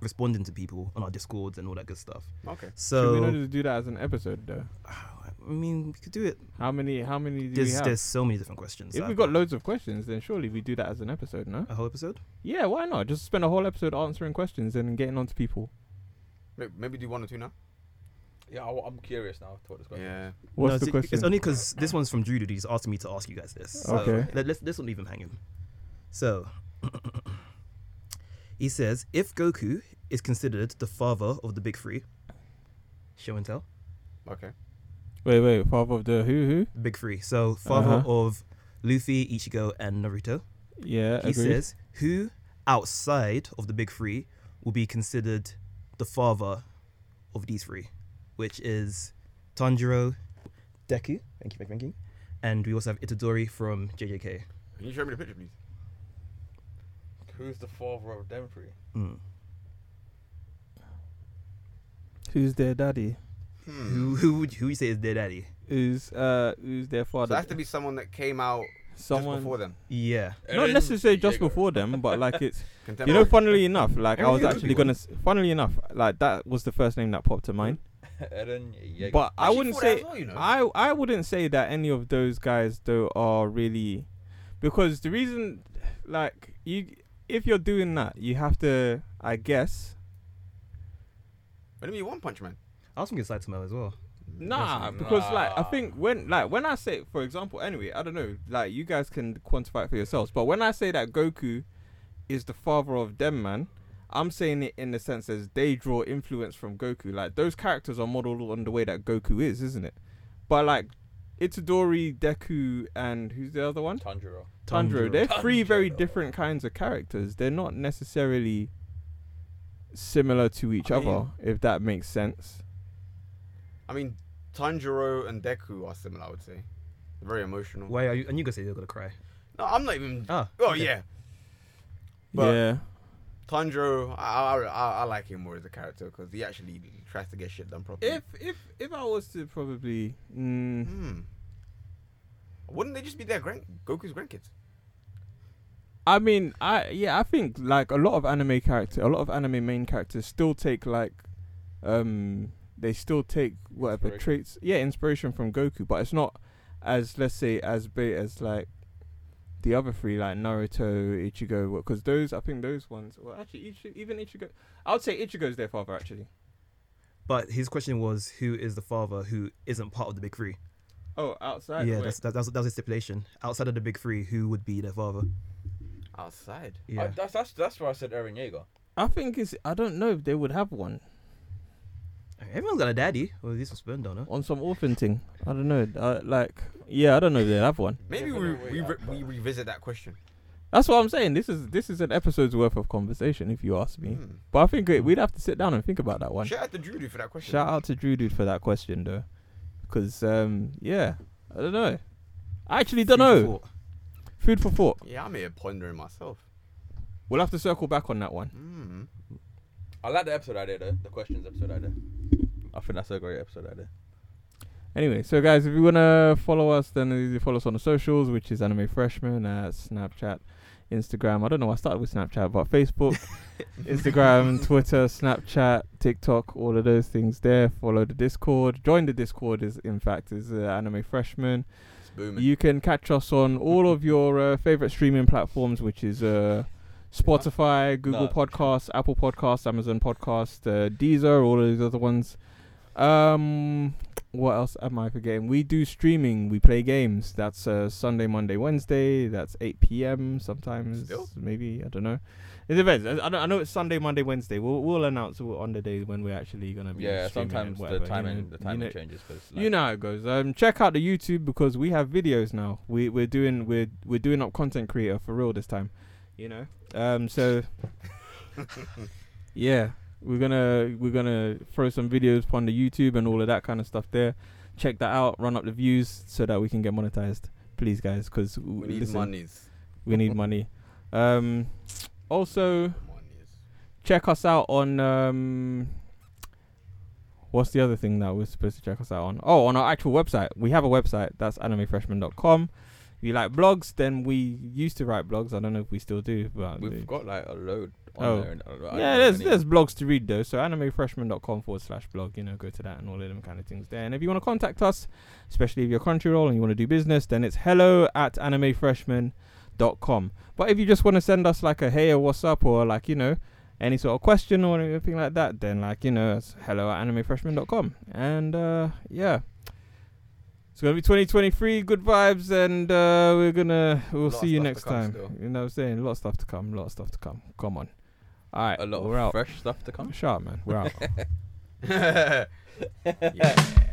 Speaker 3: responding to people on our discords and all that good stuff.
Speaker 5: Okay.
Speaker 6: should we not
Speaker 3: So
Speaker 6: just do that as an episode though
Speaker 3: I mean, we could do it.
Speaker 6: how many how many do we
Speaker 3: There's
Speaker 6: have
Speaker 3: there's so many different questions.
Speaker 6: if
Speaker 3: I've
Speaker 6: we've got loads of questions then surely we do that as an episode no
Speaker 3: a whole episode.
Speaker 6: yeah why not just spend a whole episode answering questions and getting on to people
Speaker 5: May- Maybe do one or two now.
Speaker 4: Yeah, I, am curious now to what it's got.
Speaker 5: Yeah.
Speaker 6: what's
Speaker 3: No,
Speaker 6: the
Speaker 3: it's,
Speaker 6: question
Speaker 3: It's only because this one's from Drew Dude. He's asking me to ask you guys this. So
Speaker 6: Okay.
Speaker 3: Let, let's, this one even hang him. So, he says if Goku is considered the father of the big three, show and tell.
Speaker 5: Okay.
Speaker 6: wait wait father of the who who
Speaker 3: Big three. So, father
Speaker 6: Uh-huh.
Speaker 3: of Luffy, Ichigo, and Naruto.
Speaker 6: Yeah,
Speaker 3: He
Speaker 6: agreed.
Speaker 3: says who outside of the big three will be considered the father of these three, which is Tanjiro, Deku. Thank you, thank you, thank you. And we also have Itadori from JJK.
Speaker 5: Can you show me the picture, please?
Speaker 4: Who's the father of them three?
Speaker 3: Mm.
Speaker 6: who's their daddy?
Speaker 5: Hmm.
Speaker 3: Who who would who you say is their daddy?
Speaker 6: Who's uh who's their
Speaker 5: So
Speaker 6: father?
Speaker 5: it has to be someone that came out
Speaker 6: Someone
Speaker 5: just before them.
Speaker 3: Yeah.
Speaker 6: not
Speaker 4: Eren
Speaker 6: necessarily just
Speaker 4: Yeager.
Speaker 6: before them, but like it's you
Speaker 5: Contemporary.
Speaker 6: know. Funnily enough, like I
Speaker 5: Eren
Speaker 6: was
Speaker 5: Yeager would
Speaker 6: actually
Speaker 5: be
Speaker 6: gonna. s- Funnily enough, like that was the first name that popped to mind.
Speaker 4: and then yeah,
Speaker 6: But I
Speaker 5: Actually
Speaker 6: wouldn't
Speaker 5: thought that
Speaker 6: say
Speaker 5: as well, you know.
Speaker 6: I I wouldn't say that any of those guys though are really because the reason like you if you're doing that you have to I guess
Speaker 5: But let me One Punch Man.
Speaker 3: I was thinking Saitama as well.
Speaker 6: nah
Speaker 4: That's-
Speaker 6: because like I
Speaker 4: nah.
Speaker 6: think when like when I say for example anyway I don't know like you guys can quantify it for yourselves but when I say that Goku is the father of them man I'm saying it in the sense as they draw influence from Goku like those characters are modeled on the way that Goku is isn't it but like Itadori Deku and who's the other one
Speaker 4: Tanjiro.
Speaker 6: Tundro.
Speaker 3: Tanjiro.
Speaker 6: They're three very
Speaker 4: Tanjiro.
Speaker 6: different kinds of characters. They're not necessarily similar to each
Speaker 5: I
Speaker 6: other,
Speaker 5: mean-
Speaker 6: if that makes sense.
Speaker 5: I mean, Tanjiro and Deku are similar, I would say. They're very emotional.
Speaker 3: Why are you? And you gonna say they're gonna cry?
Speaker 5: No, I'm not even.
Speaker 3: Ah,
Speaker 5: oh
Speaker 3: okay.
Speaker 5: yeah, But-
Speaker 6: yeah.
Speaker 5: Tanjiro. I, I, I, I like him more as a character because he actually tries to get shit done properly.
Speaker 6: If if if I was to probably, mm,
Speaker 5: Hmm. Wouldn't they just be their grand Goku's grandkids?
Speaker 6: I mean, I yeah, I think like a lot of anime character, a lot of anime main characters still take like, um, they still take whatever
Speaker 4: Inspiration.
Speaker 6: traits, yeah, inspiration from Goku, but it's not as let's say as big as like the other three like Naruto, Ichigo, because those I think those ones. Well, actually, Ichi, even Ichigo, I would say Ichigo's their father actually.
Speaker 3: But his question was, who is the father who isn't part of the big three?
Speaker 6: Oh, outside.
Speaker 3: yeah,
Speaker 6: wait.
Speaker 3: that's, that, that, was, that was his stipulation. Outside of the big three, who would be their father?
Speaker 5: Outside.
Speaker 4: I,
Speaker 3: Yeah,
Speaker 4: that's that's that's why I said Eren Yeager.
Speaker 6: I think it's. I don't know if they would have one
Speaker 3: I mean, everyone's got a daddy. Well, at least from sperm donor.
Speaker 6: on some orphan thing. I don't know. Uh, like, yeah, I don't know if they'd have one.
Speaker 5: Maybe
Speaker 4: Yeah, but
Speaker 5: we
Speaker 4: no way
Speaker 5: we,
Speaker 4: out,
Speaker 5: re-
Speaker 4: but-
Speaker 5: we revisit that question.
Speaker 6: That's what I'm saying. This is this is an episode's worth of conversation, if you ask
Speaker 3: Mm.
Speaker 6: me.
Speaker 5: Hmm.
Speaker 6: But I think it, we'd have to sit down and think about that one.
Speaker 5: Shout out to Drew for that question.
Speaker 6: Shout out to Drew Dude for that question, though, because um, yeah, I don't know. I actually don't
Speaker 3: Food for
Speaker 6: know.
Speaker 3: thought.
Speaker 6: Food for thought.
Speaker 5: Yeah, I'm here pondering myself.
Speaker 6: We'll have to circle back on that one.
Speaker 5: Mm.
Speaker 4: I like the episode idea though. The questions episode idea. I think that's a great episode idea.
Speaker 6: Anyway, so guys, if you wanna follow us, then you follow us on the socials, which is Anime Freshman at Snapchat, Instagram. I don't know. why I started with Snapchat, but Facebook, Instagram, Twitter, Snapchat, TikTok, all of those things there. Follow the Discord. Join the Discord. Is in fact is uh, Anime Freshman.
Speaker 5: It's booming.
Speaker 6: You can catch us on all of your uh, favorite streaming platforms, which is uh, Spotify, Google
Speaker 4: No.
Speaker 6: Podcasts, Apple Podcasts, Amazon Podcasts, uh, Deezer, all of these other ones. Um, what else am I forgetting? We do streaming. We play games. That's uh, Sunday, Monday, Wednesday. That's 8 p.m. Sometimes,
Speaker 5: Still?
Speaker 6: maybe I don't know. It depends. I, I know- I know it's Sunday, Monday, Wednesday. We'll we'll announce on the days when we're actually gonna be.
Speaker 4: Yeah,
Speaker 6: streaming and
Speaker 4: sometimes the
Speaker 6: whatever, you know,
Speaker 4: timing the
Speaker 6: you
Speaker 4: timing
Speaker 6: know-
Speaker 4: changes because
Speaker 6: you know how it goes. Um, check out the YouTube because we have videos now. We we're doing we're we're doing up content creator for real this time. You know. Um. So. yeah, we're gonna we're gonna throw some videos on the YouTube and all of that kind of stuff there. Check that out. Run up the views so that we can get monetized, please, guys. Because
Speaker 5: We need monies.
Speaker 6: We need money. Um. Also,
Speaker 5: Monies.
Speaker 6: check us out on um what's the other thing that we're supposed to check us out on oh on our actual website we have a website that's animefreshman.com if you like blogs then we used to write blogs i don't know if we still do but
Speaker 4: we've got like a load on
Speaker 6: Oh.
Speaker 4: there. And, uh, I
Speaker 6: yeah
Speaker 4: don't
Speaker 6: there's
Speaker 4: know
Speaker 6: there's blogs to read though so animefreshman.com forward slash blog you know go to that and all of them kind of things there and if you want to contact us especially if you're crunchyroll and you want to do business then it's hello at animefreshman.com but if you just want to send us like a hey or what's up or like you know any sort of question or anything like that then like you know it's hello at animefreshman.com and uh yeah it's gonna be 2023 good vibes and uh we're gonna we'll
Speaker 5: Lot of
Speaker 6: see you
Speaker 5: stuff to
Speaker 6: next
Speaker 5: come
Speaker 6: time
Speaker 5: still.
Speaker 6: you know what i'm saying a lot of stuff to come a lot of stuff to come come on all right
Speaker 4: a lot
Speaker 6: we're
Speaker 4: of
Speaker 6: out
Speaker 4: fresh stuff to come.
Speaker 6: Shut up, man. We're out.
Speaker 5: yeah.